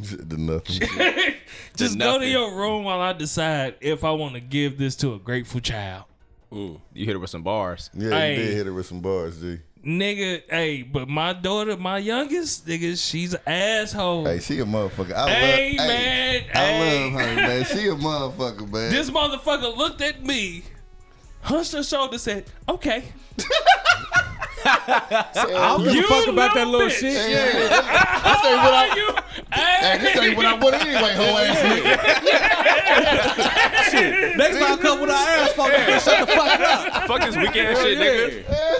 Speaker 3: The nothing.
Speaker 2: [laughs] Just go to
Speaker 4: nothing.
Speaker 2: your room while I decide if I want to give this to a grateful child.
Speaker 4: You hit it with some [laughs] bars.
Speaker 3: Yeah, you
Speaker 2: Hey.
Speaker 3: did hit her with some bars, G.
Speaker 2: Nigga, hey, but my daughter, my youngest, nigga, she's an asshole.
Speaker 3: Hey, she a motherfucker. I
Speaker 2: Hey,
Speaker 3: love,
Speaker 2: man,
Speaker 3: I
Speaker 2: hey.
Speaker 3: love her, man. She a motherfucker, man.
Speaker 2: This motherfucker looked at me, hunched her shoulder, said, "Okay."
Speaker 1: I don't give
Speaker 2: You
Speaker 1: a fuck about that
Speaker 2: little
Speaker 1: little
Speaker 2: bitch.
Speaker 1: shit.
Speaker 3: yeah, I say what I.
Speaker 2: Are you?
Speaker 3: Hey,
Speaker 2: [laughs]
Speaker 3: this
Speaker 2: Hey,
Speaker 3: ain't what I want anyway, whole ass nigga.
Speaker 1: Shit. Next time I come with our ass fucked up, shut the fuck up.
Speaker 4: Fuck this weak ass shit,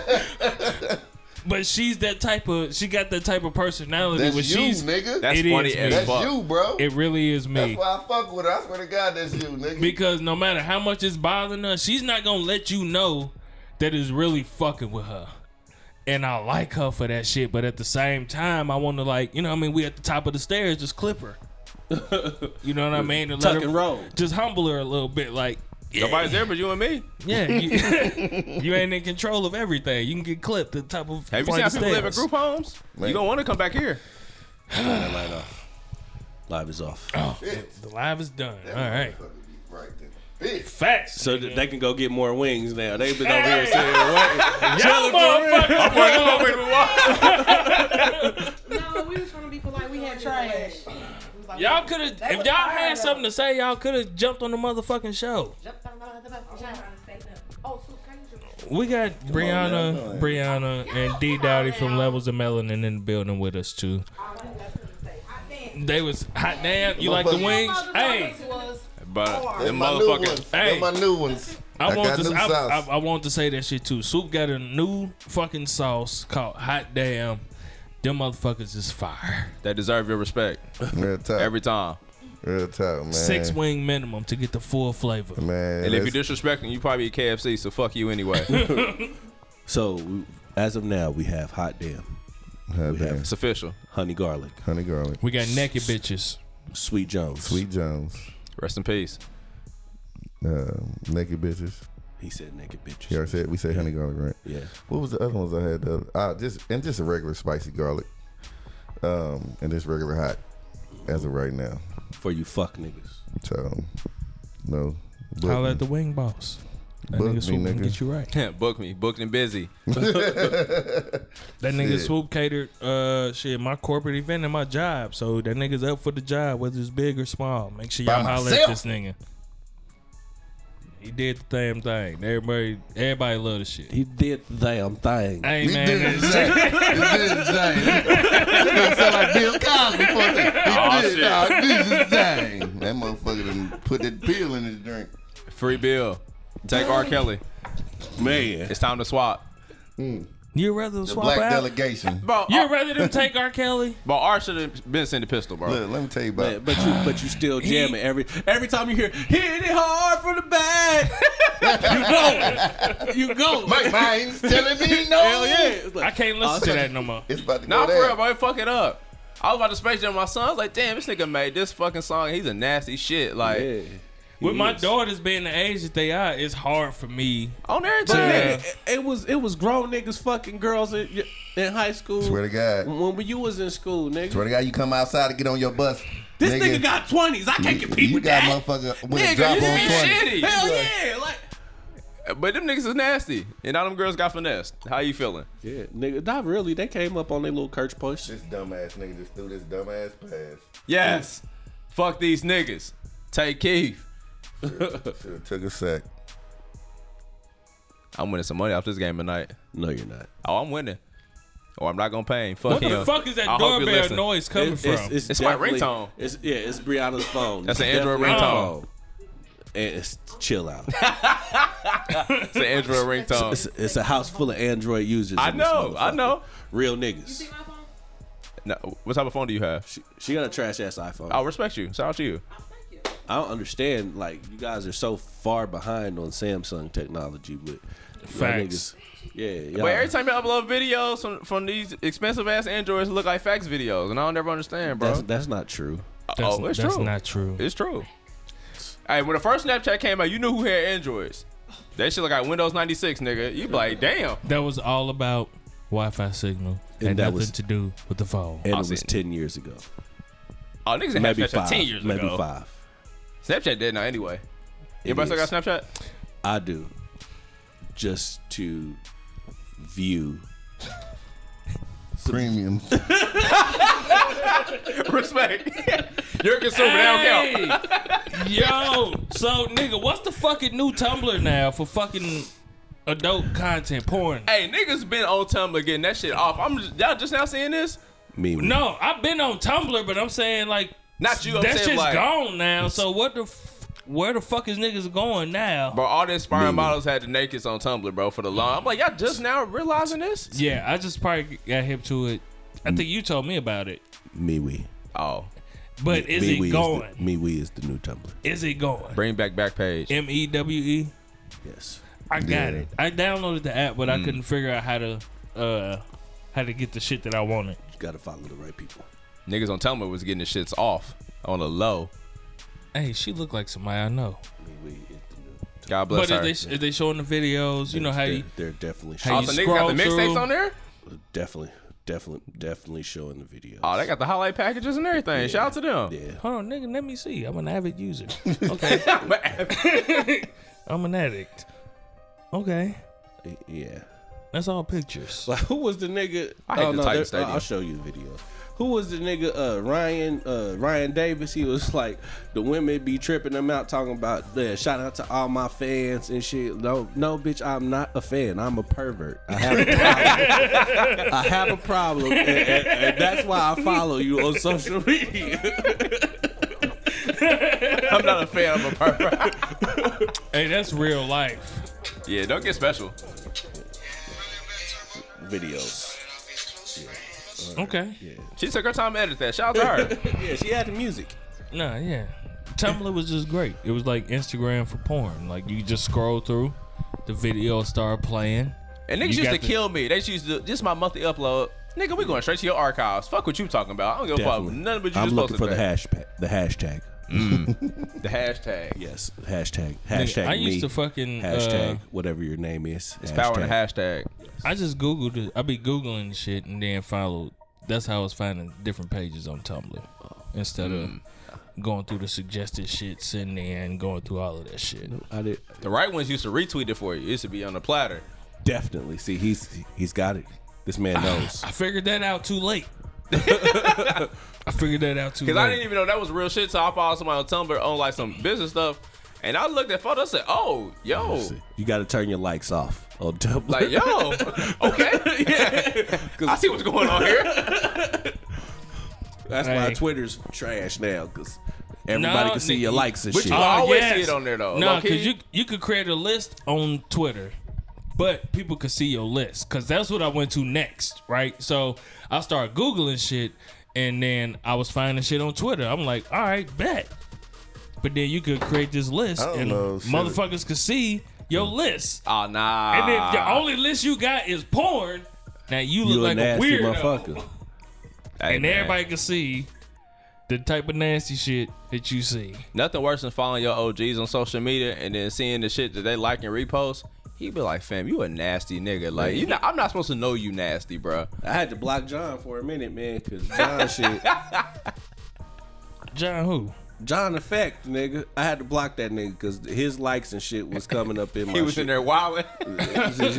Speaker 4: nigga.
Speaker 2: but she's that type of. She got that type of personality.
Speaker 3: That's
Speaker 2: where
Speaker 3: you,
Speaker 2: she's.
Speaker 3: nigga.
Speaker 4: That's
Speaker 2: It
Speaker 4: funny
Speaker 2: is
Speaker 4: as
Speaker 2: me.
Speaker 3: That's
Speaker 4: fuck.
Speaker 3: you, bro.
Speaker 2: It really is me.
Speaker 3: That's why I fuck with her. I swear to God, that's you, nigga.
Speaker 2: Because no matter how much it's bothering her, she's not gonna let you know that it's really fucking with her. And I like her for that shit, but at the same time, I want to like, you know, what I mean, we at the top of the stairs,
Speaker 4: [laughs]
Speaker 2: just clip her. you know what I mean? To let
Speaker 1: Tuck
Speaker 2: her-
Speaker 1: and roll.
Speaker 2: Just humble her a little bit, like,
Speaker 4: Nobody's there but you and me.
Speaker 2: Yeah,
Speaker 4: [laughs]
Speaker 2: you, [laughs] you ain't in control of everything. You can get clipped at the top of.
Speaker 4: Have you
Speaker 2: flight
Speaker 4: seen how
Speaker 2: of
Speaker 4: people live in
Speaker 2: stairs.
Speaker 4: group homes?
Speaker 3: Man.
Speaker 4: You gonna want to come back here.
Speaker 1: Turn that light off. Live is off.
Speaker 2: The live is done. All right.
Speaker 3: Right there. Bitch.
Speaker 2: Facts.
Speaker 1: So th- they can go get more wings now. They've been over here saying, "What?"
Speaker 2: Y'all
Speaker 4: [laughs]
Speaker 2: motherfuckers.
Speaker 5: No, we was trying to be polite. We had trash.
Speaker 2: Y'all could have. If y'all had something to say, y'all could have jumped on the motherfucking show.
Speaker 5: Oh,
Speaker 2: We got Brianna, Brianna, and D Dowdy from Levels of Melanin in the building with us too. They was hot damn. You like the wings? Hey,
Speaker 4: But them
Speaker 3: my new
Speaker 4: motherfuckers.
Speaker 3: ones.
Speaker 2: Hey.
Speaker 3: Them my new ones.
Speaker 2: I want
Speaker 3: got
Speaker 2: to.
Speaker 3: new
Speaker 2: I, I,
Speaker 3: sauce.
Speaker 2: I want to say that shit too. Soup got a new fucking sauce called Hot Damn. Them motherfuckers is fire.
Speaker 4: That deserve your respect
Speaker 3: [laughs] Real talk.
Speaker 4: every time.
Speaker 3: Real talk, man.
Speaker 2: Six wing minimum to get the full flavor.
Speaker 3: Man.
Speaker 4: And if
Speaker 3: let's-
Speaker 4: you're disrespecting, you probably at KFC, so fuck you [laughs] anyway.
Speaker 1: So we- as of now, we have hot damn,
Speaker 3: God
Speaker 1: we
Speaker 3: damn.
Speaker 1: have
Speaker 4: it's official.
Speaker 1: honey garlic,
Speaker 3: honey garlic,
Speaker 2: We got naked bitches.
Speaker 1: sweet Jones.
Speaker 3: sweet Jones,
Speaker 4: Rest in peace. [laughs]
Speaker 3: uh, naked bitches.
Speaker 1: He said naked bitches.
Speaker 3: You already said we said honey garlic, right?
Speaker 1: Yeah.
Speaker 3: What was the other ones I had? The other- ah, just and just a regular spicy garlic, um, and just regular hot as of right now.
Speaker 1: For you fuck niggas.
Speaker 3: So no, book
Speaker 2: Holla
Speaker 3: me.
Speaker 2: at the wing boss. That
Speaker 3: Book me,
Speaker 2: nigga swoop
Speaker 3: nigga.
Speaker 2: can get you [laughs] right.
Speaker 4: Book me. Booked and busy.
Speaker 2: That nigga
Speaker 3: Shit.
Speaker 2: swoop catered uh shit, my corporate event and my job. So that nigga's up for the job, whether it's big or small. Make sure y'all
Speaker 3: By
Speaker 2: holler at
Speaker 3: myself.
Speaker 2: this nigga. He did the damn thing. Everybody everybody love the shit.
Speaker 1: He did the damn thing.
Speaker 2: Hey
Speaker 3: He did
Speaker 2: man,
Speaker 3: his thing. He did his thing.
Speaker 4: [laughs]
Speaker 3: That nigga sound like Bill Cosby for a second. He
Speaker 4: Aw,
Speaker 3: did-
Speaker 4: Oh, shit.
Speaker 3: nah, he did his thing. That motherfucker done put that pill in his drink.
Speaker 4: Free bill. Take R. Kelly.
Speaker 1: Man.
Speaker 4: It's time to swap.
Speaker 2: you rather
Speaker 3: The
Speaker 2: swap
Speaker 3: black
Speaker 2: out?
Speaker 3: delegation.
Speaker 4: Bro,
Speaker 2: you
Speaker 4: R,
Speaker 2: rather them take R. Kelly?
Speaker 4: bro, R should have been sent a pistol, bro.
Speaker 3: Look, let me tell you about.
Speaker 1: But, but [sighs] you but you still jamming every every time you hear hit it hard from the back. you go. You go.
Speaker 3: Mike Mines telling me no.
Speaker 1: Hell [laughs] yeah. It's
Speaker 2: I
Speaker 1: like,
Speaker 2: can't listen to
Speaker 3: I'll-
Speaker 2: that no more.
Speaker 3: It's about to go
Speaker 4: Nah, for
Speaker 3: down.
Speaker 4: real, bro. He Fuck it up. I was about to space jam my son. I was like, damn, this nigga made this fucking song. He's a nasty shit. Like,
Speaker 1: yeah.
Speaker 2: With my daughters being the age that they are, it's hard for me.
Speaker 4: on everything.
Speaker 1: Man, it, it was it was grown niggas fucking girls in, in high school.
Speaker 3: Swear to
Speaker 4: Mm-hmm.
Speaker 3: God.
Speaker 1: When you was in school, nigga.
Speaker 3: Swear to God, you come outside to get on your bus.
Speaker 1: this nigga, got twenties. I can't compete
Speaker 3: You
Speaker 1: with
Speaker 3: got
Speaker 1: that.
Speaker 3: motherfucker with
Speaker 4: Nigga,
Speaker 3: a drop
Speaker 4: you
Speaker 3: on
Speaker 4: be
Speaker 3: twenty.
Speaker 4: shitty.
Speaker 1: Hell yeah. Like
Speaker 4: But them niggas is nasty. And all them girls got finessed. How you feeling?
Speaker 1: Yeah, nigga, not really. They came up on their little church push.
Speaker 3: This dumbass nigga just threw this dumbass pass.
Speaker 4: Yes. Fuck these niggas. Take Keith.
Speaker 3: Should have took a sack.
Speaker 4: I'm winning some money off this game tonight.
Speaker 1: No, you're not.
Speaker 4: Oh, I'm winning. Or I'm not gonna pay him. Fuck
Speaker 2: What
Speaker 4: him.
Speaker 2: the fuck is that
Speaker 4: I hope you
Speaker 2: doorbell
Speaker 4: listen.
Speaker 2: noise coming
Speaker 1: It-
Speaker 2: from?
Speaker 4: It's my
Speaker 1: definitely-
Speaker 4: ringtone.
Speaker 1: It's yeah, it's Brianna's phone.
Speaker 4: That's
Speaker 1: It's
Speaker 4: an Android
Speaker 1: definitely her
Speaker 4: ringtone.
Speaker 1: phone. And it's chill out.
Speaker 4: [laughs] It's an
Speaker 2: [laughs]
Speaker 4: Android
Speaker 1: It's,
Speaker 4: ringtone.
Speaker 1: it's a house full of Android users.
Speaker 4: Oh. I
Speaker 1: in this
Speaker 4: know. I
Speaker 1: motherfucker.
Speaker 4: know.
Speaker 1: Real niggas.
Speaker 4: No, what type of phone do you have?
Speaker 1: She, she got a trash ass iPhone.
Speaker 4: I respect you. Shout out to you.
Speaker 5: Oh,
Speaker 1: I don't understand. Like you guys are so far behind on Samsung technology with y'all niggas-
Speaker 2: Facts.
Speaker 1: Yeah, y'all,
Speaker 4: But every time you upload videos from, from these expensive ass androids, look like fax videos, and I don't ever understand, bro.
Speaker 1: that's that's not true.
Speaker 2: That's,
Speaker 4: oh, it's
Speaker 2: that's
Speaker 4: true.
Speaker 2: not true.
Speaker 4: It's true. Hey, when the first Snapchat came out, you knew who had androids. That shit look like Windows 96, nigga. You be like, damn.
Speaker 2: That was all about Wi-Fi signal and,
Speaker 1: And that
Speaker 2: nothing
Speaker 1: was-
Speaker 2: to do with the phone.
Speaker 1: And
Speaker 4: I'll
Speaker 1: it was
Speaker 4: see.
Speaker 1: ten years ago,
Speaker 4: Oh, niggas didn't have
Speaker 1: maybe
Speaker 4: Snapchat
Speaker 1: five,
Speaker 4: 10 years
Speaker 1: maybe
Speaker 4: ago.
Speaker 1: five.
Speaker 4: Snapchat did now anyway.
Speaker 1: It
Speaker 4: Anybody still
Speaker 1: is.
Speaker 4: got Snapchat?
Speaker 1: I do. Just to view.
Speaker 4: [laughs]
Speaker 3: Premium.
Speaker 4: Respect. [laughs] You're a consumer. That don't count.
Speaker 2: Hey! Yo, so nigga, what's the fucking new Tumblr now for fucking adult content porn?
Speaker 4: Hey, niggas been on Tumblr getting that shit off. I'm just, y'all just now seeing this.
Speaker 1: Me.
Speaker 2: No, I've been on Tumblr, but I'm saying like
Speaker 4: Not you. I'm
Speaker 2: that
Speaker 4: saying
Speaker 2: shit's
Speaker 4: like,
Speaker 2: gone now. So what the f- where the fuck is niggas going now?
Speaker 4: bro, all the inspiring models had the nakeds on Tumblr, bro, for the long. I'm like, y'all just now realizing this?
Speaker 2: Yeah, I just probably got hip to it. I
Speaker 1: Mm.
Speaker 2: think you told me about it,
Speaker 1: MeWe.
Speaker 4: Oh,
Speaker 2: but is
Speaker 1: MeWe
Speaker 2: it
Speaker 1: Is
Speaker 2: going?
Speaker 1: the, MeWe is the new Tumblr.
Speaker 2: Is it going?
Speaker 4: bring back Backpage.
Speaker 2: M E W E.
Speaker 1: Yes.
Speaker 2: I got
Speaker 3: Yeah.
Speaker 2: it. I downloaded the app, but
Speaker 1: Mm.
Speaker 2: I couldn't figure out how to uh how to get the shit that I wanted.
Speaker 1: You gotta follow the right people.
Speaker 4: Niggas on Tumblr was getting the shits off on the low.
Speaker 2: Hey, she looked like somebody I know.
Speaker 1: MeWe is the new
Speaker 4: God bless
Speaker 2: But
Speaker 4: her.
Speaker 2: if they if they showing the videos, you know how
Speaker 1: they're,
Speaker 2: you
Speaker 1: they're definitely
Speaker 2: how you
Speaker 4: also, niggas got the
Speaker 2: scroll
Speaker 4: mixtapes
Speaker 2: through.
Speaker 4: on there.
Speaker 1: sho- definitely definitely definitely showing the videos.
Speaker 2: Uh,
Speaker 4: Oh, they got the highlight packages and everything. Shout out to them.
Speaker 1: yeah.
Speaker 2: Hold on, nigga, let me see. I'm an
Speaker 1: [laughs]
Speaker 2: avid user. Okay.
Speaker 4: [laughs]
Speaker 2: I'm an addict. Okay.
Speaker 1: Yeah.
Speaker 2: That's all pictures.
Speaker 1: Like who was the nigga? Oh,
Speaker 4: I hate the Titan
Speaker 1: they're-
Speaker 4: Stadium.
Speaker 1: uh, I'll show you the video. Who was the nigga? Uh, Ryan uh, Ryan Davis. He was like the women be tripping him out, talking about uh, shout out to all my fans and shit. No, no, bitch, I'm not a fan. I'm a pervert. I have a problem. I have a problem, and, and- and that's why I follow you on social media.
Speaker 4: I'm not a fan of a pervert.
Speaker 2: Hey, that's real life.
Speaker 4: yeah, don't get special.
Speaker 1: Videos.
Speaker 2: Okay.
Speaker 4: She took her time to edit that. Shout out to her.
Speaker 1: Yeah, she had the music.
Speaker 2: Nah, yeah. Tumblr was just great. It was like Instagram for porn. Like you just scroll through, the video start playing.
Speaker 4: And niggas
Speaker 2: You
Speaker 4: used
Speaker 2: got
Speaker 4: to
Speaker 2: the-
Speaker 4: kill me. They just used to. This is my monthly upload. Nigga, we going straight to your archives. Fuck what you talking about. I don't give a fuck.
Speaker 1: Definitely.
Speaker 4: None of it you
Speaker 1: I'm
Speaker 4: just
Speaker 1: looking
Speaker 4: posted
Speaker 1: for the
Speaker 4: back.
Speaker 1: hashtag. The hashtag.
Speaker 4: the hashtag.
Speaker 1: Yes, hashtag.
Speaker 2: Nigga,
Speaker 1: Hashtag
Speaker 2: I
Speaker 1: me.
Speaker 2: used to fucking
Speaker 1: hashtag
Speaker 2: uh,
Speaker 1: whatever your name is. It's
Speaker 4: Power in the hashtag.
Speaker 2: I just googled it. I be googling shit and then followed. That's how I was finding different pages on Tumblr instead
Speaker 4: Mm.
Speaker 2: of going through the suggested shit, sitting there and going through all of that shit.
Speaker 1: I did
Speaker 4: The right ones used to retweet it for you. It used to be on the platter.
Speaker 1: definitely see he's he's got it. This man knows.
Speaker 2: I figured that out
Speaker 4: [laughs]
Speaker 2: too late. [laughs] I figured that out too late.
Speaker 4: Because I didn't even know that was real shit. So I followed somebody on Tumblr on like some business stuff. And I looked at photos. I said, oh, yo.
Speaker 1: You got to turn your likes off on Tumblr.
Speaker 4: Like, yo. okay. [laughs] Yeah. I see what's going on here.
Speaker 1: [laughs] That's why
Speaker 2: Hey.
Speaker 1: Twitter's trash now because everybody
Speaker 2: No,
Speaker 1: can see
Speaker 2: nigga,
Speaker 1: your likes and
Speaker 4: but
Speaker 1: shit.
Speaker 4: you-
Speaker 2: Oh,
Speaker 4: I always see it on there, though.
Speaker 2: No,
Speaker 4: Low-key.
Speaker 2: because you you could create a list on Twitter, but people could see your list because that's what I went to next, right? So I started googling shit, and then I was finding shit on Twitter. I'm like, all right, bet. But then you could create this list,
Speaker 3: I don't
Speaker 2: and
Speaker 3: know, shit.
Speaker 2: motherfuckers could see your list.
Speaker 4: Oh, nah.
Speaker 2: And if
Speaker 4: Ah.
Speaker 2: the only list you got is porn, now you look
Speaker 1: You
Speaker 2: like
Speaker 1: a
Speaker 2: a,
Speaker 1: nasty
Speaker 2: weirdo,
Speaker 1: motherfucker.
Speaker 4: Hey,
Speaker 2: and
Speaker 4: man.
Speaker 2: everybody can see the type of nasty shit that you see.
Speaker 4: Nothing worse than following your OGs on social media and then seeing the shit that they like and repost. He be like, fam, you a nasty nigga. Like, you not, I'm not supposed to know you nasty, bro.
Speaker 1: I had to block John for a minute, man, because John shit.
Speaker 2: John, who?
Speaker 1: John effect, nigga. I had to block that nigga because his likes and shit was coming up in my.
Speaker 4: He was
Speaker 1: shit.
Speaker 4: in there wilding.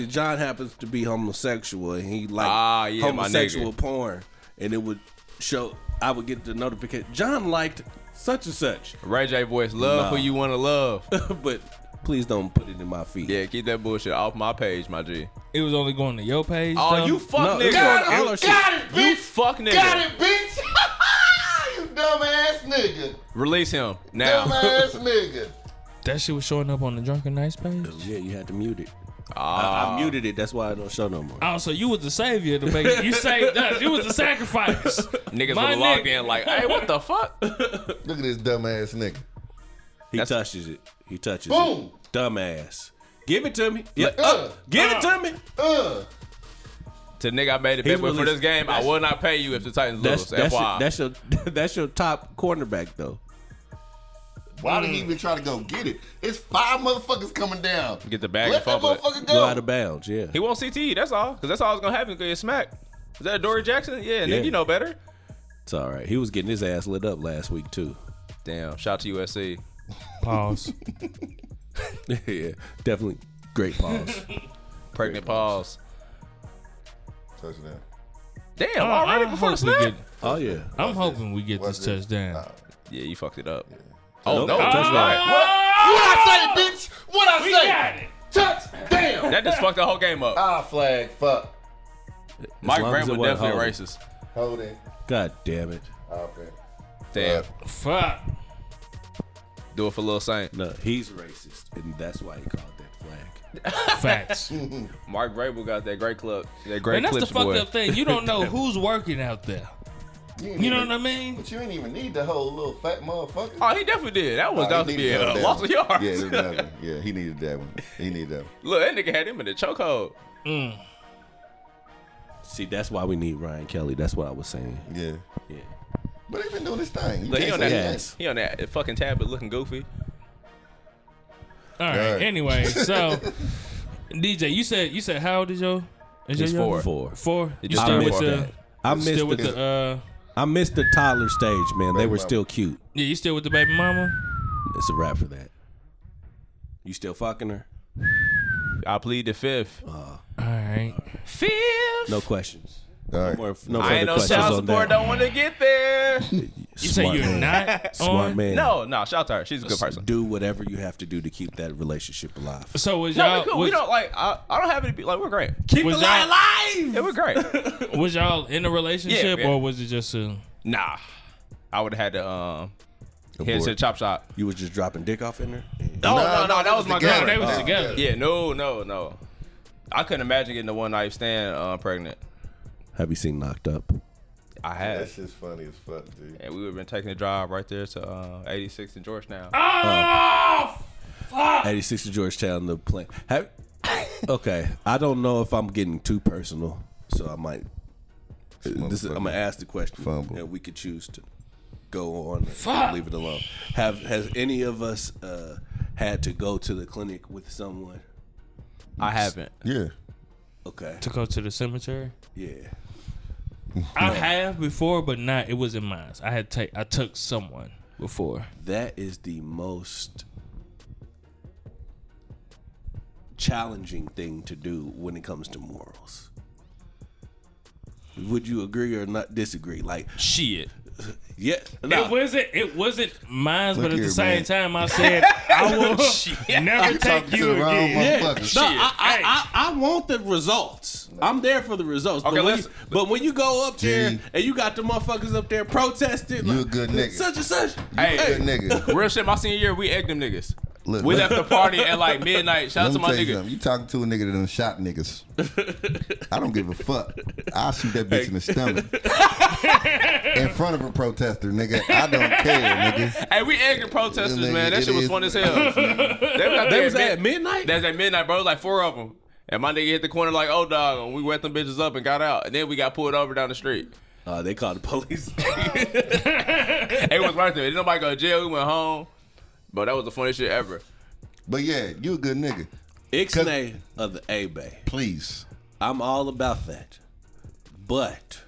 Speaker 1: John happens to be homosexual, and he liked
Speaker 4: Ah, yeah, my
Speaker 1: homosexual porn, and it would show. I would get the notification. John liked such and such,
Speaker 4: [laughs]
Speaker 1: [laughs]
Speaker 4: Ray J voice, love who you want to [laughs] love.
Speaker 1: but please don't put it in my feed.
Speaker 4: yeah, keep that bullshit off my page, my G.
Speaker 2: It was only going to your page.
Speaker 4: Oh,
Speaker 2: though?
Speaker 4: you fuck
Speaker 1: No,
Speaker 4: nigga.
Speaker 1: it's on all our shit.
Speaker 4: you fuck nigga.
Speaker 3: Got it, bitch! [laughs] you dumbass nigga!
Speaker 4: Release him now. [laughs]
Speaker 3: Dumbass nigga!
Speaker 2: That shit was showing up on the Drunken Nights page.
Speaker 1: Yeah, you had to mute it. I,
Speaker 4: Ah.
Speaker 1: I muted it. That's why I don't show no more.
Speaker 2: Oh, so you was the savior to make it. You saved us. You was the sacrifice.
Speaker 4: [laughs] Niggas
Speaker 2: My
Speaker 4: would logged
Speaker 2: nigga.
Speaker 4: in [laughs] like, hey, what the fuck?
Speaker 3: Look at this dumbass nigga.
Speaker 1: He
Speaker 4: That's-
Speaker 1: touches it. He touches
Speaker 3: Boom.
Speaker 1: it. Dumbass. Give it to me. Yeah.
Speaker 3: uh,
Speaker 1: uh, give it to me.
Speaker 3: Uh!
Speaker 4: To nigga, I made a bet
Speaker 1: He's
Speaker 4: with for this
Speaker 1: released.
Speaker 4: game. I will not pay you if the Titans
Speaker 1: That's
Speaker 4: lose.
Speaker 1: that's your,
Speaker 4: FYI.
Speaker 1: that's your [laughs] that's your top cornerback though.
Speaker 3: Why did he
Speaker 4: Mm.
Speaker 3: even try to go get it? It's five motherfuckers coming down.
Speaker 4: Get the bag
Speaker 3: Let
Speaker 4: and
Speaker 3: that
Speaker 4: fumble it.
Speaker 3: motherfucker
Speaker 1: Go out
Speaker 3: go.
Speaker 1: of bounds. Yeah.
Speaker 4: He won't CTE. E, That's all. Because that's all that's going to happen because you smack. Is that Dory Jackson? Yeah,
Speaker 1: Yeah.
Speaker 4: nigga, you know better.
Speaker 1: It's all right. He was getting his ass lit up last week too.
Speaker 4: Damn. Shout to USC. [laughs]
Speaker 2: Pause.
Speaker 1: [laughs] yeah, definitely great pause.
Speaker 4: [laughs] Pregnant pause.
Speaker 3: Touchdown.
Speaker 4: Damn,
Speaker 2: I'm,
Speaker 4: already
Speaker 2: I'm
Speaker 4: before the
Speaker 2: hoping we
Speaker 4: snap?
Speaker 2: get,
Speaker 1: oh yeah,
Speaker 2: I'm hoping we get
Speaker 3: What's
Speaker 2: this
Speaker 3: this?
Speaker 2: touchdown.
Speaker 4: Yeah, you fucked it up. Oh,
Speaker 1: Nope.
Speaker 4: no.
Speaker 1: Touchdown.
Speaker 4: Touchdown.
Speaker 3: What I say, bitch? What I say?
Speaker 2: got it.
Speaker 3: Touchdown!
Speaker 4: That just fucked the whole game up.
Speaker 3: Ah, flag, fuck.
Speaker 4: Mike
Speaker 1: long
Speaker 4: Graham
Speaker 1: as it
Speaker 4: was
Speaker 1: wasn't
Speaker 4: definitely
Speaker 1: holding.
Speaker 4: racist.
Speaker 3: Hold it.
Speaker 1: God damn it.
Speaker 3: Offense.
Speaker 4: Damn.
Speaker 2: Fuck.
Speaker 4: Do it for Lil Saint.
Speaker 1: No, he's racist, and that's why he called that
Speaker 4: [laughs]
Speaker 1: flag.
Speaker 2: Facts. and
Speaker 4: Mark Vrabel got that great clip. That great
Speaker 2: that's the
Speaker 4: clips
Speaker 2: fucked
Speaker 4: boy.
Speaker 2: up thing. You
Speaker 4: [laughs]
Speaker 2: don't know who's working out there. You know what I mean?
Speaker 3: But you ain't even need the whole little fat motherfucker.
Speaker 4: Oh, he definitely did. That was that was be a loss of yards.
Speaker 3: Yeah, that one. yeah, he needed that one. He needed that one.
Speaker 4: [laughs] Look, that nigga had him in the chokehold.
Speaker 1: See, that's why we need Ryan Kelly. That's what I was saying.
Speaker 3: Yeah.
Speaker 1: Yeah.
Speaker 3: But he been doing this thing. You
Speaker 4: Look, he
Speaker 3: can't
Speaker 4: on
Speaker 3: say
Speaker 4: that.
Speaker 3: he ain't.
Speaker 1: yes.
Speaker 4: He on that fucking tablet looking goofy.
Speaker 2: All right.
Speaker 3: Right.
Speaker 2: Anyway, so DJ, you said you said how old is your? Is
Speaker 4: He's
Speaker 2: your
Speaker 4: four.
Speaker 2: young?
Speaker 1: Four.
Speaker 2: Four. You
Speaker 4: just
Speaker 2: still
Speaker 4: turned
Speaker 2: with
Speaker 4: four.
Speaker 2: the?
Speaker 1: I missed
Speaker 2: Still with
Speaker 1: the,
Speaker 2: the? Uh,
Speaker 1: I missed the toddler stage, man. They
Speaker 3: Baby
Speaker 1: were
Speaker 3: mama.
Speaker 1: still cute.
Speaker 2: yeah, you still with the baby mama?
Speaker 1: It's a wrap for that. You still fucking her?
Speaker 4: I plead the fifth.
Speaker 2: All right.
Speaker 4: Fifth.
Speaker 1: No questions.
Speaker 3: All right.
Speaker 1: More, no
Speaker 4: I
Speaker 1: further
Speaker 4: ain't no
Speaker 1: questions
Speaker 4: child
Speaker 1: on
Speaker 4: support.
Speaker 1: that.
Speaker 4: Don't want to get there.
Speaker 2: You say
Speaker 1: Smart
Speaker 2: you're
Speaker 1: man.
Speaker 2: not
Speaker 1: Smart
Speaker 2: on?
Speaker 1: man.
Speaker 4: No, no. Shout out to her. She's a good person.
Speaker 1: Do whatever you have to do to keep that relationship alive.
Speaker 2: So was
Speaker 4: No,
Speaker 2: y'all
Speaker 4: we cool.
Speaker 2: was,
Speaker 4: we don't like. I, I don't have any. Like we're great.
Speaker 1: Keep
Speaker 2: was
Speaker 1: the
Speaker 2: y'all-
Speaker 1: lie alive.
Speaker 4: Yeah, we're great.
Speaker 2: was y'all in a relationship
Speaker 4: Yeah, yeah.
Speaker 2: or was it just a
Speaker 4: [laughs] nah, I would have had to um head to the
Speaker 3: Abort.
Speaker 4: chop shop.
Speaker 1: You was just dropping dick off in there.
Speaker 4: No,
Speaker 3: Nah,
Speaker 4: no, no.
Speaker 3: they
Speaker 4: That
Speaker 3: was
Speaker 4: was my
Speaker 3: together.
Speaker 4: girl.
Speaker 2: they was
Speaker 3: Oh.
Speaker 2: together?
Speaker 4: Yeah, no, no, no. I couldn't imagine getting a one night stand uh, pregnant.
Speaker 1: Have you seen Knocked Up?
Speaker 4: I
Speaker 3: That
Speaker 4: had.
Speaker 3: shit's funny as fuck, dude.
Speaker 4: And we would have been taking a drive right there to uh, 86 in Georgetown.
Speaker 1: Eighty six to Georgetown. The plan. Have, okay, I don't know if I'm getting too personal, so I might. This is, I'm gonna ask the question,
Speaker 3: Fumble.
Speaker 1: and we could choose to go on or leave it alone. Have has any of us uh, had to go to the clinic with someone?
Speaker 4: I haven't.
Speaker 3: Yeah.
Speaker 1: Okay,
Speaker 2: To go to the cemetery?
Speaker 1: yeah.
Speaker 2: I have before, but not. It was in mine. I had take. I took someone before.
Speaker 1: That is the most challenging thing to do when it comes to morals. Would you agree or not disagree? Like,
Speaker 4: Shit.
Speaker 1: yeah, nah,
Speaker 2: It wasn't. It wasn't mine, but
Speaker 3: Look
Speaker 2: at
Speaker 3: here,
Speaker 2: the same
Speaker 3: man.
Speaker 2: time,
Speaker 3: [laughs]
Speaker 2: I said I will never
Speaker 3: Talking
Speaker 2: take
Speaker 3: to
Speaker 2: you
Speaker 3: the wrong
Speaker 2: again.
Speaker 3: motherfucker.
Speaker 1: No,
Speaker 2: Shit.
Speaker 1: I, I,
Speaker 2: Hey.
Speaker 1: I, I want the results. I'm there for the results.
Speaker 4: Okay,
Speaker 1: but, when
Speaker 4: let's-
Speaker 1: you, but when you go up there
Speaker 3: Gee.
Speaker 1: and you got the motherfuckers up there protesting,
Speaker 3: You a
Speaker 1: like,
Speaker 3: good nigga.
Speaker 1: Such and such.
Speaker 4: Hey.
Speaker 3: Good nigga.
Speaker 4: Real shit, my senior year, we egged them niggas.
Speaker 3: Look,
Speaker 4: we
Speaker 3: let-
Speaker 4: left the party at like midnight. Shout out
Speaker 3: Let me
Speaker 4: to my
Speaker 3: tell you
Speaker 4: nigga.
Speaker 3: something. You talking to a nigga that done shot niggas.
Speaker 4: [laughs]
Speaker 3: I don't give a fuck. I'll shoot that bitch in the stomach.
Speaker 4: [laughs]
Speaker 3: in front of a protester, nigga. I don't care, nigga.
Speaker 4: Hey, we egged the protesters,
Speaker 3: Nigga,
Speaker 4: man.
Speaker 3: it
Speaker 4: That shit was
Speaker 3: is-
Speaker 4: fun as
Speaker 1: [laughs]
Speaker 4: hell. they was out
Speaker 1: They
Speaker 4: there
Speaker 1: was at
Speaker 4: mid-
Speaker 1: midnight?
Speaker 4: That's at midnight, bro. Like four of them. And my nigga hit the corner like, oh, dog. And we wet them bitches up and got out. And then we got pulled over down the street.
Speaker 1: Uh, they called the
Speaker 3: [laughs]
Speaker 1: police.
Speaker 4: It was worth it. Didn't nobody go to jail. We went home. But that was the funniest shit ever.
Speaker 3: But yeah, you a good nigga.
Speaker 1: Ixnay of the A-Bay.
Speaker 3: Please.
Speaker 1: I'm all about that. But,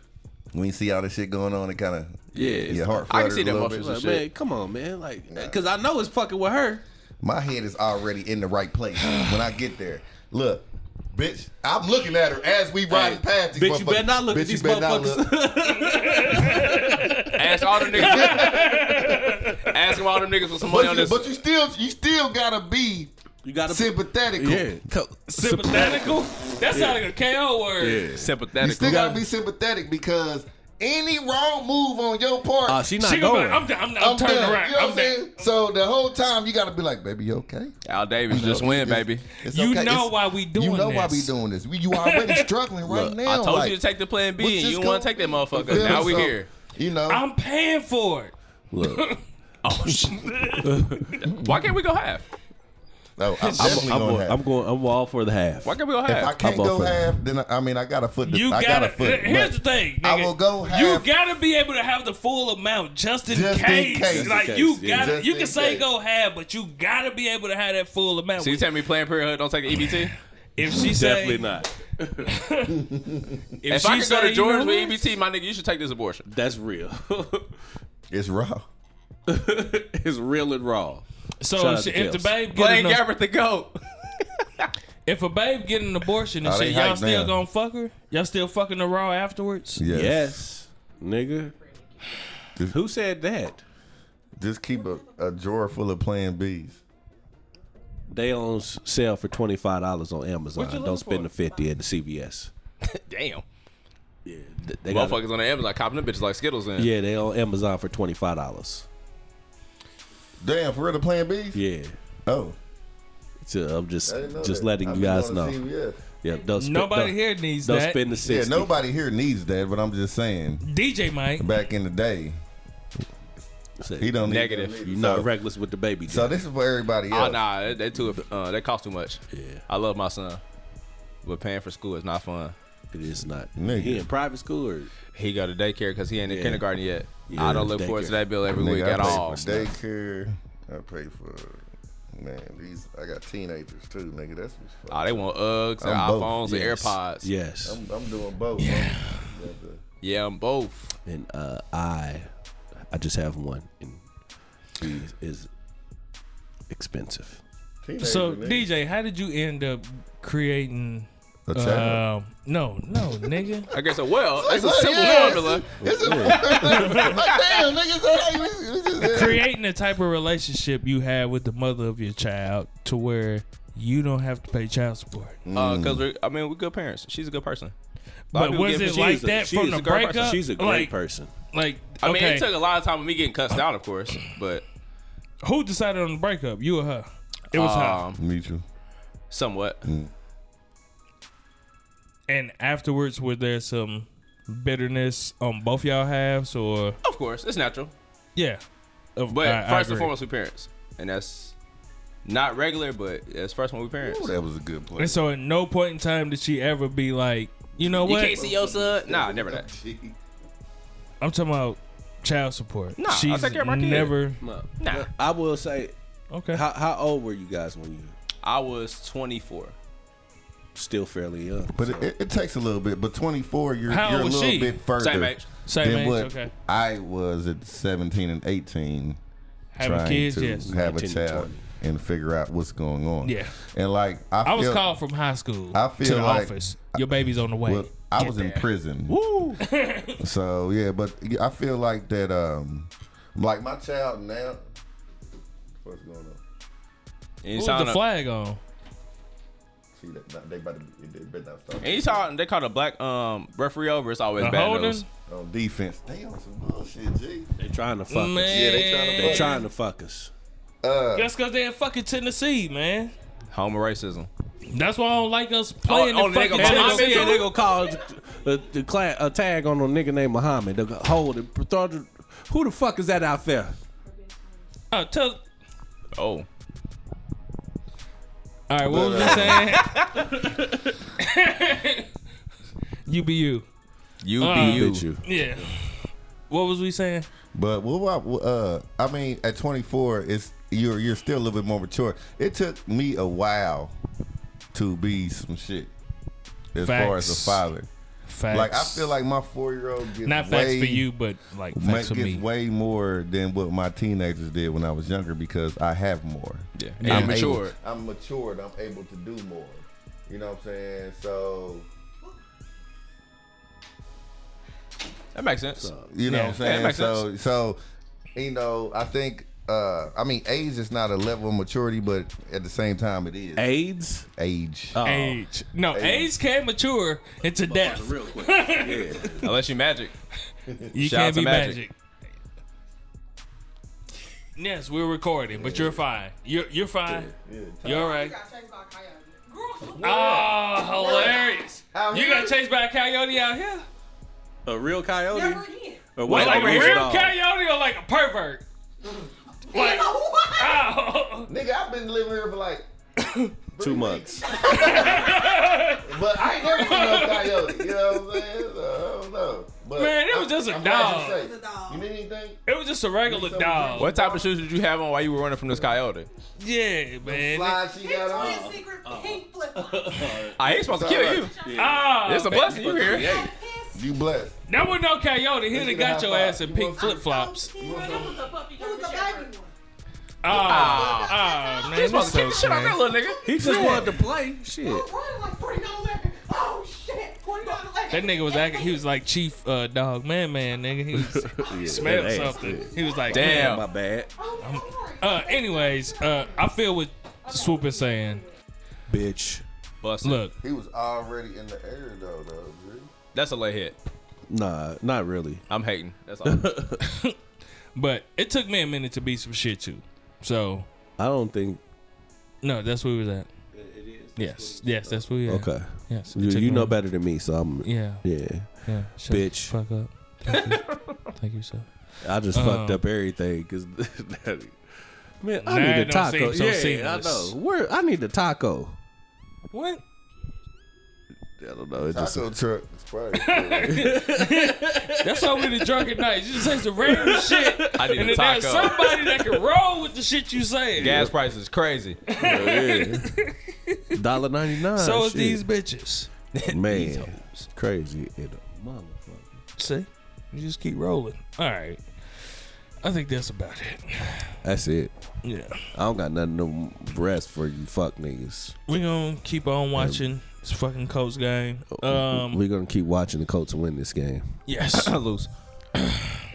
Speaker 3: When you see all this shit going on, it kind of
Speaker 1: yeah.
Speaker 3: your heart
Speaker 4: I can
Speaker 3: flutters
Speaker 4: see that
Speaker 3: a little
Speaker 4: motion.
Speaker 3: bit.
Speaker 1: Like,
Speaker 4: shit.
Speaker 1: man, come on, man. Like, because I know it's fucking with her.
Speaker 3: My head is already in the right place when I get there. Look, bitch, I'm looking at her as we riding past these
Speaker 1: Bitch, you better
Speaker 3: motherfuckers.
Speaker 1: not look
Speaker 3: Bitch,
Speaker 1: at these
Speaker 3: you better not
Speaker 1: motherfuckers.
Speaker 3: look.
Speaker 4: Ask all the niggas.
Speaker 1: [laughs]
Speaker 4: ask all them niggas for some money
Speaker 3: But
Speaker 4: on
Speaker 3: you,
Speaker 4: this.
Speaker 3: but you still, you still gotta be
Speaker 1: You got to...
Speaker 3: sympathetical.
Speaker 1: Yeah.
Speaker 2: Sympathetical. That sounds like a KO word.
Speaker 1: Yeah.
Speaker 3: You
Speaker 4: Sympathetic.
Speaker 3: still gotta be sympathetic because any wrong move on your part,
Speaker 1: Uh, she not
Speaker 2: She
Speaker 1: going.
Speaker 2: gonna be like, I'm, I'm, I'm, turning
Speaker 3: done.
Speaker 2: around.
Speaker 3: You know what
Speaker 2: I'm
Speaker 3: I'm
Speaker 2: done.
Speaker 3: saying? So the whole time you gotta be like, baby, you okay?
Speaker 4: Al Davis just win, baby.
Speaker 3: It's
Speaker 2: You
Speaker 3: okay.
Speaker 2: know
Speaker 3: It's-
Speaker 2: why we doing
Speaker 3: You know why we
Speaker 2: this.
Speaker 3: doing this. We- You already struggling right now.
Speaker 4: I told you to take the plan B,
Speaker 3: what's
Speaker 4: and
Speaker 3: this
Speaker 4: you want to take
Speaker 3: going-
Speaker 4: that
Speaker 3: You
Speaker 4: motherfucker.
Speaker 3: feel
Speaker 4: Now
Speaker 3: me?
Speaker 4: we
Speaker 3: So,
Speaker 4: here.
Speaker 3: You know,
Speaker 2: I'm paying for it.
Speaker 1: Look,
Speaker 3: Oh,
Speaker 2: [laughs]
Speaker 4: Why can't we go half?
Speaker 3: no, I'm
Speaker 1: I'm,
Speaker 3: definitely
Speaker 1: I'm,
Speaker 3: gonna
Speaker 1: going,
Speaker 3: have.
Speaker 1: I'm going. I'm all for the half.
Speaker 4: Why
Speaker 2: [laughs]
Speaker 4: can't we go
Speaker 3: if I
Speaker 4: half?
Speaker 3: can't
Speaker 1: I'm
Speaker 3: go
Speaker 1: off it.
Speaker 3: half, then I, I mean I gotta foot. The,
Speaker 2: You
Speaker 3: I
Speaker 2: gotta.
Speaker 3: gotta foot.
Speaker 4: [laughs]
Speaker 2: here's the
Speaker 3: but
Speaker 2: thing.
Speaker 3: I
Speaker 2: nigga.
Speaker 3: will go
Speaker 2: You
Speaker 3: half.
Speaker 2: gotta be able to have the full amount just in
Speaker 3: Just in
Speaker 2: case.
Speaker 3: case. Just in
Speaker 2: Like
Speaker 1: case,
Speaker 2: you
Speaker 1: yeah.
Speaker 2: gotta.
Speaker 3: Just
Speaker 2: you
Speaker 3: in
Speaker 2: can say
Speaker 3: case.
Speaker 2: go half, but you gotta be able to have that full amount.
Speaker 4: So you tell me Planned Parenthood don't take the E EBT?
Speaker 2: if she
Speaker 1: Definitely
Speaker 2: say,
Speaker 1: not.
Speaker 2: If,
Speaker 4: If
Speaker 2: she
Speaker 4: I could go
Speaker 2: say,
Speaker 4: to
Speaker 2: you
Speaker 4: George
Speaker 2: know
Speaker 4: with
Speaker 2: what?
Speaker 4: EBT, my nigga, you should take this abortion.
Speaker 1: That's real. [laughs]
Speaker 3: It's raw.
Speaker 1: it's real and raw. Shout
Speaker 2: So
Speaker 1: out
Speaker 2: she,
Speaker 1: to
Speaker 2: if the
Speaker 1: Kels.
Speaker 2: babe get
Speaker 4: Blaine
Speaker 2: an,
Speaker 4: Gabbert the goat.
Speaker 2: if a babe get an abortion and
Speaker 3: Oh, they
Speaker 2: shit, y'all
Speaker 3: hype
Speaker 2: still
Speaker 3: now.
Speaker 2: gonna fuck her? Y'all still fucking the raw afterwards?
Speaker 3: Yes.
Speaker 1: Yes, nigga. Who said that?
Speaker 3: Just keep a, a drawer full of Plan Bs.
Speaker 1: They on s- sale for twenty five dollars on Amazon. Don't spend the fifty at the CVS.
Speaker 4: [laughs] Damn.
Speaker 1: Yeah, th- they got.
Speaker 4: Motherfuckers on the Amazon copping them bitches like Skittles in.
Speaker 1: Yeah, they on Amazon for twenty five dollars.
Speaker 3: Damn, for real, the Plan Bs.
Speaker 1: Yeah,
Speaker 3: Oh,
Speaker 1: so I'm just
Speaker 3: I didn't know
Speaker 1: just
Speaker 3: that.
Speaker 1: letting
Speaker 3: I
Speaker 1: you
Speaker 3: was
Speaker 1: guys
Speaker 3: going
Speaker 1: know.
Speaker 3: to CVS.
Speaker 1: Yeah, don't spend,
Speaker 2: Nobody
Speaker 1: don't,
Speaker 2: here needs
Speaker 1: Don't
Speaker 2: that.
Speaker 1: spend the
Speaker 3: Yeah,
Speaker 1: sixty.
Speaker 3: nobody here needs that, but I'm just saying.
Speaker 2: DJ Mike.
Speaker 3: Back in the day,
Speaker 1: Say,
Speaker 3: he don't need
Speaker 4: Negative.
Speaker 3: that.
Speaker 1: you
Speaker 3: so,
Speaker 1: not reckless with the baby.
Speaker 3: so
Speaker 1: Jack.
Speaker 3: this is for everybody
Speaker 4: Oh
Speaker 3: else.
Speaker 4: nah, that, that too. Uh, that cost too much.
Speaker 1: Yeah.
Speaker 4: I love my son, but paying for school is not fun.
Speaker 1: it is not.
Speaker 3: Nigga.
Speaker 1: He in private school or
Speaker 4: He go to daycare because he ain't in
Speaker 1: Yeah.
Speaker 4: kindergarten yet.
Speaker 1: Yeah,
Speaker 4: I don't look forward to
Speaker 1: daycare.
Speaker 4: that bill every
Speaker 3: Nigga,
Speaker 4: week
Speaker 3: I
Speaker 4: at
Speaker 3: pay
Speaker 4: all.
Speaker 3: For daycare. I pay for Man, these I got teenagers too, nigga. That's what's fucked.
Speaker 4: Oh, they want Uggs and
Speaker 3: I'm both,
Speaker 4: iPhones and
Speaker 1: yes.
Speaker 4: AirPods. Yeah,
Speaker 6: Yes.
Speaker 3: I'm, I'm doing both. Yeah.
Speaker 4: I'm both.
Speaker 6: and uh, I, I just have one, and he is expensive.
Speaker 2: So DJ, how did you end up creating?
Speaker 3: A
Speaker 2: Uh,
Speaker 3: channel.
Speaker 2: no, no, nigga.
Speaker 4: I guess so. Well, it's a
Speaker 3: like,
Speaker 4: simple
Speaker 3: yeah,
Speaker 4: formula. uh,
Speaker 3: It's a [laughs] like, damn, nigga. so, hey, we- we just-
Speaker 2: creating the type of relationship you had with the mother of your child to where you don't have to pay child support.
Speaker 4: Because we're I mean, we're good parents. She's a good person. A lot of
Speaker 2: But
Speaker 4: people
Speaker 2: was
Speaker 4: give a
Speaker 2: it
Speaker 4: shit.
Speaker 2: like
Speaker 4: She's a-
Speaker 2: that
Speaker 4: she
Speaker 2: from
Speaker 4: is
Speaker 2: the
Speaker 4: a great person.
Speaker 2: breakup?
Speaker 6: She's a great
Speaker 2: like,
Speaker 6: person.
Speaker 2: Like,
Speaker 4: I mean,
Speaker 2: okay,
Speaker 4: it took a lot of time of me getting cussed out, of course, but
Speaker 2: who decided on the breakup? You or her? It was her.
Speaker 4: um,
Speaker 3: Mutual.
Speaker 4: somewhat.
Speaker 2: And afterwards, were there some bitterness on both y'all halves, or
Speaker 4: Of course, it's natural.
Speaker 2: yeah? Of-
Speaker 4: But
Speaker 2: I- I
Speaker 4: first and
Speaker 2: agree.
Speaker 4: foremost, we parents, and that's not regular, but that's first one we parents.
Speaker 3: Ooh, that was a good play.
Speaker 2: And so, at no point in time did she ever be like, you know
Speaker 4: You
Speaker 2: what?
Speaker 4: can't see your son. Nah, never
Speaker 3: [laughs]
Speaker 4: that.
Speaker 2: I'm talking about child support.
Speaker 4: Nah, I
Speaker 2: she's
Speaker 4: take care of my kid.
Speaker 2: never.
Speaker 4: Nah,
Speaker 6: I will say,
Speaker 2: Okay.
Speaker 6: how, how old were you guys when you
Speaker 4: I was 24.
Speaker 6: still fairly young?
Speaker 3: But it, it, it takes a little bit. But 24, you're,
Speaker 2: How
Speaker 3: you're a
Speaker 2: old was
Speaker 3: little
Speaker 2: she?
Speaker 3: bit further
Speaker 4: Same age.
Speaker 2: Same
Speaker 3: than
Speaker 2: age.
Speaker 3: what
Speaker 2: okay.
Speaker 3: I was at 17 and 18.
Speaker 2: Having
Speaker 3: trying
Speaker 2: kids.
Speaker 3: to
Speaker 2: Yes.
Speaker 3: have a
Speaker 6: 19 to
Speaker 3: child
Speaker 6: 20.
Speaker 3: and figure out what's going on.
Speaker 2: Yeah.
Speaker 3: And like I,
Speaker 2: I was
Speaker 3: feel-
Speaker 2: called from high school
Speaker 3: I
Speaker 2: to
Speaker 3: feel
Speaker 2: the
Speaker 3: like-
Speaker 2: office. Your baby's on the way.
Speaker 3: Well, I
Speaker 2: Get
Speaker 3: was in
Speaker 2: there.
Speaker 3: prison. Woo. [laughs] so yeah, but I feel like that. Um, like my child now. What's going on?
Speaker 2: What was the
Speaker 4: Anytime,
Speaker 2: flag on?
Speaker 3: See that? nah, They about to. They better not start.
Speaker 4: anytime they call a black um, referee over, it's always
Speaker 2: The
Speaker 4: bad
Speaker 2: holding?
Speaker 4: news.
Speaker 3: on defense. They on some bullshit, G.
Speaker 6: They trying to fuck us.
Speaker 2: Man.
Speaker 3: they tryna
Speaker 6: They trying to fuck us.
Speaker 3: Uh,
Speaker 2: That's because they in fucking Tennessee, man.
Speaker 4: Homer racism.
Speaker 2: That's why I don't like us playing
Speaker 4: oh,
Speaker 2: in
Speaker 4: nigga,
Speaker 2: fucking
Speaker 4: Mohammed
Speaker 6: They
Speaker 2: Tennessee.
Speaker 4: said-
Speaker 6: gonna, they gonna call the, the cla- a tag on a nigga named Muhammad. They gonna Hold it. throw the- Who the fuck is that out there?
Speaker 2: Oh, tell-
Speaker 4: Oh,
Speaker 2: All right, what was you saying?
Speaker 4: [laughs]
Speaker 2: you be you.
Speaker 4: you
Speaker 2: Uh,
Speaker 4: be you.
Speaker 6: Bitch, you.
Speaker 2: Yeah. What was we saying?
Speaker 3: But what? about, Uh, I mean, at 24, it's you're you're still a little bit more mature. It took me a while to be some shit as far as a
Speaker 2: Facts.
Speaker 3: father.
Speaker 2: Facts.
Speaker 3: Like I feel like my four year old gets
Speaker 2: not facts
Speaker 3: way,
Speaker 2: for you, but like
Speaker 3: ma-
Speaker 2: facts for
Speaker 3: gets
Speaker 2: me.
Speaker 3: way more than what my teenagers did when I was younger because I have more.
Speaker 4: Yeah, and
Speaker 2: Yeah.
Speaker 4: you mature.
Speaker 3: Able, I'm matured. I'm able to do more. You know what I'm saying? So
Speaker 4: That makes sense.
Speaker 3: you know
Speaker 2: Yeah, [laughs]
Speaker 3: what I'm saying?
Speaker 4: makes
Speaker 3: So so you know I think. Uh, I mean, age is not a level of maturity, but at the same time, it is
Speaker 6: AIDS.
Speaker 3: age.
Speaker 6: Uh,
Speaker 2: Age. No, age can't mature into death.
Speaker 6: Real quick. Yeah.
Speaker 4: Unless you magic.
Speaker 2: You
Speaker 4: Shout out
Speaker 2: can't
Speaker 4: to
Speaker 2: be magic.
Speaker 4: Magic.
Speaker 2: Yes, we're recording, but you're fine. You're you're fine. You're all right.
Speaker 5: Got chased by a coyote.
Speaker 2: Oh, hilarious!
Speaker 3: Out
Speaker 2: You
Speaker 3: here.
Speaker 2: got chased by a coyote out here?
Speaker 6: A real coyote.
Speaker 5: Never again.
Speaker 6: Or
Speaker 2: Like,
Speaker 6: what?
Speaker 2: a
Speaker 6: Who's
Speaker 2: real
Speaker 6: dog?
Speaker 2: coyote or like a pervert?
Speaker 4: [laughs]
Speaker 2: Like,
Speaker 5: What?
Speaker 2: oh,
Speaker 3: Nigga, I've been living here for like
Speaker 6: [coughs] Two months.
Speaker 3: [laughs] But I ain't never seen no coyote. You know what I'm saying? So, I don't know. But
Speaker 2: Man, it was
Speaker 3: I'm-
Speaker 2: just a
Speaker 3: I'm glad
Speaker 2: dog.
Speaker 3: you're safe.
Speaker 5: It was a dog.
Speaker 3: You need anything?
Speaker 2: it was just a regular
Speaker 3: Something
Speaker 2: dog.
Speaker 4: What type of shoes did you have on while you were running from this coyote?
Speaker 2: Yeah, man.
Speaker 3: Slide she
Speaker 5: His [laughs]
Speaker 3: got
Speaker 5: twin
Speaker 3: on.
Speaker 5: secret pink [laughs] flip-flops.
Speaker 4: I Ah, ain't supposed to kill you.
Speaker 2: Oh,
Speaker 4: It's a blessing you here.
Speaker 5: Yes.
Speaker 3: You blessed.
Speaker 2: that was no coyote. He'd have
Speaker 3: Nigga,
Speaker 2: got
Speaker 3: high
Speaker 2: your
Speaker 3: five.
Speaker 2: ass in
Speaker 3: You
Speaker 2: pink
Speaker 3: want some?
Speaker 2: flip flops.
Speaker 5: It was the puppy. It was the baby one.
Speaker 2: Oh, oh, man,
Speaker 4: He's supposed
Speaker 2: that's
Speaker 4: to kill the
Speaker 2: so
Speaker 4: shit out
Speaker 2: sad.
Speaker 4: that little nigga.
Speaker 6: He just wanted to play. Shit.
Speaker 5: Running like forty dollars. Oh shit, forty dollars.
Speaker 2: That nigga was acting. He was like chief uh, dog man, man, nigga. He was
Speaker 6: [laughs] Yeah,
Speaker 2: smelled
Speaker 6: that ass,
Speaker 2: something.
Speaker 6: yeah.
Speaker 2: He was like,
Speaker 4: Damn.
Speaker 6: My bad.
Speaker 5: I'm sorry.
Speaker 2: Uh, anyways, uh, I feel what Swoop is saying.
Speaker 6: Bitch.
Speaker 4: Busted.
Speaker 2: Look,
Speaker 3: He was already in the air though, though. Drew.
Speaker 4: That's a late hit.
Speaker 6: Nah, not really.
Speaker 4: I'm hating. That's
Speaker 2: [laughs]
Speaker 4: all.
Speaker 2: but it took me a minute to beat some shit too. So
Speaker 6: I don't think.
Speaker 2: no, that's where we was at. Yes, yes, that's where we at.
Speaker 6: Okay.
Speaker 2: Yes. it
Speaker 6: You,
Speaker 2: took
Speaker 6: you
Speaker 2: me
Speaker 6: know
Speaker 2: a-
Speaker 6: better than me, so I'm.
Speaker 2: Yeah.
Speaker 6: Yeah.
Speaker 2: Yeah. Shut
Speaker 6: Bitch.
Speaker 2: The fuck up. Thank you. Thank you, sir.
Speaker 6: I just fucked
Speaker 2: Um,
Speaker 6: up everything [laughs] because man, I
Speaker 2: Nah,
Speaker 6: need
Speaker 2: it
Speaker 6: a
Speaker 2: don't
Speaker 6: taco.
Speaker 2: seem so
Speaker 6: yeah,
Speaker 2: seamless.
Speaker 6: I know. Where I need a taco.
Speaker 2: What?
Speaker 1: I don't know. It just
Speaker 3: Taco truck. It's
Speaker 6: [laughs]
Speaker 3: probably
Speaker 2: That's why we the drunk at night. You just say some
Speaker 6: [laughs]
Speaker 2: random shit.
Speaker 4: I need
Speaker 2: And
Speaker 4: a
Speaker 2: then there's
Speaker 4: taco.
Speaker 2: somebody that can roll with the shit you saying.
Speaker 4: Gas prices is crazy.
Speaker 1: dollar ninety nine.
Speaker 2: So is these bitches.
Speaker 1: man, crazy. It motherfucker.
Speaker 2: See? You just keep rolling. All right. I think that's about it.
Speaker 1: That's it.
Speaker 2: Yeah.
Speaker 1: I don't got nothing no rest for you, fuck niggas.
Speaker 2: We're going to keep on watching this fucking Colts game.
Speaker 1: Oh,
Speaker 2: Um,
Speaker 1: We're gonna keep watching the Colts win this game,
Speaker 4: [coughs]
Speaker 2: yes.
Speaker 4: I lose.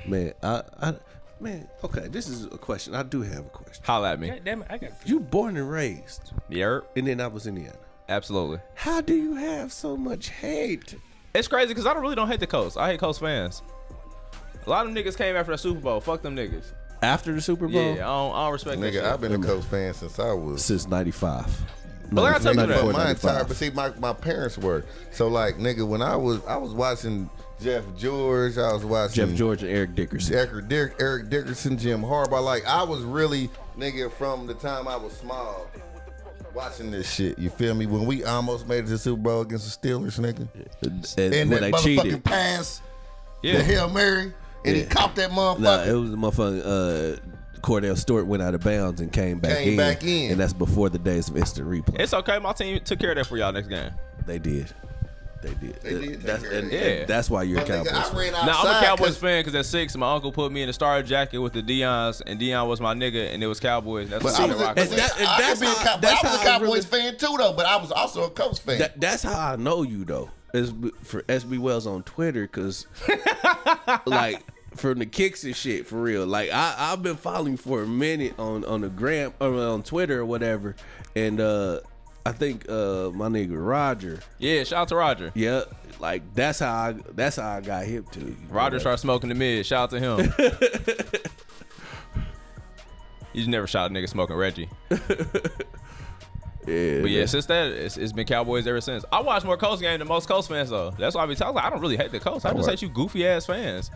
Speaker 1: man. I, I, man. Okay, this is a question. I do have a question.
Speaker 4: Holla at me.
Speaker 2: God damn it. I got
Speaker 1: You born and raised
Speaker 4: Yep.
Speaker 1: in Indianapolis, Indiana.
Speaker 4: Absolutely.
Speaker 1: How do you have so much hate?
Speaker 4: It's crazy because I don't really don't hate the Colts. I hate Colts fans. A lot of them niggas came after the Super Bowl. Fuck them niggas.
Speaker 1: After the Super
Speaker 4: Yeah, I
Speaker 1: Bowl,
Speaker 4: don't, I don't respect that
Speaker 3: Nigga,
Speaker 4: shit.
Speaker 3: I've been a Coach fan since I was
Speaker 1: since '95.
Speaker 4: But like I told you that.
Speaker 3: But my entire, but see, my, my parents were. So like, nigga, when I was, I was watching Jeff George. I was watching
Speaker 1: Jeff George and Eric Dickerson.
Speaker 3: Eric, Dick, Eric Dickerson, Jim Harbaugh. Like, I was really, nigga, from the time I was small, watching this shit. You feel me? When we almost made it to the Super Bowl against the Steelers, nigga,
Speaker 1: And,
Speaker 3: and
Speaker 1: when
Speaker 3: that
Speaker 1: they
Speaker 3: motherfucking
Speaker 1: cheated,
Speaker 3: pass, the
Speaker 4: Yeah.
Speaker 3: Hail Mary, and he
Speaker 1: Yeah.
Speaker 3: caught that motherfucker.
Speaker 1: nah, it was the motherfucking uh, Cordell Stewart went out of bounds and came back
Speaker 3: Came
Speaker 1: in,
Speaker 3: back in.
Speaker 1: and that's before the days of instant replay.
Speaker 4: It's okay. My team took care of that for y'all next game.
Speaker 1: They did. They did.
Speaker 3: They did take
Speaker 1: That's,
Speaker 3: care of
Speaker 1: and,
Speaker 3: it.
Speaker 1: and
Speaker 4: Yeah.
Speaker 1: that's why you're a
Speaker 3: But nigga,
Speaker 1: Cowboys
Speaker 3: I
Speaker 1: fan.
Speaker 3: ran
Speaker 4: Now
Speaker 3: outside.
Speaker 4: I'm a Cowboys
Speaker 3: 'cause-
Speaker 4: fan because at six, my uncle put me in a star jacket with the Dion's, and Dion was my nigga, and it was Cowboys. That's
Speaker 3: But
Speaker 4: what
Speaker 3: I
Speaker 4: I
Speaker 3: was,
Speaker 4: been
Speaker 3: a,
Speaker 4: rocking
Speaker 1: and
Speaker 4: with.
Speaker 1: that- and
Speaker 3: I could
Speaker 1: that's
Speaker 3: be a
Speaker 1: how-
Speaker 3: Cow- but
Speaker 1: that's
Speaker 3: I was a
Speaker 1: how I
Speaker 3: Cowboys fan too, though. But I was also a Colts fan.
Speaker 1: That, that's how I know you though. Is b- for SB Wells on Twitter
Speaker 3: [laughs]
Speaker 1: because like from the kicks and shit for real. Like I I've been following you for a minute on on the gram or on Twitter or whatever, and uh I think uh my nigga Roger.
Speaker 4: Yeah, shout out to Roger.
Speaker 1: Yeah, like that's how I that's how I got hip to you.
Speaker 4: Roger
Speaker 1: Like,
Speaker 4: started smoking the mid. Shout out to him.
Speaker 1: [laughs]
Speaker 4: you just never shot a nigga smoking Reggie.
Speaker 1: yeah,
Speaker 4: But yeah, since that, it's, it's been Cowboys ever since. I watch more Colts game than most Colts fans though. That's why I be telling. I don't really hate the Colts. I just hate you goofy ass fans.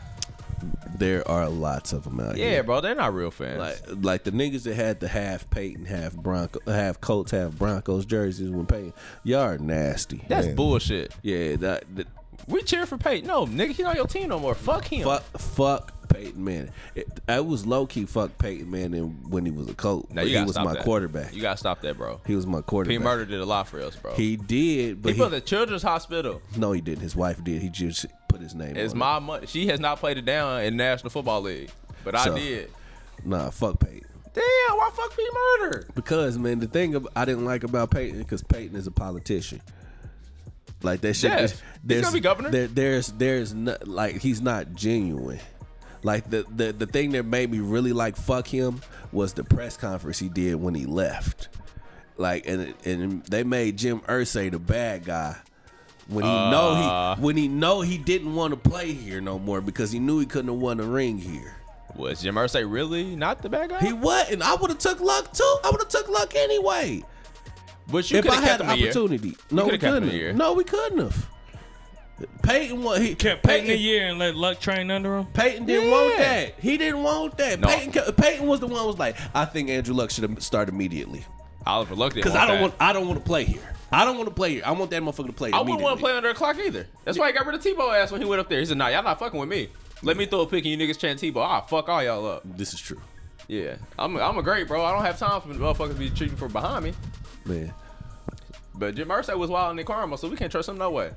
Speaker 1: there are lots of them out
Speaker 4: Yeah,
Speaker 1: here.
Speaker 4: bro, they're not real fans.
Speaker 1: Like, like the niggas that had the half Peyton, half Bronco, half Colts, half Broncos jerseys when Peyton, y'all are nasty.
Speaker 4: That's bullshit.
Speaker 1: yeah, that, that
Speaker 4: We cheer for Peyton. No, nigga, he's not your team no more. Fuck him.
Speaker 1: fuck, fuck Peyton Manning. It, I was low key fuck Peyton Manning when he was a Colt.
Speaker 4: No,
Speaker 1: but
Speaker 4: you
Speaker 1: he
Speaker 4: gotta
Speaker 1: was
Speaker 4: stop
Speaker 1: my
Speaker 4: that.
Speaker 1: quarterback.
Speaker 4: You gotta stop that, bro.
Speaker 1: he was my quarterback.
Speaker 4: Pete Murder did a lot for us, bro. He,
Speaker 1: He did, but he,
Speaker 4: built a children's hospital.
Speaker 1: no, he didn't. His wife did. He just put his name.
Speaker 4: It's
Speaker 1: on
Speaker 4: my money. She has not played it down in National Football League, but
Speaker 1: So-
Speaker 4: I did.
Speaker 1: it. Nah, fuck Peyton.
Speaker 4: Damn, why fuck Pete Murder?
Speaker 1: Because man, the thing ab- I didn't like about Peyton because Peyton is a politician. Like that shit.
Speaker 4: Yeah.
Speaker 1: there's-
Speaker 4: He's
Speaker 1: there's-
Speaker 4: gonna be governor.
Speaker 1: There, there's there's no, like he's not genuine. Like the, the the thing that made me really like fuck him was the press conference he did when he left. Like and and they made Jim Ursay the bad guy when he
Speaker 4: Uh.
Speaker 1: know he when he know he didn't want to play here no more because he knew he couldn't have won a ring here.
Speaker 4: Was Jim Irsay really not the bad guy?
Speaker 1: He wasn't. I would have took luck too. I would have took luck anyway
Speaker 4: but you
Speaker 1: if
Speaker 4: could
Speaker 1: I
Speaker 4: have kept
Speaker 1: had
Speaker 4: him
Speaker 1: an
Speaker 4: a year.
Speaker 1: opportunity, no, we
Speaker 4: coulda kept him a
Speaker 1: couldn't.
Speaker 4: year.
Speaker 1: have. No, we couldn't have. Peyton, wa- he
Speaker 2: kept Peyton a year and let luck train under him.
Speaker 1: Peyton didn't
Speaker 4: Yeah.
Speaker 1: want that. He didn't want that.
Speaker 4: No.
Speaker 1: Peyton, ca- Peyton was the one who was like, I think Andrew Luck should have started immediately
Speaker 4: Oliver Luck didn't
Speaker 1: because
Speaker 4: want
Speaker 1: I don't
Speaker 4: that.
Speaker 1: want I don't want to play here. I don't want to play here. I want that motherfucker to play.
Speaker 4: I wouldn't want to
Speaker 1: immediately.
Speaker 4: play under a clock either. That's why he got rid of Tebow ass when he went up there. He said, "Nah, y'all not fucking with me. Let me throw a pick and you niggas chant Tebow. I fuck all y'all up."
Speaker 1: This is true,
Speaker 4: Yeah, I'm a, I'm a great bro. I don't have time for motherfuckers to be treating for behind me.
Speaker 1: man.
Speaker 4: But Jim Irsay was wild in the karma, so we can't trust him no way.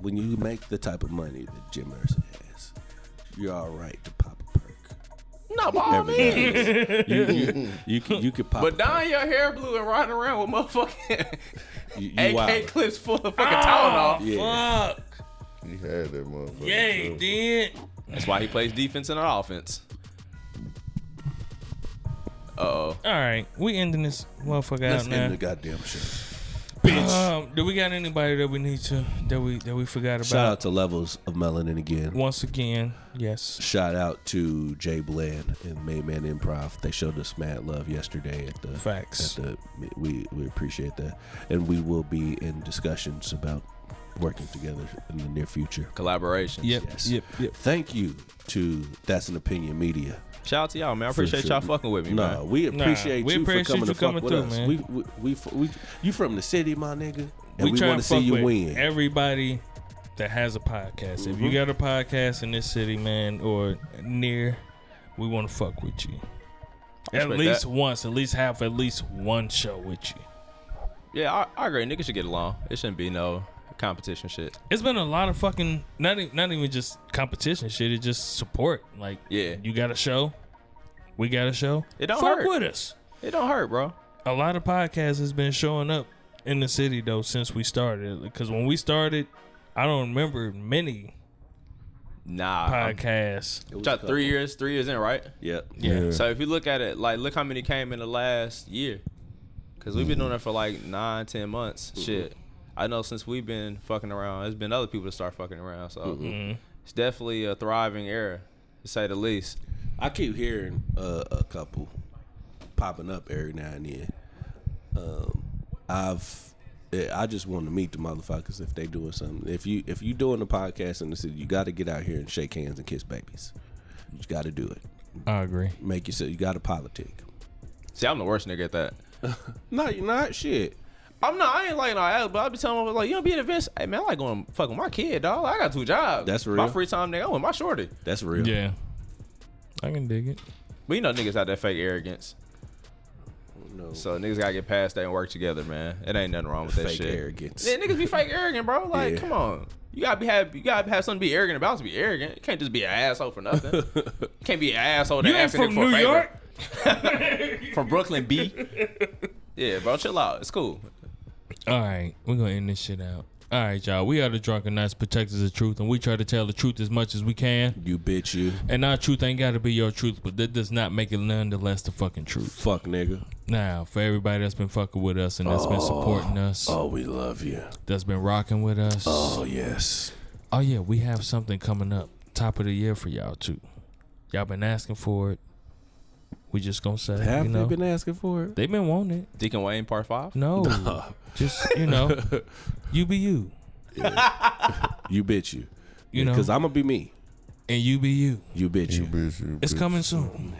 Speaker 1: When you make the type of money that Jim Mercer has, you're all right to pop a perk.
Speaker 4: No, by all
Speaker 1: Every
Speaker 4: means.
Speaker 1: You you, you,
Speaker 4: [laughs]
Speaker 1: can, you could pop.
Speaker 4: But
Speaker 1: a perk.
Speaker 4: dyeing your hair blue and riding around with motherfucking
Speaker 1: You- you
Speaker 4: AK
Speaker 1: wild.
Speaker 4: clips full of fucking Tylenol.
Speaker 1: Yeah.
Speaker 2: Fuck.
Speaker 3: You had that motherfucker.
Speaker 2: Yay,
Speaker 3: too.
Speaker 2: did.
Speaker 4: That's why he plays defense and not offense. Uh oh.
Speaker 2: All right, we ending this motherfucker
Speaker 1: Let's
Speaker 2: out now.
Speaker 1: end the goddamn show.
Speaker 2: Um, do we got anybody that we need to that we that we forgot about?
Speaker 1: Shout out to Levels of Melanin again.
Speaker 2: Once again, yes.
Speaker 1: Shout out to Jay Bland and Main Man Improv. They showed us mad love yesterday at the
Speaker 2: Facts.
Speaker 1: At the, we we appreciate that, and we will be in discussions about working together in the near future.
Speaker 4: Collaboration.
Speaker 2: Yep.
Speaker 1: Yes.
Speaker 2: Yep. Yep.
Speaker 1: Thank you to That's an Opinion Media.
Speaker 4: Shout out to y'all, man. I appreciate
Speaker 1: sure.
Speaker 4: y'all fucking with me,
Speaker 1: No,
Speaker 4: man.
Speaker 1: we appreciate
Speaker 2: we
Speaker 1: you
Speaker 2: appreciate
Speaker 1: for coming
Speaker 2: you
Speaker 1: to
Speaker 2: coming
Speaker 1: fuck with
Speaker 2: through,
Speaker 1: us.
Speaker 2: man.
Speaker 1: We, we, we, we you from the city, my nigga. and we, want to
Speaker 2: try and
Speaker 1: see
Speaker 2: fuck
Speaker 1: you
Speaker 2: with
Speaker 1: win. Mm-hmm.
Speaker 2: Everybody that has a podcast. If you got a podcast in this city, man, or near, we want to fuck with you. At
Speaker 4: respect
Speaker 2: least
Speaker 4: that.
Speaker 2: once, at least have at least one show with you.
Speaker 4: Yeah, I, I agree. Niggas should get along. It shouldn't be no competition shit.
Speaker 2: It's been a lot of fucking not e- not even just competition shit. It's just support. Like
Speaker 4: Yeah.
Speaker 2: you got a show, we got a show.
Speaker 4: It don't
Speaker 2: fuck
Speaker 4: hurt.
Speaker 2: with us.
Speaker 4: It don't hurt, bro.
Speaker 2: a lot of podcasts has been showing up in the city though since we started because when we started i don't remember many
Speaker 4: Nah. I'm-
Speaker 2: podcasts
Speaker 4: About three years, three years in, right?
Speaker 1: Yep.
Speaker 2: yeah,
Speaker 4: So if you look at it, like, look how many came in the last year. Because we've been doing it for like nine, ten months. Shit. I know since we've been fucking around, there's been other people that start fucking around. So it's definitely a thriving era, to say the least.
Speaker 1: I keep hearing uh, a couple popping up every now and then. Um, I've eh, I just want to meet the motherfuckers if they doing something. If you if you doing a podcast in the city, you got to get out here and shake hands and kiss babies. You got to do it.
Speaker 2: i agree
Speaker 1: Make yourself. You got to politic.
Speaker 4: See, I'm the worst nigga at that.
Speaker 1: No, you're not shit.
Speaker 4: I'm not, I ain't like no ass, but I be telling them, like, you don't be at events. Hey, man, I like going to fuck with my kid, dog. I got two jobs.
Speaker 1: That's
Speaker 4: My
Speaker 1: real.
Speaker 4: free time, nigga, I want my shorty.
Speaker 1: That's real.
Speaker 2: yeah i can dig it
Speaker 4: But you know, niggas have that fake arrogance.
Speaker 1: No
Speaker 4: So niggas gotta get past that and work together, man. It ain't nothing wrong with that
Speaker 1: fake
Speaker 4: shit.
Speaker 1: arrogance.
Speaker 4: Yeah, niggas be fake arrogant, bro. Like,
Speaker 1: Yeah.
Speaker 4: come on. You gotta be have you gotta have something to be arrogant about to be arrogant. You can't just be an asshole for
Speaker 1: [laughs]
Speaker 4: nothing. you can't be an asshole that
Speaker 2: you ain't
Speaker 4: asking
Speaker 2: from
Speaker 4: for a
Speaker 2: new
Speaker 4: favor. [laughs]
Speaker 2: york
Speaker 4: From Brooklyn
Speaker 2: [laughs]
Speaker 4: B. yeah, bro, chill out. It's cool.
Speaker 2: All right, we're gonna end this shit out. All right, y'all. We are the drunken knights, protectors of truth, and we try to tell the truth as much as we can.
Speaker 1: You bitch. You
Speaker 2: And our truth ain't gotta be your truth, but that does not make it none the less the fucking truth.
Speaker 1: fuck nigga.
Speaker 2: Now, for everybody that's been fucking with us and that's been supporting us,
Speaker 1: Oh, we love you.
Speaker 2: that's been rocking with us,
Speaker 1: Oh yes.
Speaker 2: Oh yeah, we have something coming up, top of the year for y'all too. Y'all been asking for it. We just gonna say,
Speaker 1: Have
Speaker 2: you
Speaker 1: they
Speaker 2: know,
Speaker 1: been asking for it?
Speaker 2: they've been wanting it.
Speaker 4: Deacon Wayne part five.
Speaker 2: [laughs] No, just you know, [laughs] you be you,
Speaker 1: You bitch. You.
Speaker 2: you know,
Speaker 1: Because I'm gonna be me.
Speaker 2: and you be you.
Speaker 1: You bitch. You.
Speaker 3: Bitch, you
Speaker 2: It's
Speaker 3: bitch.
Speaker 2: coming soon.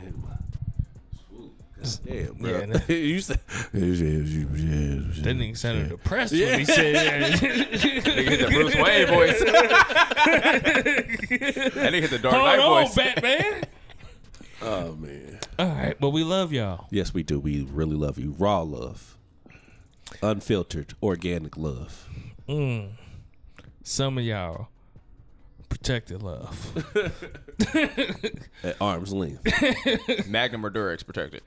Speaker 1: Damn,
Speaker 2: Yeah,
Speaker 1: [laughs] bro.
Speaker 2: nah.
Speaker 1: you said.
Speaker 2: That nigga sounded depressed when he [laughs] said that.
Speaker 4: Hit the Bruce Wayne [laughs] voice. that nigga hit the Dark Knight
Speaker 2: Hold on,
Speaker 4: voice.
Speaker 2: Batman.
Speaker 1: Oh man.
Speaker 2: [laughs] All right, but we love y'all.
Speaker 1: Yes, we do. We really love you. Raw love, unfiltered, organic love.
Speaker 2: Some of y'all protected [laughs] love.
Speaker 1: At arm's
Speaker 2: [laughs]
Speaker 1: length.
Speaker 4: Magnum or Durex protected.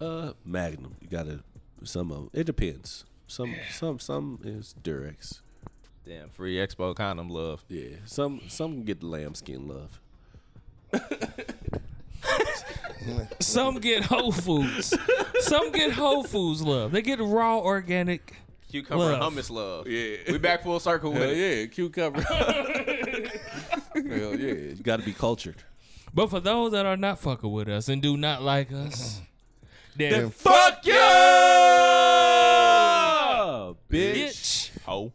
Speaker 1: uh, Magnum. You gotta. Some of 'em- It depends. Some. Some. Some is Durex.
Speaker 4: Damn, free expo condom love.
Speaker 1: Yeah. Some. Some can get the lambskin love.
Speaker 2: Some get Whole Foods. Some get Whole Foods love. They get raw organic.
Speaker 4: Cucumber
Speaker 2: Love.
Speaker 4: hummus love.
Speaker 1: Yeah.
Speaker 4: We back full circle with
Speaker 1: Hell
Speaker 4: it.
Speaker 1: yeah, [laughs] cucumber. Hell yeah, you gotta be cultured.
Speaker 2: But for those that are not fucking with us and do not like us, then
Speaker 1: Fuck you, bitch.
Speaker 2: bitch.
Speaker 4: Oh.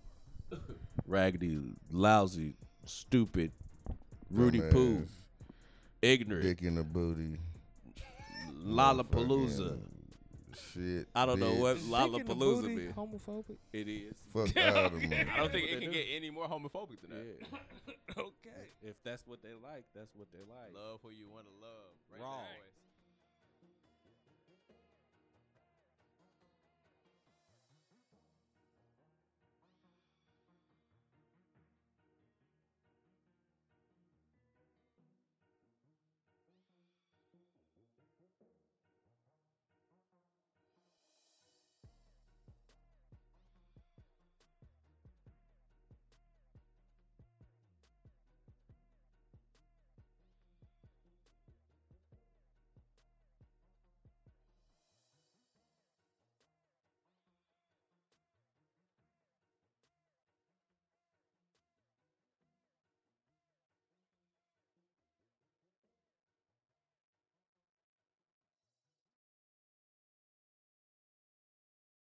Speaker 1: raggedy, lousy, stupid, Rudy
Speaker 3: Dumbass.
Speaker 1: Poo, ignorant,
Speaker 3: Dick in the booty.
Speaker 1: Lollapalooza.
Speaker 3: Shit.
Speaker 1: I don't know
Speaker 3: bitch.
Speaker 1: what
Speaker 2: Dick in the
Speaker 1: Lollapalooza
Speaker 2: booty,
Speaker 1: means.
Speaker 2: Homophobic.
Speaker 1: It is.
Speaker 3: Fuck out
Speaker 1: [laughs]
Speaker 3: of me.
Speaker 4: I don't think it can get any more homophobic than that.
Speaker 2: Okay.
Speaker 1: If that's what they like, that's what they like.
Speaker 4: Love who you want to love. Right
Speaker 1: Wrong.
Speaker 4: now.